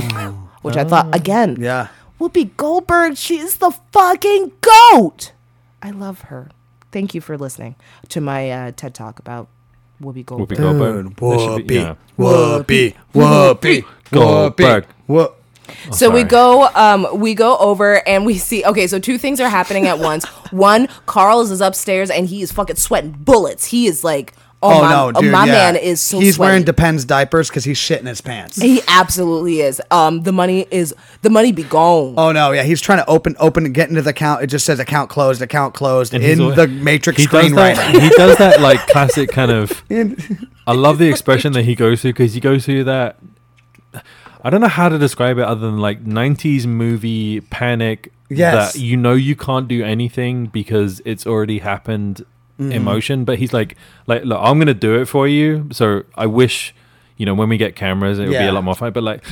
C: [laughs] which I thought again,
B: Yeah.
C: Whoopi Goldberg, she's the fucking goat. I love her. Thank you for listening to my uh, TED talk about Whoopi
B: Oh,
C: Goldberg.
A: Whoopi Goldberg. That should be- yeah.
B: whoopee, whoopee,
A: Goldberg.
B: Whoop.
C: so we
A: sorry.
C: go um we go over and we see okay so two things are happening at once one carl's is upstairs and he is fucking sweating bullets he is like oh,
B: Oh
C: my,
B: no,
C: oh,
B: dude!
C: my
B: yeah.
C: man is so
B: He's
C: sweaty.
B: wearing Depends diapers because he's shitting his pants.
C: he absolutely is um the money is the money be gone
B: Oh no, yeah, he's trying to open, open, get into the account. It just says account closed, account closed
A: And he's
B: in
A: al-
B: the matrix
A: he does
B: screen
A: that,
B: right
A: He does that like classic kind
B: [laughs]
A: of. I love the expression that he goes through because he goes through that. I don't know how to describe it other than like 90s movie panic
B: Yes.
A: that you know you can't do anything because it's already happened
B: Mm.
A: emotion but he's like like look I'm going to do it for you so I wish you know when we get cameras it would be
B: Yeah.
A: a lot more fun but like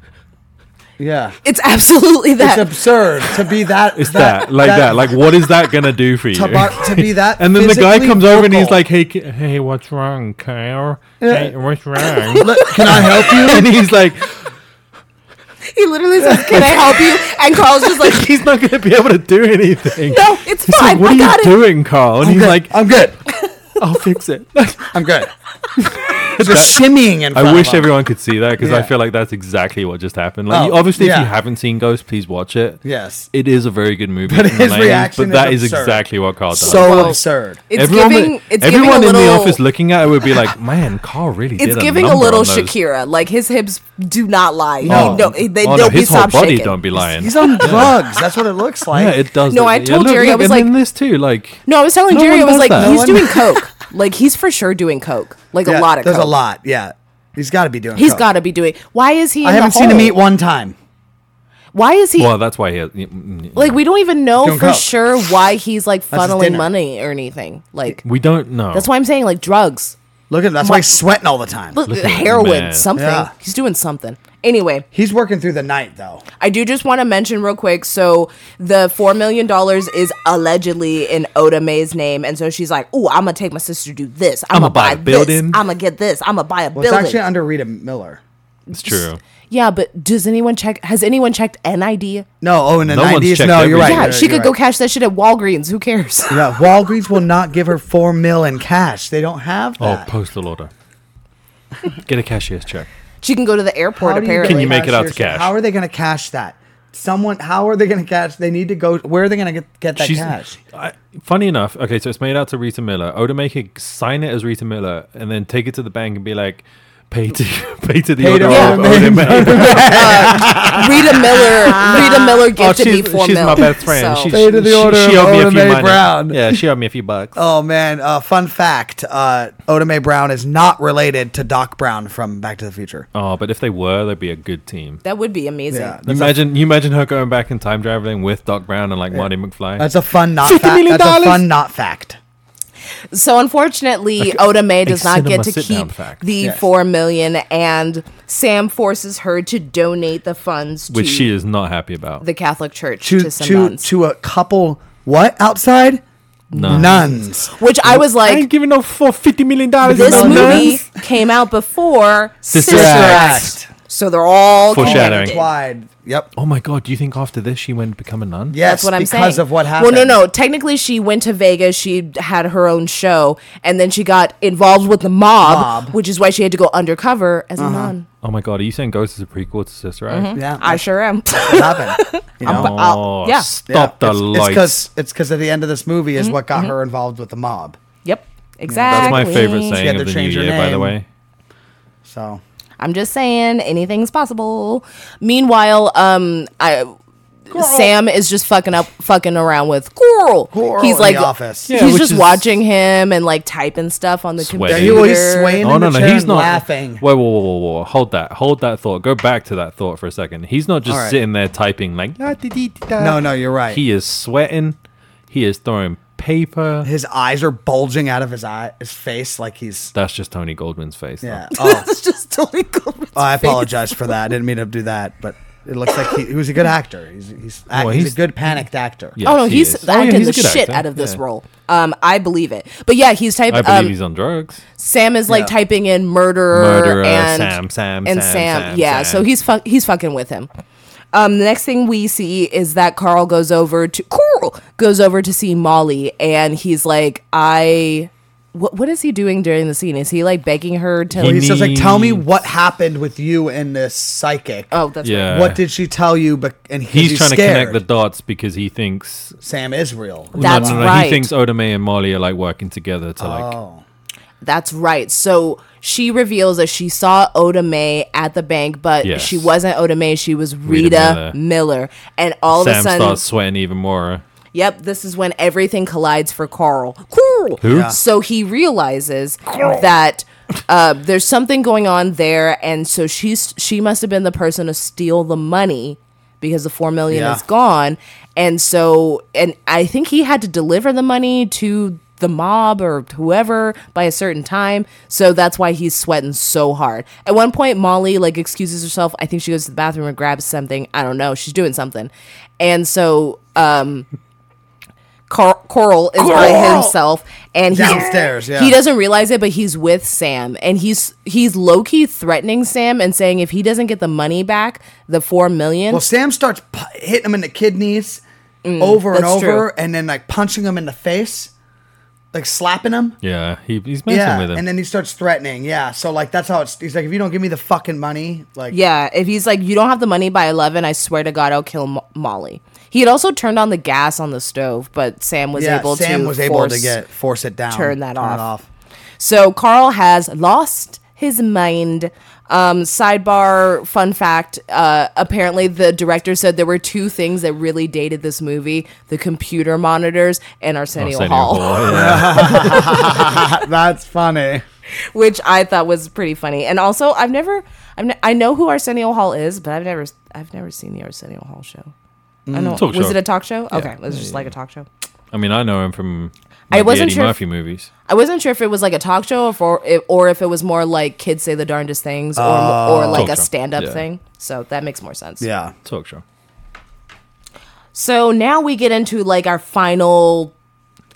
B: [laughs] Yeah,
C: it's absolutely
B: it's
C: [laughs] that
B: absurd to be that.
A: it's
B: [laughs]
A: that, like that. like what is that going to do for you
B: to, bar- to
A: [laughs]
B: be that.
A: and then the guy
B: physically
A: comes over and he's
B: vocal.
A: like hey ki- hey what's wrong Kyle hey, what's wrong
B: Look, "Can I help
A: [laughs]
B: you?"
A: and he's like,
C: [laughs] he literally says can i help you and carl's just like
A: he's not going to be able to do anything.
C: no it's
A: He's like,
C: fine
A: what
C: i
A: are
C: got
A: you
C: it
A: doing, Carl? And he's
B: Good.
A: like,
B: "I'm good,
A: I'll fix it. [laughs]
B: I'm good." Just shimmying in front
A: I
B: of
A: wish
B: him.
A: everyone could see that because I
B: Yeah.
A: feel like that's exactly what just happened. Like,
B: Oh,
A: you- obviously, if
B: yeah.
A: you haven't seen Ghost, please watch it.
B: Yes.
A: it is a very good movie.
B: But
A: in the
B: his
A: 90s, but
B: reaction is
A: that is
B: absurd.
A: exactly what Carl does.
B: so
C: Well,
B: absurd.
C: it's
A: everyone
C: giving
A: that-
C: it's
A: everyone
C: giving a
A: in the
C: little
A: office looking at it would be like, man, Carl really did.
C: it's giving a
A: number
C: little
A: on those."
C: Shakira. Like his hips do not lie. No,
A: Oh,
C: no, they, they
A: oh,
C: don't be
A: his whole
C: stop
A: body
C: shaking.
A: don't be lying. [laughs]
B: He's on drugs. That's what it looks like.
A: yeah, it does.
C: No,
A: look-
C: I
A: yeah,
C: told
A: look-
C: Jerry, I
A: look,
C: was
A: and
C: like-
A: then this too, like.
C: No, I was telling
A: No
C: Jerry,
A: one
C: I was
A: does
C: like,
A: that.
C: he's
B: No [laughs]
C: doing coke. Like he's for sure doing coke. Like
B: Yeah,
C: a lot of
B: There's
C: coke.
B: a lot. Yeah, he's got to be doing.
C: He's
B: coke.
C: got to be doing. Why is he?
B: I
C: in
B: haven't
C: the
B: seen him
C: hole?
B: eat one time.
C: Why is he?
A: Well, that's why he. Has, mm,
C: like we don't even know
B: doing
C: for
B: coke.
C: sure why he's like
B: his
C: funneling
B: dinner.
C: money or anything. Like
B: [laughs]
A: we don't know.
C: that's why I'm saying like drugs,
B: Look at that's why he's sweating all the time.
C: Look,
A: at him,
C: heroin,
A: man.
C: something.
B: Yeah.
C: He's doing something. Anyway,
B: He's working through the night though.
C: I do just want to mention real quick. So the four million dollars is allegedly in Oda May's name, and so she's like, "Ooh, I'm gonna take my sister to do this. I'm,
A: I'ma
C: gonna buy, a building. I'm gonna get this. I'm gonna buy a
B: Well, it's
C: building."
B: actually under Rita Miller.
A: It's true.
C: yeah, but does anyone check? Has anyone checked NID?
B: No, oh, in the
A: No one's
B: nineties.
A: checked
B: No, you're right.
A: everything.
C: Yeah,
B: you're
C: she
B: right,
C: could go cash that shit at Walgreens. Who cares? [laughs]
B: you're right. Yeah, Walgreens will not give her four mil in cash. They don't have
A: Oh,
C: uh,
B: that.
A: postal
C: [laughs]
A: order. Get a cashier's check.
C: She can go to the
B: How
C: airport.
B: do
C: Apparently,
A: Can you make it out to
B: yourself?
A: cash?
B: How are they going to cash that? Someone, how are they going to cash? They need to go. Where are they going to get get that
A: She's
B: cash?
A: I, funny enough. Okay, so it's made out to Rita Miller. Oda make it sign it as Rita Miller, and then take it to the bank and be like, Pay to [laughs] pay to the
B: Pay to
A: order
B: own
A: of
B: man.
A: Owen [laughs] May.
C: [laughs] Rita
B: [laughs]
C: Miller. Rita Miller gifted me
A: Oh, she's,
C: four
A: she's
C: mil.
A: my best friend.
C: so-
A: She,
B: Pay to the
A: she-
B: order
A: she
B: of
A: owed me a
B: Owen
A: few
B: May
A: money.
B: Brown.
A: Yeah, she owed me a few bucks.
B: Oh man! Uh, fun fact: uh, Oda Mae Brown is not related to Doc Brown from Back to the Future.
A: Oh, but if they were, they'd be a good team.
C: [laughs] that would be amazing.
B: Yeah, that's a,
A: Imagine you imagine her going back in time traveling with Doc Brown and like Marty McFly.
B: that's a fun not fact.
A: $50 million
B: That's a fun not fact.
C: So unfortunately, Oda Mae does not
A: cinema
C: get to
A: sit-down
C: keep
A: fact.
C: the
B: Yes.
C: four million, and Sam forces her to donate the funds
A: which
C: to
A: she is not happy about.
C: the Catholic Church
B: To
C: to, some
B: to
C: nuns.
B: to a couple what outside
A: Nuns.
B: nuns.
C: which I was
A: I
C: like,
A: ain't giving no four fifty million dollars.
C: this
B: no
C: movie
B: nuns.
C: came out before
A: Sister
C: Sister
B: Act.
C: Act, so they're all
A: Foreshadowing.
C: connected.
B: Wide. Yep.
A: Oh my god! Do you think after this she went and become a nun?
B: Yes.
C: That's what I'm
B: because
C: saying.
B: of what happened.
C: Well, no, no. Technically, she went to Vegas. She had her own show, and then she got involved with the mob,
B: Mob. Uh-huh.
C: which is why she had to go undercover as a nun.
A: Oh my god! Are you saying Ghost is a prequel to Sister Act?
B: Yeah.
C: I sure am. [laughs]
B: What [laughs] happened? You know?
C: bu- I'll-
A: Oh,
C: uh, yeah.
A: stop the
B: it's, It's
A: lights.
B: because it's because at the end of this movie
C: Mm-hmm,
B: is what got her involved with the mob.
C: yep,
A: That's
C: exactly.
A: my favorite
B: had
A: saying of
B: to
A: the new
B: change her
A: year, by the
B: name.
A: way.
B: So
C: I'm just saying anything's possible. Meanwhile, um, I. Sam is just fucking up, fucking around with Coral.
B: Coral
C: he's
B: in
C: like,
B: the office.
A: Yeah,
C: he's
A: which
C: just
A: is-
C: watching him and like typing stuff on the
A: Sweating.
C: computer.
A: Yeah,
B: he always swaying [laughs]
A: Oh
B: in
A: no,
B: the
A: no,
B: chair
A: he's
B: and
A: not
B: laughing.
A: Whoa, whoa, whoa, whoa, whoa! Hold that, hold that thought. Go back to that thought for a second. He's not just
B: All right.
A: sitting there typing like. "Ah, dee, dee, dee, da."
B: No, no, you're right.
A: He is sweating. He is throwing paper.
B: his eyes are bulging out of his eye, his face, like he's.
A: That's just Tony Goldman's face. though.
B: Yeah. [laughs] Oh,
C: It's just totally cool.
B: oh, I apologize for that. I didn't mean to do that, but it looks like he, he was a good actor. He's he's,
A: Well,
B: he's,
A: he's-
B: a good panicked actor.
A: Yes,
C: oh no,
A: he
C: he's
A: is. Oh, yeah,
C: acting
A: he's a
C: the
A: good
C: shit
A: actor.
C: out of this
A: Yeah.
C: role. Um, I believe it. But yeah, he's
A: I
C: typing.
A: believe
C: Um,
A: he's on drugs.
C: Sam is like
B: Yeah.
C: typing in murderer,
A: Murderer,
C: and
A: Sam, Sam,
C: and
A: Sam,
C: Sam.
A: Sam,
C: yeah,
A: Sam.
C: so he's fu- he's fucking with him. Um, the next thing we see is that Carl goes over to Coral goes over to see Molly, and he's like, I. What, what is he doing during the scene? Is he like begging her to?
A: He
B: Oh, He
A: needs-
B: says like, "Tell me what happened with you and this psychic.
C: oh, that's right.
A: Yeah.
B: what did she tell you?" But and
A: Uh, He's, trying to connect
B: scared.
A: the dots because he thinks
B: Sam is real.
A: No,
C: That's
A: no, no, He
C: right.
A: thinks Odame and Molly are like working together to like.
B: Oh.
C: That's right. So she reveals that she saw Oda Mae at the bank, but
A: Yes.
C: she wasn't Oda Mae. She was
A: Rita
C: Rita,
A: Miller.
C: Miller. And all
A: Sam
C: of a sudden,
A: starts sweating even more.
C: yep, this is when everything collides for Carl. Cool.
A: Who? Yeah.
C: So he realizes that uh, there's something going on there, and so she's she must have been the person to steal the money because the four million
B: Yeah.
C: is gone, and so and I think he had to deliver the money to the mob or whoever by a certain time so that's why he's sweating so hard at one point molly like excuses herself i think she goes to the bathroom and grabs something i don't know she's doing something and so um Cor- coral is by
B: Coral!
C: himself and he's
B: Downstairs, yeah.
C: he doesn't realize it but he's with sam and he's he's low-key threatening sam and saying if he doesn't get the money back the four million
B: Well, Sam starts pu- hitting him in the kidneys over and
C: Mm, that's
B: over, and then like punching him in the face, like slapping him.
A: Yeah, he, he's messing
B: Yeah,
A: with him.
B: and then he starts threatening. Yeah, so like that's how it's. He's like, if you don't give me the fucking money, like
C: yeah if he's like you don't have the money by 11 i swear to god i'll kill Mo- molly he had also turned on the gas on the stove but sam was
B: yeah,
C: able
B: Sam
C: to
B: was able to
C: force-
B: get force it down,
C: turn that
B: it
C: off. So Carl has lost his mind. Um, sidebar fun fact uh, apparently, the director said there were two things that really dated this movie the computer monitors and Arsenio,
A: Arsenio
C: Hall,
A: Hall, yeah.
B: That- [laughs] that's funny.
C: [laughs] which I thought was pretty funny. And also, I've never, I've ne- I know who Arsenio Hall is, but I've never, I've never seen the Arsenio Hall show. I know.
A: Mm, Talk
C: was
A: show.
C: it a talk show? Okay, it was just like a talk show.
A: I mean, I know him from
C: I
A: like, the
C: wasn't
A: Eddie
C: sure if-
A: Murphy movies.
C: I wasn't sure if it was like a talk show or for, if, or if it was more like kids say the darndest things or or like
A: Talk
C: a
A: show.
C: stand up
A: Oh. Yeah.
C: thing. So that makes more sense.
B: Yeah,
A: Talk show.
C: So now we get into like our final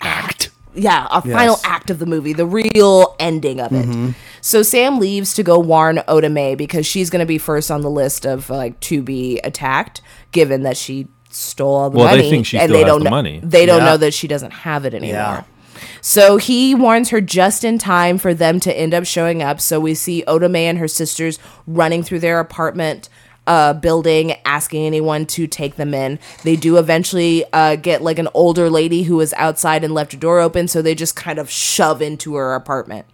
A: Act.
C: yeah, our final
B: Yes.
C: act of the movie, the real ending of it.
A: Mm-hmm.
C: So Sam leaves to go warn Oda Mae because she's going to be first on the list of like to be attacked given that she stole all the
A: Well, they
C: money
A: think she still has
C: don't
A: the
C: kno-
A: money.
C: They don't
B: Yeah.
C: know that she doesn't have it anymore.
B: Yeah.
C: So he warns her just in time for them to end up showing up. So we see Oda Mae and her sisters running through their apartment uh, building, asking anyone to take them in. They do eventually uh, get like an older lady who was outside and left a door open. So they just kind of shove into her apartment.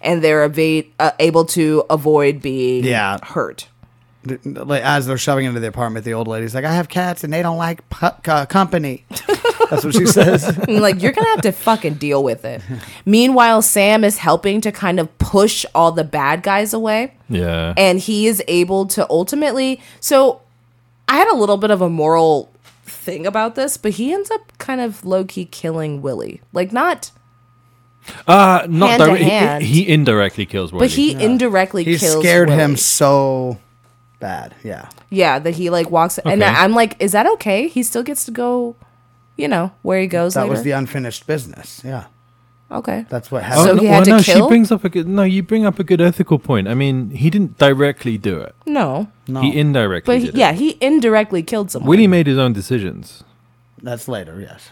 C: and they're ava- uh, able to avoid being
B: Yeah.
C: hurt. [laughs]
B: Like, As they're shoving into the apartment, the old lady's like, "I have cats, and they don't like pu- uh,
C: [laughs]
B: company." That's what she says.
C: And like you're gonna have to fucking deal with it. Meanwhile, Sam is helping to kind of push all the bad guys away.
A: Yeah.
C: and he is able to ultimately so i had a little bit of a moral thing about this but he ends up kind of low-key killing willie like not
A: uh, not
C: hand to
A: direct- he-
C: hand.
A: He, indirectly kills Willie.
C: but he indirectly
B: He
C: kills
B: scared
C: Willie.
B: him so bad. Yeah.
C: yeah that he like walks and
A: Okay.
C: I- i'm like is that okay he still gets to go you know where he goes
B: That
C: later
B: was the unfinished business. Yeah.
C: okay
B: That's what
A: Oh,
B: happened.
C: So
A: no,
C: he had
A: well,
C: to
A: no,
C: kill?
A: She brings up a good. No, you bring up a good ethical point. I mean, he didn't directly do it.
C: no
B: no,
A: He indirectly.
C: but he,
A: did it.
C: yeah he indirectly killed someone
A: Willie made his own decisions.
B: that's later. Yes.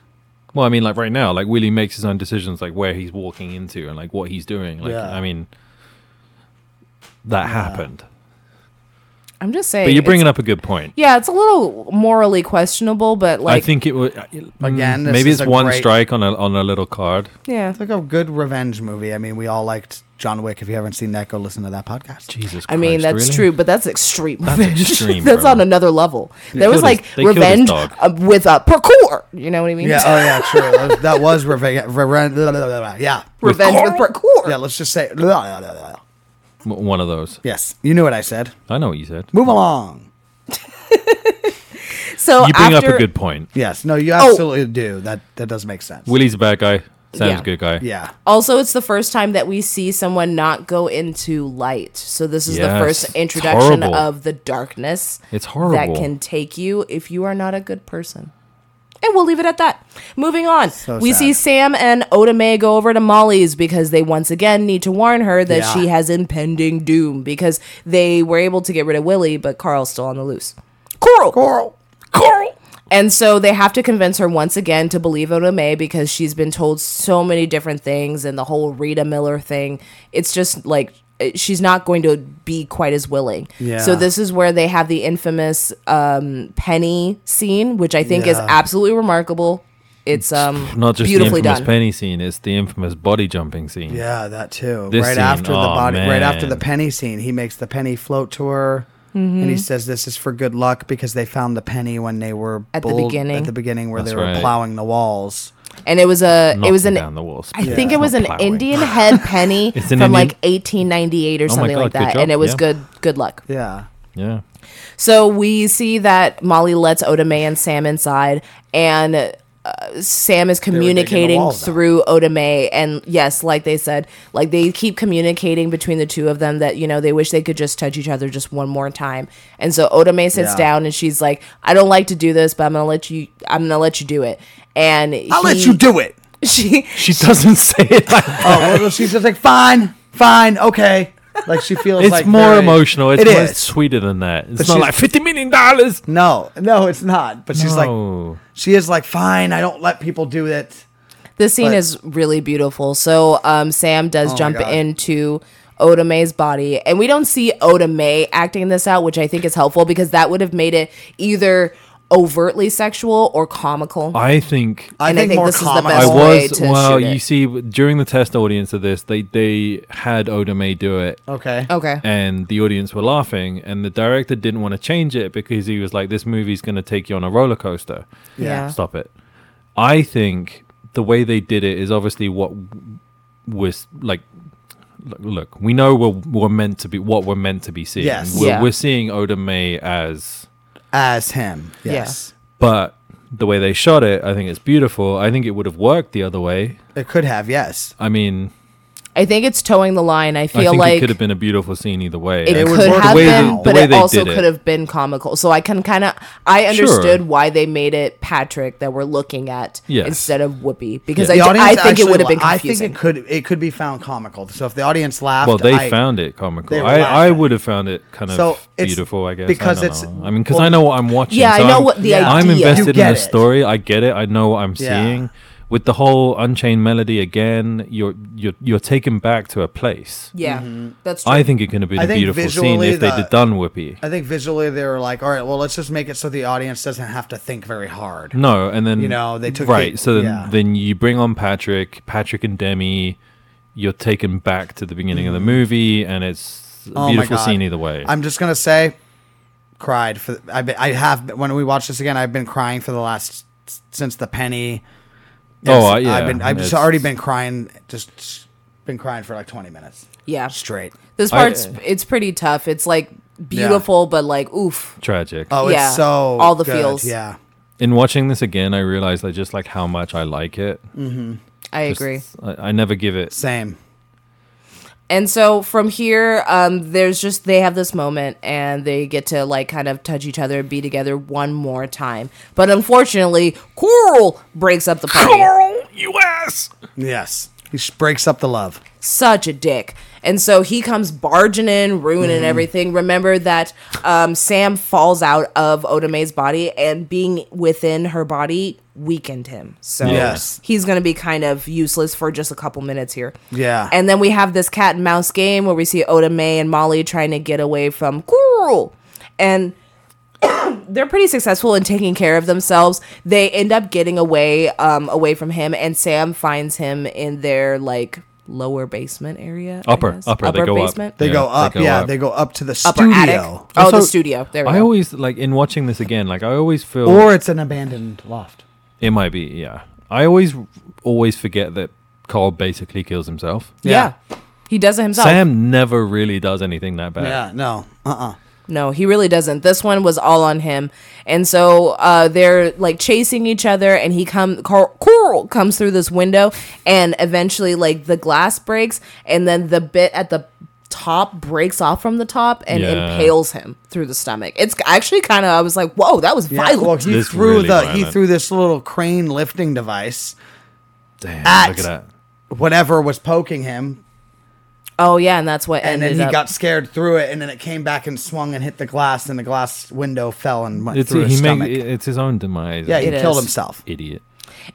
A: Well, I mean, like right now, like Willie makes his own decisions, like where he's walking into and like what he's doing. Like,
B: Yeah.
A: I mean, that happened.
C: i'm just saying
A: But you're
C: it's-
A: bringing up a good point.
C: yeah it's a little morally questionable but like
A: I think it would.
B: Again, this
A: maybe
B: is
A: it's
B: a
A: one
B: great-
A: strike on a on a little card.
C: yeah
B: It's like a good revenge movie. I mean, we all liked John Wick. If you haven't seen that, go listen to that podcast.
A: Jesus,
C: I mean,
A: Christ,
C: that's
A: really?
C: true, but that's extreme. [laughs] That's
A: extreme,
C: that's
A: bro.
C: on another level. there was
A: killed his-
C: like
A: they killed his
C: revenge
A: dog.
C: uh, with a parkour. You know what I mean?
B: Yeah. Oh, yeah. True. [laughs] That was- that was revenge. revenge blah, blah, blah, blah. Yeah.
C: revenge with parkour.
B: Yeah. Let's just say. blah, blah, blah, blah.
A: M- One of those.
B: Yes. You knew what I said.
A: I know what you said.
B: Move along.
C: So
A: You bring
C: after,
A: up a good point.
B: Yes. No. You absolutely do. That that does make sense.
A: Willie's a bad guy. Sam's
C: Yeah.
A: a good guy.
B: yeah.
C: Also, it's the first time that we see someone not go into light. So this is the
A: Yes.
C: first
A: It's
C: introduction
A: horrible.
C: of the darkness.
A: It's horrible.
C: that can take you if you are not a good person. And we'll leave it at that. Moving on, we
B: sad.
C: see Sam and Otame go over to Molly's because they once again need to warn her that
B: Yeah.
C: she has impending doom because they were able to get rid of Willie, but Carl's still on the loose. Coral.
B: Coral.
C: Coral. And so they have to convince her once again to believe Otome because she's been told so many different things and the whole Rita Miller thing. It's just like eh, she's not going to be quite as willing.
B: Yeah.
C: So this is where they have the infamous um, Penny scene, which I think is
B: Yeah.
C: absolutely remarkable. It's um
A: Not just the
C: beautifully
A: infamous
C: done.
A: penny scene. It's the infamous body jumping scene.
B: Yeah, that too.
A: This
B: right
A: scene,
B: after the
A: aw,
B: body, right after the
A: man.
B: penny scene, he makes the penny float to her, and he says, "This is for good luck because they found the penny when they were
C: At the beginning.
B: at the beginning where
A: That's
B: they were
A: right.
B: plowing the walls."
C: And it was a it
A: Knocking
C: was an
A: down the walls.
C: I think it
A: It's
C: was
A: not
C: an
A: plowing.
C: Indian head penny
A: [laughs] It's
C: from
A: an Indian- Oh
C: like 1898 or
A: my
C: something
A: God,
C: like
A: good
C: that,
A: job,
C: and it was
A: yeah.
C: good good luck.
B: Yeah,
A: Yeah.
C: So we see that Molly lets Otome and Sam inside, and uh, Sam is
B: digging the
C: communicating
B: walls out.
C: through Otome. And yes, like they said, like they keep communicating between the two of them that you know they wish they could just touch each other just one more time. And so Otome sits
B: Yeah.
C: down, and she's like, "I don't like to do this, but I'm gonna let you. I'm gonna let you do it." And
B: I'll let
C: he-
B: you do it.
C: [laughs] She
A: She doesn't [laughs] say it. Like that.
B: Oh, well, she's just like, "Fine, fine, okay." Like she feels
A: It's
B: like
A: more
B: very-
A: emotional. It's
B: It
A: more
B: is.
A: sweeter than that. It's
B: she's-
A: not like fifty million dollars.
B: No, no, it's not. But she's like,
A: oh,
B: she is like, "Fine, I don't let people do it."
C: This scene
B: But-
C: is really beautiful. So um, Sam does
A: Oh
B: my
C: jump
B: God.
C: into Odame's body, and we don't see Odame acting this out, which I think is helpful because that would have made it either overtly sexual or comical.
A: I think
B: I
C: And I
B: think
C: think
B: more
C: this is the
B: comical.
A: I
C: best way.
A: was.
C: to
A: Well,
C: shoot it.
A: you see, during the test audience of this, they they had Oda May do it,
B: Okay.
C: okay.
A: and the audience were laughing, and the director didn't want to change it because he was like, "This movie's going to take you on a roller coaster."
C: Yeah.
A: stop it. I think the way they did it is obviously what was like. Look, look, we know we're, we're meant to be what we're meant to be seeing.
B: Yes.
A: We're,
C: Yeah.
A: we're seeing Oda May as,
B: As him.
C: Yeah.
B: Yes.
A: but the way they shot it, I think it's beautiful. I think it would have worked the other way.
B: It could have. Yes.
A: I mean,
C: I think it's towing the line. I
A: I
C: feel
A: think it
C: like
A: could have been a beautiful scene either way.
C: it,
A: I
B: would
A: think
C: could
B: work
C: have
A: the way
C: been,
A: they- the
C: but
A: way
C: it
A: they
C: also
A: did it-
C: could have been comical. So I can kind of I understood why they made it Patrick that we're looking at
A: Yes.
C: instead of Whoopi because
A: Yeah.
C: I, I think it
B: actually
C: would have been
B: la- I think
C: confusing.
B: it could it could be found comical. So if the audience laughed,
A: Well, they
B: I-
A: found it comical.
B: they were
A: I, I
B: laughing.
A: would have found it kind of
B: So it's
A: beautiful, I guess.
B: because
A: I don't
B: it's-
A: know. I mean, because
B: well-
A: I know what I'm watching.
C: Yeah, I
A: so
C: know
A: I'm-
C: what the
B: Yeah.
A: I'm
C: idea- You
A: invested in
B: get
A: the
B: it.
A: story. I get it. I know what I'm
B: Yeah.
A: seeing. With the whole Unchained Melody again, you're you're you're taken back to a place.
C: yeah, that's true.
A: I think it could have been
B: I
A: a
B: think
A: beautiful scene
B: visually
A: if
B: the-
A: they'd have done Whoopi.
B: I think visually they were like, all right, well, let's just make it so the audience doesn't have to think very hard.
A: No, and then
B: You know, they took
A: right.
B: the-
A: so then,
B: yeah.
A: then you bring on Patrick, Patrick and Demi. you're taken back to the beginning of the movie, and it's a
B: Mm-hmm. Oh my
A: beautiful
B: God.
A: scene either way.
B: I'm just gonna say, cried for. I I have been- when we watch this again. I've been crying for the last since the penny.
A: Oh,
B: It's-
A: I- yeah,
B: I've been. I've just
A: it's-
B: already been crying. Just been crying for like 20 minutes
C: Yeah.
B: straight.
C: This
A: I- uh,
C: part's it's pretty tough. It's like beautiful, but like oof.
A: Tragic.
B: Oh,
C: Yeah,
B: it's so
C: all the
B: good.
C: feels.
B: Yeah,
A: In watching this again, I realized I just like how much I like it.
C: I
A: Just-
C: agree.
A: I, I never give it.
B: same.
C: And so from here, um, there's just they have this moment and they get to like kind of touch each other, be together one more time. But unfortunately, Coral breaks up the party.
A: you ass.
B: Yes, he sh- breaks up the love.
C: such a dick. And so he comes barging in, ruining everything. Remember that um, Sam falls out of Odame's body, and being within her body weakened him. So
B: Yes.
C: he's going to be kind of useless for just a couple minutes here.
B: Yeah.
C: And then we have this cat and mouse game where we see Odame and Molly trying to get away from Coral. And [coughs] they're pretty successful in taking care of themselves. They end up getting away um, away from him, and Sam finds him in their like lower basement area. I
A: Upper,
C: guess?
A: upper, they go up.
B: They
A: Yeah,
B: go up.
A: they go
B: yeah,
A: up.
B: they go up to the
C: upper
B: studio,
C: attic. Oh, the
A: Also,
C: studio. There we
A: I
C: go.
A: always like in watching this again. Like I always feel
C: Oh.
B: or it's an abandoned loft.
A: it might be. Yeah, I always always forget that Carl basically kills himself.
C: yeah. he does it himself.
A: Sam never really does anything that bad.
B: Yeah. No. Uh. uh
C: No, he really doesn't. This one was all on him, and so uh, they're like chasing each other, and he come Cor- Coral comes through this window, and eventually like the glass breaks, and then the bit at the top breaks off from the top and
A: Yeah.
C: impales him through the stomach. It's actually kind of I was like, whoa, that was
B: Yeah.
C: violent.
B: Well, he
A: This
B: threw
A: really
B: the he
A: violent.
B: threw this little crane lifting device.
A: Damn,
B: At-
A: look at that.
B: Whatever was poking him,
C: oh yeah, and that's what
B: and
C: ended
B: then he
C: up-
B: got scared through it, and then it came back and swung and hit the glass, and the glass window fell and went
A: It's
B: through his
A: he
B: stomach.
A: make, it's his own demise.
B: yeah, he
C: It
B: killed
C: is.
B: himself.
A: idiot.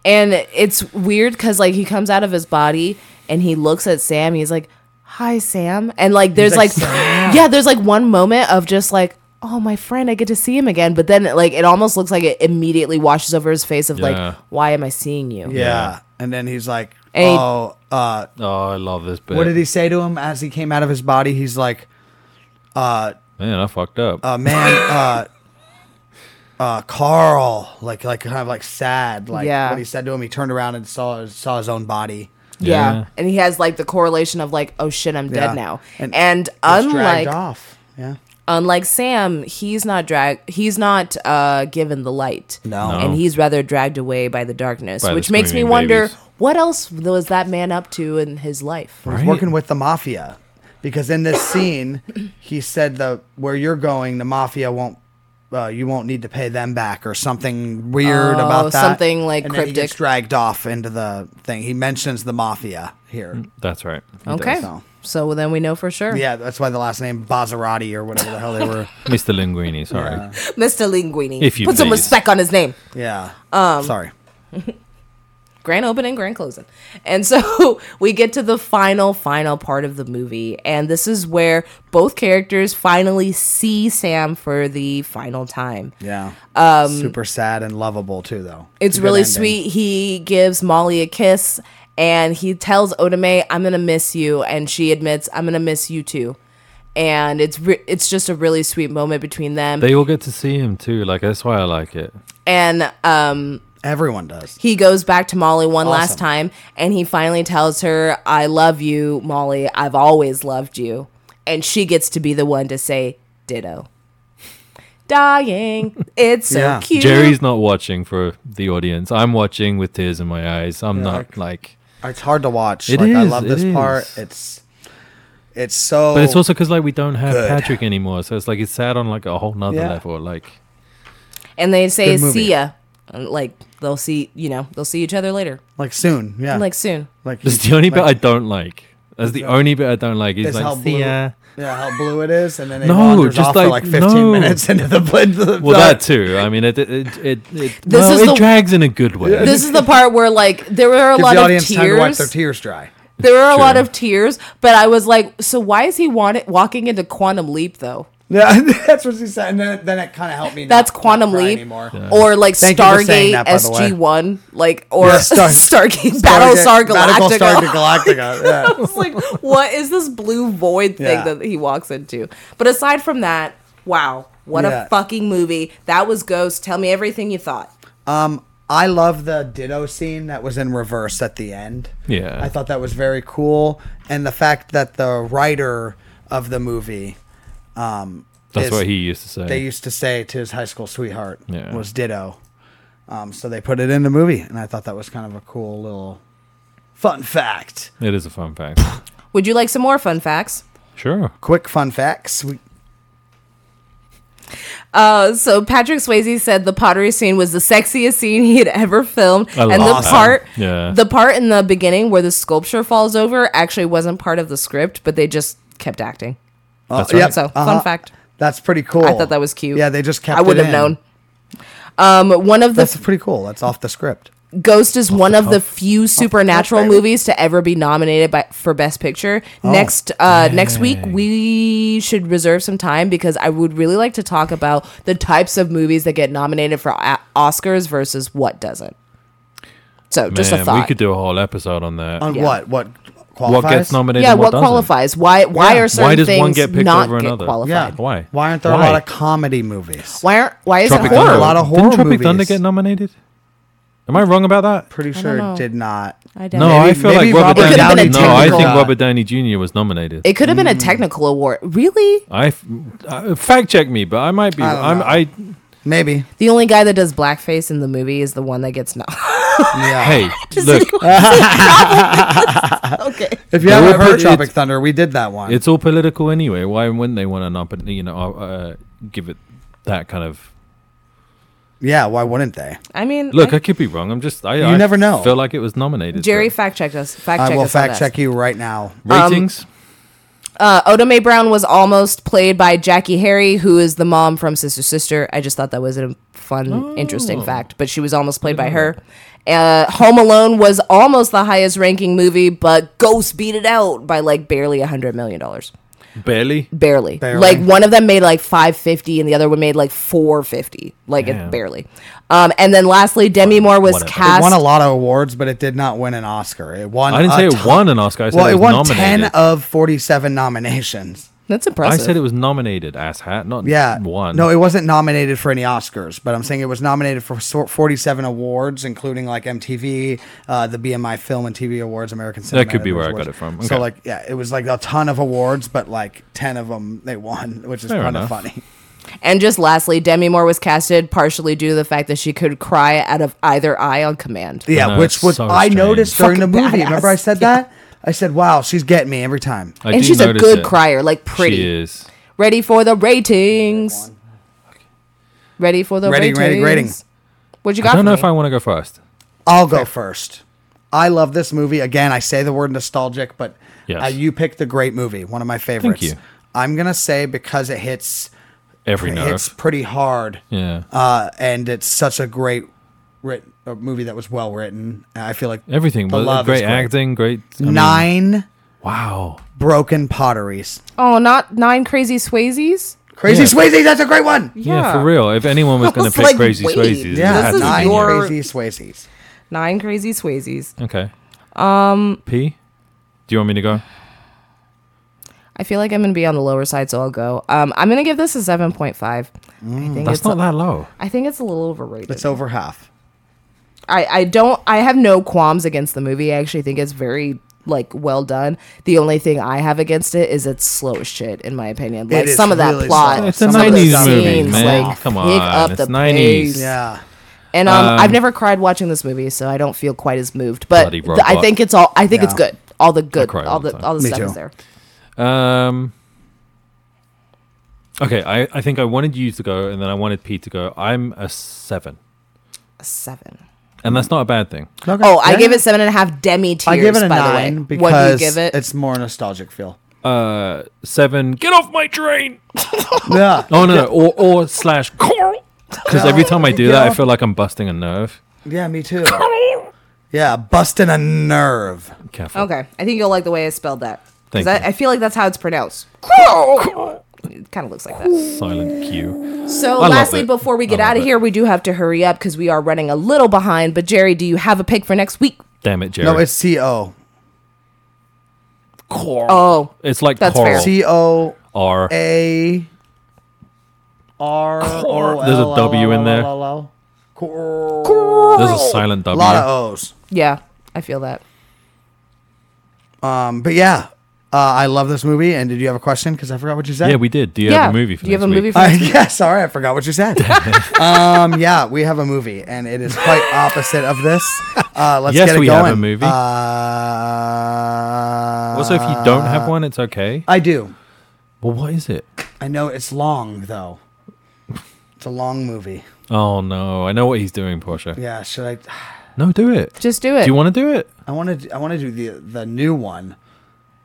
C: And it's weird because like he comes out of his body and he looks at Sam. He's like, "Hi, Sam." And like there's
B: like,
C: like, yeah, there's like one moment of just like, "Oh, my friend, I get to see him again." But then like it almost looks like it immediately washes over his face of
A: Yeah.
C: like, "Why am I seeing you?"
B: Yeah. and then he's like,
C: And he-
B: "Oh, uh,
A: Oh, I love this bit.
B: what did he say to him as he came out of his body?" He's like,
A: Man, I fucked up.
B: "Uh,
C: [laughs]
B: man, uh, uh, Carl," like, like kind of like sad, like
C: Yeah.
B: what he said to him. He turned around and saw saw his own body.
C: Yeah.
A: Yeah.
C: And he has like the correlation of like, "Oh shit, I'm
B: Yeah.
C: dead now." And,
B: And He was dragged
C: unlike
B: off, yeah,
C: unlike Sam, he's not drag he's not uh given the light.
B: No. No.
C: And he's rather dragged away by the darkness,
A: By the
C: which makes me
A: screaming
C: wonder
A: babies.
C: what else was that man up to in his life?
B: He's
A: Right.
B: working with the mafia because in this scene he said the where you're going the mafia won't uh, you won't need to pay them back or something weird
C: Oh,
B: about that
C: something, like,
B: and then he gets
C: cryptic.
B: dragged off into the thing he mentions the mafia here
A: That's right. He
C: Okay.
A: does.
B: so.
C: So then we know for sure.
B: yeah that's why the last name Bazzarati or whatever the hell they
C: [laughs]
B: were
A: Mr. Linguini, sorry.
C: Mr. Linguini.
A: If you
C: Put some
A: please.
C: respect on his name.
B: yeah um sorry
C: grand opening, grand closing. And so [laughs] we get to the final, final part of the movie. And this is where both characters finally see Sam for the final time.
B: yeah um super sad and lovable too though
C: It's
B: Good
C: really
B: ending.
C: sweet. He gives Molly a kiss and he tells Otome, "I'm going to miss you." And she admits, "I'm going to miss you too." And it's re- it's just a really sweet moment between them.
A: They all get to see him too. Like that's why I like it.
C: and um
B: everyone does
C: he goes back to Molly one last
B: Awesome.
C: time and he finally tells her, "I love you, Molly. I've always loved you." And she gets to be the one to say ditto. Dying. It's so
B: Yeah.
C: cute.
A: Jerry's not watching for the audience. I'm watching with tears in my eyes. I'm not like
B: it's hard to watch
A: It
B: like I
A: is,
B: love
A: it
B: this part
A: is.
B: it's it's so
A: But it's also because like we don't have
B: Good.
A: Patrick anymore, so it's like it's sad on like a whole nother
B: Yeah.
A: level. Like
C: and they say
B: Good movie.
C: see ya And, like they'll see you know they'll see each other later
B: like soon yeah
C: like soon
B: Like
A: that's
B: he-
A: the only bit
B: like,
A: I don't like. That's the only bit I don't like. He's
B: is how
A: like,
B: blue,
A: see uh, ya.
B: yeah, how blue it is, and then it
A: No,
B: wanders
A: just
B: off for
A: like-
B: like fifteen
A: no.
B: minutes into the into the
A: Well, that too. I mean, it it it, it,
B: [laughs]
A: it, well,
C: is
A: it
C: the-
A: drags in a good way.
C: this is the part where like there were a
B: give
C: lot
B: the
C: of
B: audience time to wipe their
C: tears
B: tears dry.
C: there were a lot
A: True.
C: of tears but i was like so why is he want- walking into quantum leap though
B: [laughs] Yeah, that's what she said, and then, then it kind of helped me.
C: That's
B: not- not
C: Quantum
B: cry
C: Leap
B: anymore.
C: or like
B: Thank you for
C: Stargate
B: saying that, by the way.
C: SG One, like or
B: Yeah, Star-
C: [laughs] Stargate Battle Star [laughs]
B: Battle
C: Galactica.
B: Star
C: [laughs]
B: Galactica.
C: I
B: yeah.
C: was like, what is this blue void thing
B: Yeah.
C: that he walks into? But aside from that, wow, what
B: Yeah.
C: a fucking movie! That was Ghost. Tell me everything you thought.
B: Um, I love the Ditto scene that was in reverse at the end.
A: Yeah.
B: I thought that was very cool, and the fact that the writer of the movie, um,
A: That's
B: is-
A: what he used to say.
B: they used to say to his high school sweetheart
A: Yeah.
B: was Ditto. Um, so they put it in the movie, and I thought that was kind of a cool little fun fact.
A: it is a fun
B: [laughs]
A: fact.
C: Would you like some more fun facts?
A: sure.
B: Quick fun facts. We,
C: Uh, so Patrick Swayze said the pottery scene was the sexiest scene he had ever filmed,
A: I
C: and the
A: love that.
C: part,
A: Yeah.
C: the part in the beginning where the sculpture falls over actually wasn't part of the script, but they just kept acting.
A: That's
B: yep.
A: right.
C: So
B: Uh-huh.
C: fun fact,
B: That's pretty cool.
C: I thought that was cute.
B: Yeah, they just kept.
C: I would
B: it
C: have
B: in.
C: known. Um, one of the
B: That's pretty cool. That's off the script.
C: Ghost is one of the few supernatural
B: baby.
C: movies to ever be nominated by, for Best Picture.
A: Oh,
C: next uh, next week, we should reserve some time because I would really like to talk about the types of movies that get nominated for o- Oscars versus what doesn't. So, just a
A: Man,
C: thought.
A: we could do a whole episode on that.
B: On
C: Yeah.
B: what? What qualifies?
A: what gets nominated?
C: yeah,
A: and
C: what
A: what, doesn't.
C: qualifies? Why why
B: Yeah.
C: are
B: Why
C: certain
A: Why does
C: things
A: one get picked
C: not
A: over
C: get
A: another?
C: qualified?
B: Yeah.
A: Why?
B: Why aren't there
A: Why?
B: a lot of comedy movies?
C: Why aren't why is
A: Tropic
C: it horror?
A: Thunder.
B: A lot of horror
A: Didn't Tropic Thunder
B: movies.
A: get nominated? Am I wrong about that?
B: Pretty sure
C: know.
B: it did not.
C: I doubt
A: No,
C: it.
A: I feel
B: maybe
A: like Robert Downey.
C: Robert Downey It could've been a
A: no, I think
C: technical-
A: Robert Downey Jr. was nominated.
C: It could have
A: Hmm.
C: been a technical award. Really?
A: I f- uh, fact check me, but I might be.
B: I don't
A: I'm,
B: know.
A: I
B: Maybe.
C: The only guy that does blackface in the movie is the one that gets no.
B: Yeah.
A: hey, look,
C: [laughs] okay.
B: if you
A: No,
B: haven't
A: we're-
B: heard
A: it's-
B: Tropic Thunder, we did that one.
A: it's all political anyway. Why wouldn't they want to not, you know, uh, give it that kind of
B: yeah. Why wouldn't they?
C: I mean,
A: look?
C: I-
A: I could be wrong. I'm just. I,
B: You
A: I
B: never know.
A: Feel like it was nominated.
C: Jerry um,
A: but-
C: fact checked us. Fact check
B: I will
C: us on
B: fact
C: this.
B: check you right now.
A: ratings.
C: Uh, Oda Mae Brown was almost played by Jackie Harry, who is the mom from Sister Sister. I just thought that was a fun,
B: Oh.
C: interesting fact, but she was almost played by her. Uh, Home Alone was almost the highest ranking movie, but Ghost beat it out by like barely a hundred million dollars.
A: barely.
C: Barely.
B: Barely.
C: Like one of them made like 550 and the other one made like 450. Like
A: Damn.
C: it barely. Um, and then lastly, Demi Moore was
A: Whatever. It
B: It
C: cast.
B: won a lot of awards, but it did not win an Oscar. It won.
A: I didn't
C: uh,
B: a
A: say it
B: ton-
A: won an Oscar. I said
B: Well,
A: it
B: it
A: was
B: won
A: nominated.
B: ten of forty-seven nominations.
C: That's
A: I
C: impressive.
A: said it was nominated, asshat, not
B: Yeah.
A: one.
B: No, it wasn't nominated for any Oscars, but I'm saying it was nominated for sor- 47 awards, including like MTV, uh, the BMI Film and TV Awards, American Cinema.
A: That could be where I got it from.
B: So
A: Okay.
B: like, yeah, it was like a ton of awards, but like 10 of them they won, which is
A: Fair
B: kind of
A: enough.
B: funny. [laughs]
C: And just lastly, Demi Moore was casted partially due to the fact that she could cry out of either eye on command.
B: Yeah,
A: No,
B: which
A: it's
B: was
A: so
B: I
A: strange.
B: noticed during the
C: Fucking
B: movie. Remember
C: badass.
B: I said that? I said, "Wow, she's getting me every time."
A: I
C: and
A: do
C: she's a
A: notice
C: good
A: it.
C: crier, like pretty.
A: She is.
C: Ready for the ratings. Ready for the
B: Ready,
C: ratings.
B: ready, rating.
C: What you got?
A: I don't know
C: for
A: if I
C: me?
A: want to go first.
B: I'll go first. I love this movie. Again, I say the word nostalgic, but
A: Yes.
B: uh, you picked the great movie, one of my favorites.
A: you.
B: I'm gonna say because it hits
A: Every
B: it
A: nerve.
B: hits pretty hard,
A: yeah.
B: uh, and it's such a great writ- a movie that was well written. I feel like
A: Everything.
B: the
A: Well,
B: love is
A: great acting, great. I mean,
B: Nine
A: wow.
B: broken potteries.
C: Oh, not nine crazy Swayzes.
B: Crazy
A: Yeah.
B: Swayze, that's a great one.
A: Yeah. for real. If anyone was going
C: was
A: to pick
C: like,
A: Crazy
C: wait,
A: Swayze, it
C: Yeah,
A: had
B: Yeah,
C: this
A: to
C: is
A: be
B: nine
A: him.
C: your-
B: crazy Swayzes.
C: Nine crazy Swayzes.
A: Okay. Um. P. Do you want me to go?
C: I feel like I'm gonna be on the lower side, so I'll go. Um, I'm gonna give this a seven point five. I think
A: Mm. That's
C: it's
A: not
C: a-
A: that low.
C: I think it's a little overrated.
B: It's over half.
C: I, I don't I have no qualms against the movie. I actually think it's very like well done. The only thing I have against it is it's slow as shit, in my opinion. Like
B: is
C: some of that
B: really
C: plot,
B: slow.
A: It's a
C: some of the
A: nineties movie,
C: scenes,
A: man.
C: like,
A: Come
C: pick
A: on,
C: up
A: it's
C: the
A: nineties.
C: pace.
B: Yeah.
C: And um,
A: Um,
C: I've never cried watching this movie, so I don't feel quite as moved. But
A: Bloody
C: th- I
A: robot.
C: think it's all. I think it's
B: Yeah.
C: good. All the good,
A: cry
C: all,
A: all the
C: the,
A: time.
C: all the
B: Me
C: stuff
B: too.
C: is there.
A: Um. Okay, I, I think I wanted you to go, and then I wanted Pete to go. I'm a seven,
C: A seven.
A: and that's not a bad thing.
B: Okay.
C: Oh, I
B: Yeah.
C: gave it seven and a half demi tears.
B: I give it a
C: by
B: nine
C: the way.
B: because
C: what do you give it?
B: it's more nostalgic feel.
A: Uh, seven. Get off my train!
B: yeah.
A: Oh no, no or or slash Carl. Because every time I do that, I feel like I'm busting a nerve.
B: Yeah, me too. [laughs] yeah, busting a nerve.
A: Careful.
C: Okay, I think you'll like the way I spelled that. 'Cause
A: Thank
C: I,
A: you.
C: I feel like that's how it's pronounced. It kind of looks like that.
A: Silent Q.
C: So,
A: love
C: lastly,
A: it.
C: before we get
A: I love
C: out of
A: it.
C: here, we do have to hurry up because we are running a little behind. But Jerry, do you have a pick for next week?
A: Damn it, Jerry.
B: No, it's T O.
C: Oh,
A: It's like
C: That's
A: coral.
C: fair.
B: T O
A: R.
B: A R O.
A: There's a W in there.
B: Cool.
A: There's a silent
B: A
A: W.
B: lot of O's.
C: yeah, I feel that.
B: Um, but yeah, uh, I love this movie. And did you have a question? Because I forgot what you said.
A: yeah, we did. Do you
C: yeah,
A: have a movie for
C: do you have
A: next
C: a movie
A: week?
C: for?
B: Uh, yeah, sorry, [laughs] I forgot what
A: [laughs]
B: you said. um, yeah, we have a movie, and it is quite opposite of this. Uh, let's
A: Yes,
B: get it
A: we
B: going.
A: have a movie.
B: Uh,
A: also, if you don't have one, it's okay.
B: I do.
A: Well, what is it?
B: I know it's long though. It's a long movie.
A: Oh no, I know what he's doing, Portia.
B: Yeah, should I?
A: No, do it.
C: Just do it.
A: Do you want to do it?
B: I want to. I want to do the the new one.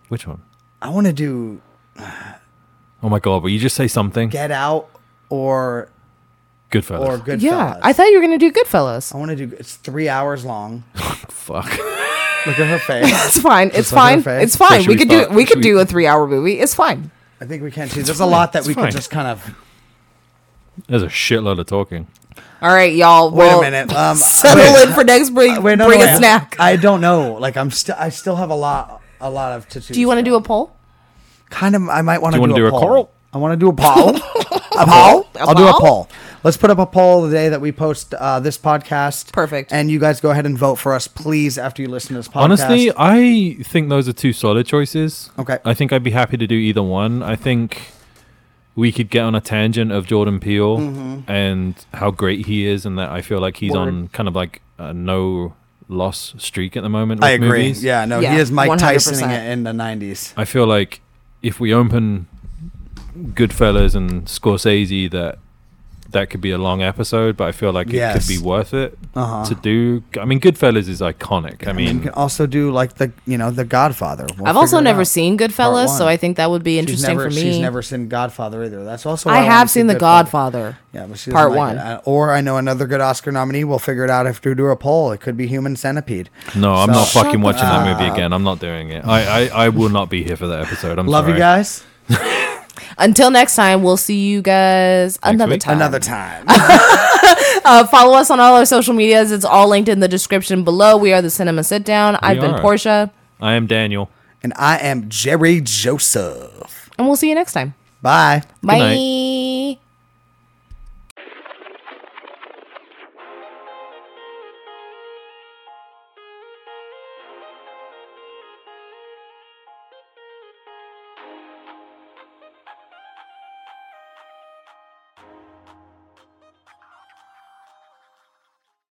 A: Which one?
B: I want to do
A: Oh my god, will you just say something?
B: Get Out or
A: Good for
B: or
A: us.
B: Goodfellas.
C: yeah, I thought you were gonna do Goodfellas.
B: I want to do. It's three hours long.
A: Fuck. [laughs]
B: Look at her face.
C: [laughs] It's fine. It's
B: look at her
C: fine.
B: face.
C: It's
A: So
C: fine.
A: should
C: we
A: we
C: could do.
A: start-
C: We
A: should
C: could do
A: we-
C: a three-hour movie. It's fine.
B: I think we can too. There's a lot that
A: It's
B: we
A: fine.
B: could just kind of.
A: There's a shitload of talking.
C: All right, y'all.
B: Wait
C: well,
B: a minute. Um,
C: [laughs] Settle in for next break.
B: wait, no, no,
C: bring a
B: wait.
C: snack.
B: I don't know. Like I'm still. I still have a lot. A lot of to.
C: do you want to do a poll?
B: Kind of. I might want
A: Do you
B: to do,
A: wanna do
B: a
A: a
B: poll.
A: choral?
B: I want to do a
A: [laughs]
B: poll. a poll.
C: A
B: I'll do a
C: poll?
B: poll. Let's put up a poll the day that we post uh, this podcast.
C: Perfect.
B: And you guys go ahead and vote for us, please, after you listen to this podcast.
A: Honestly, uh, I think those are two solid choices.
B: Okay.
A: I think I'd be happy to do either one. I think we could get on a tangent of Jordan Peele and how great he is, and that I feel like he's
B: Mm-hmm. Word.
A: on kind of like a no loss streak at the moment. With
B: I agree.
A: Movies.
B: Yeah, no,
C: Yeah,
B: he is Mike
C: 100%.
B: Tysoning it in the '90s.
A: I feel like if we open Goodfellas and Scorsese, that that could be a long episode, but I feel like it
B: Yes.
A: could be worth it
B: Uh-huh.
A: to do. I mean, Goodfellas is iconic. I
B: You
A: mean,
B: can also do like the you know the Godfather. We'll
C: I've also
B: figure it
C: never
B: out.
C: seen
B: Part
C: Goodfellas,
B: one.
C: so I think that would be
B: She's
C: interesting
B: never,
C: for me.
B: She's never seen Godfather either. That's also. why
C: I
B: wanna
C: have
B: see
C: seen The
B: Goodfather.
C: Godfather.
B: Yeah, but she doesn't
C: Part
B: like
C: one.
B: it. I- Or I know another good Oscar nominee. We'll figure it out after we do a poll. It could be Human Centipede.
A: no, I'm
B: So-
A: not fucking
C: the
A: watching that movie again. I'm not doing it. I, I, I will not be here for that episode. I'm
B: Love
A: sorry.
B: you guys.
C: Until next time, we'll see you guys another
A: week.
C: time.
B: Another time.
C: Uh, follow us on all our social medias. It's all linked in the description below. We are the Cinema Sit Down. I've been
A: are.
C: Portia,
A: I am Daniel.
B: and I am Jerry Joseph.
C: and we'll see you next time.
B: Bye.
C: Bye.
A: night.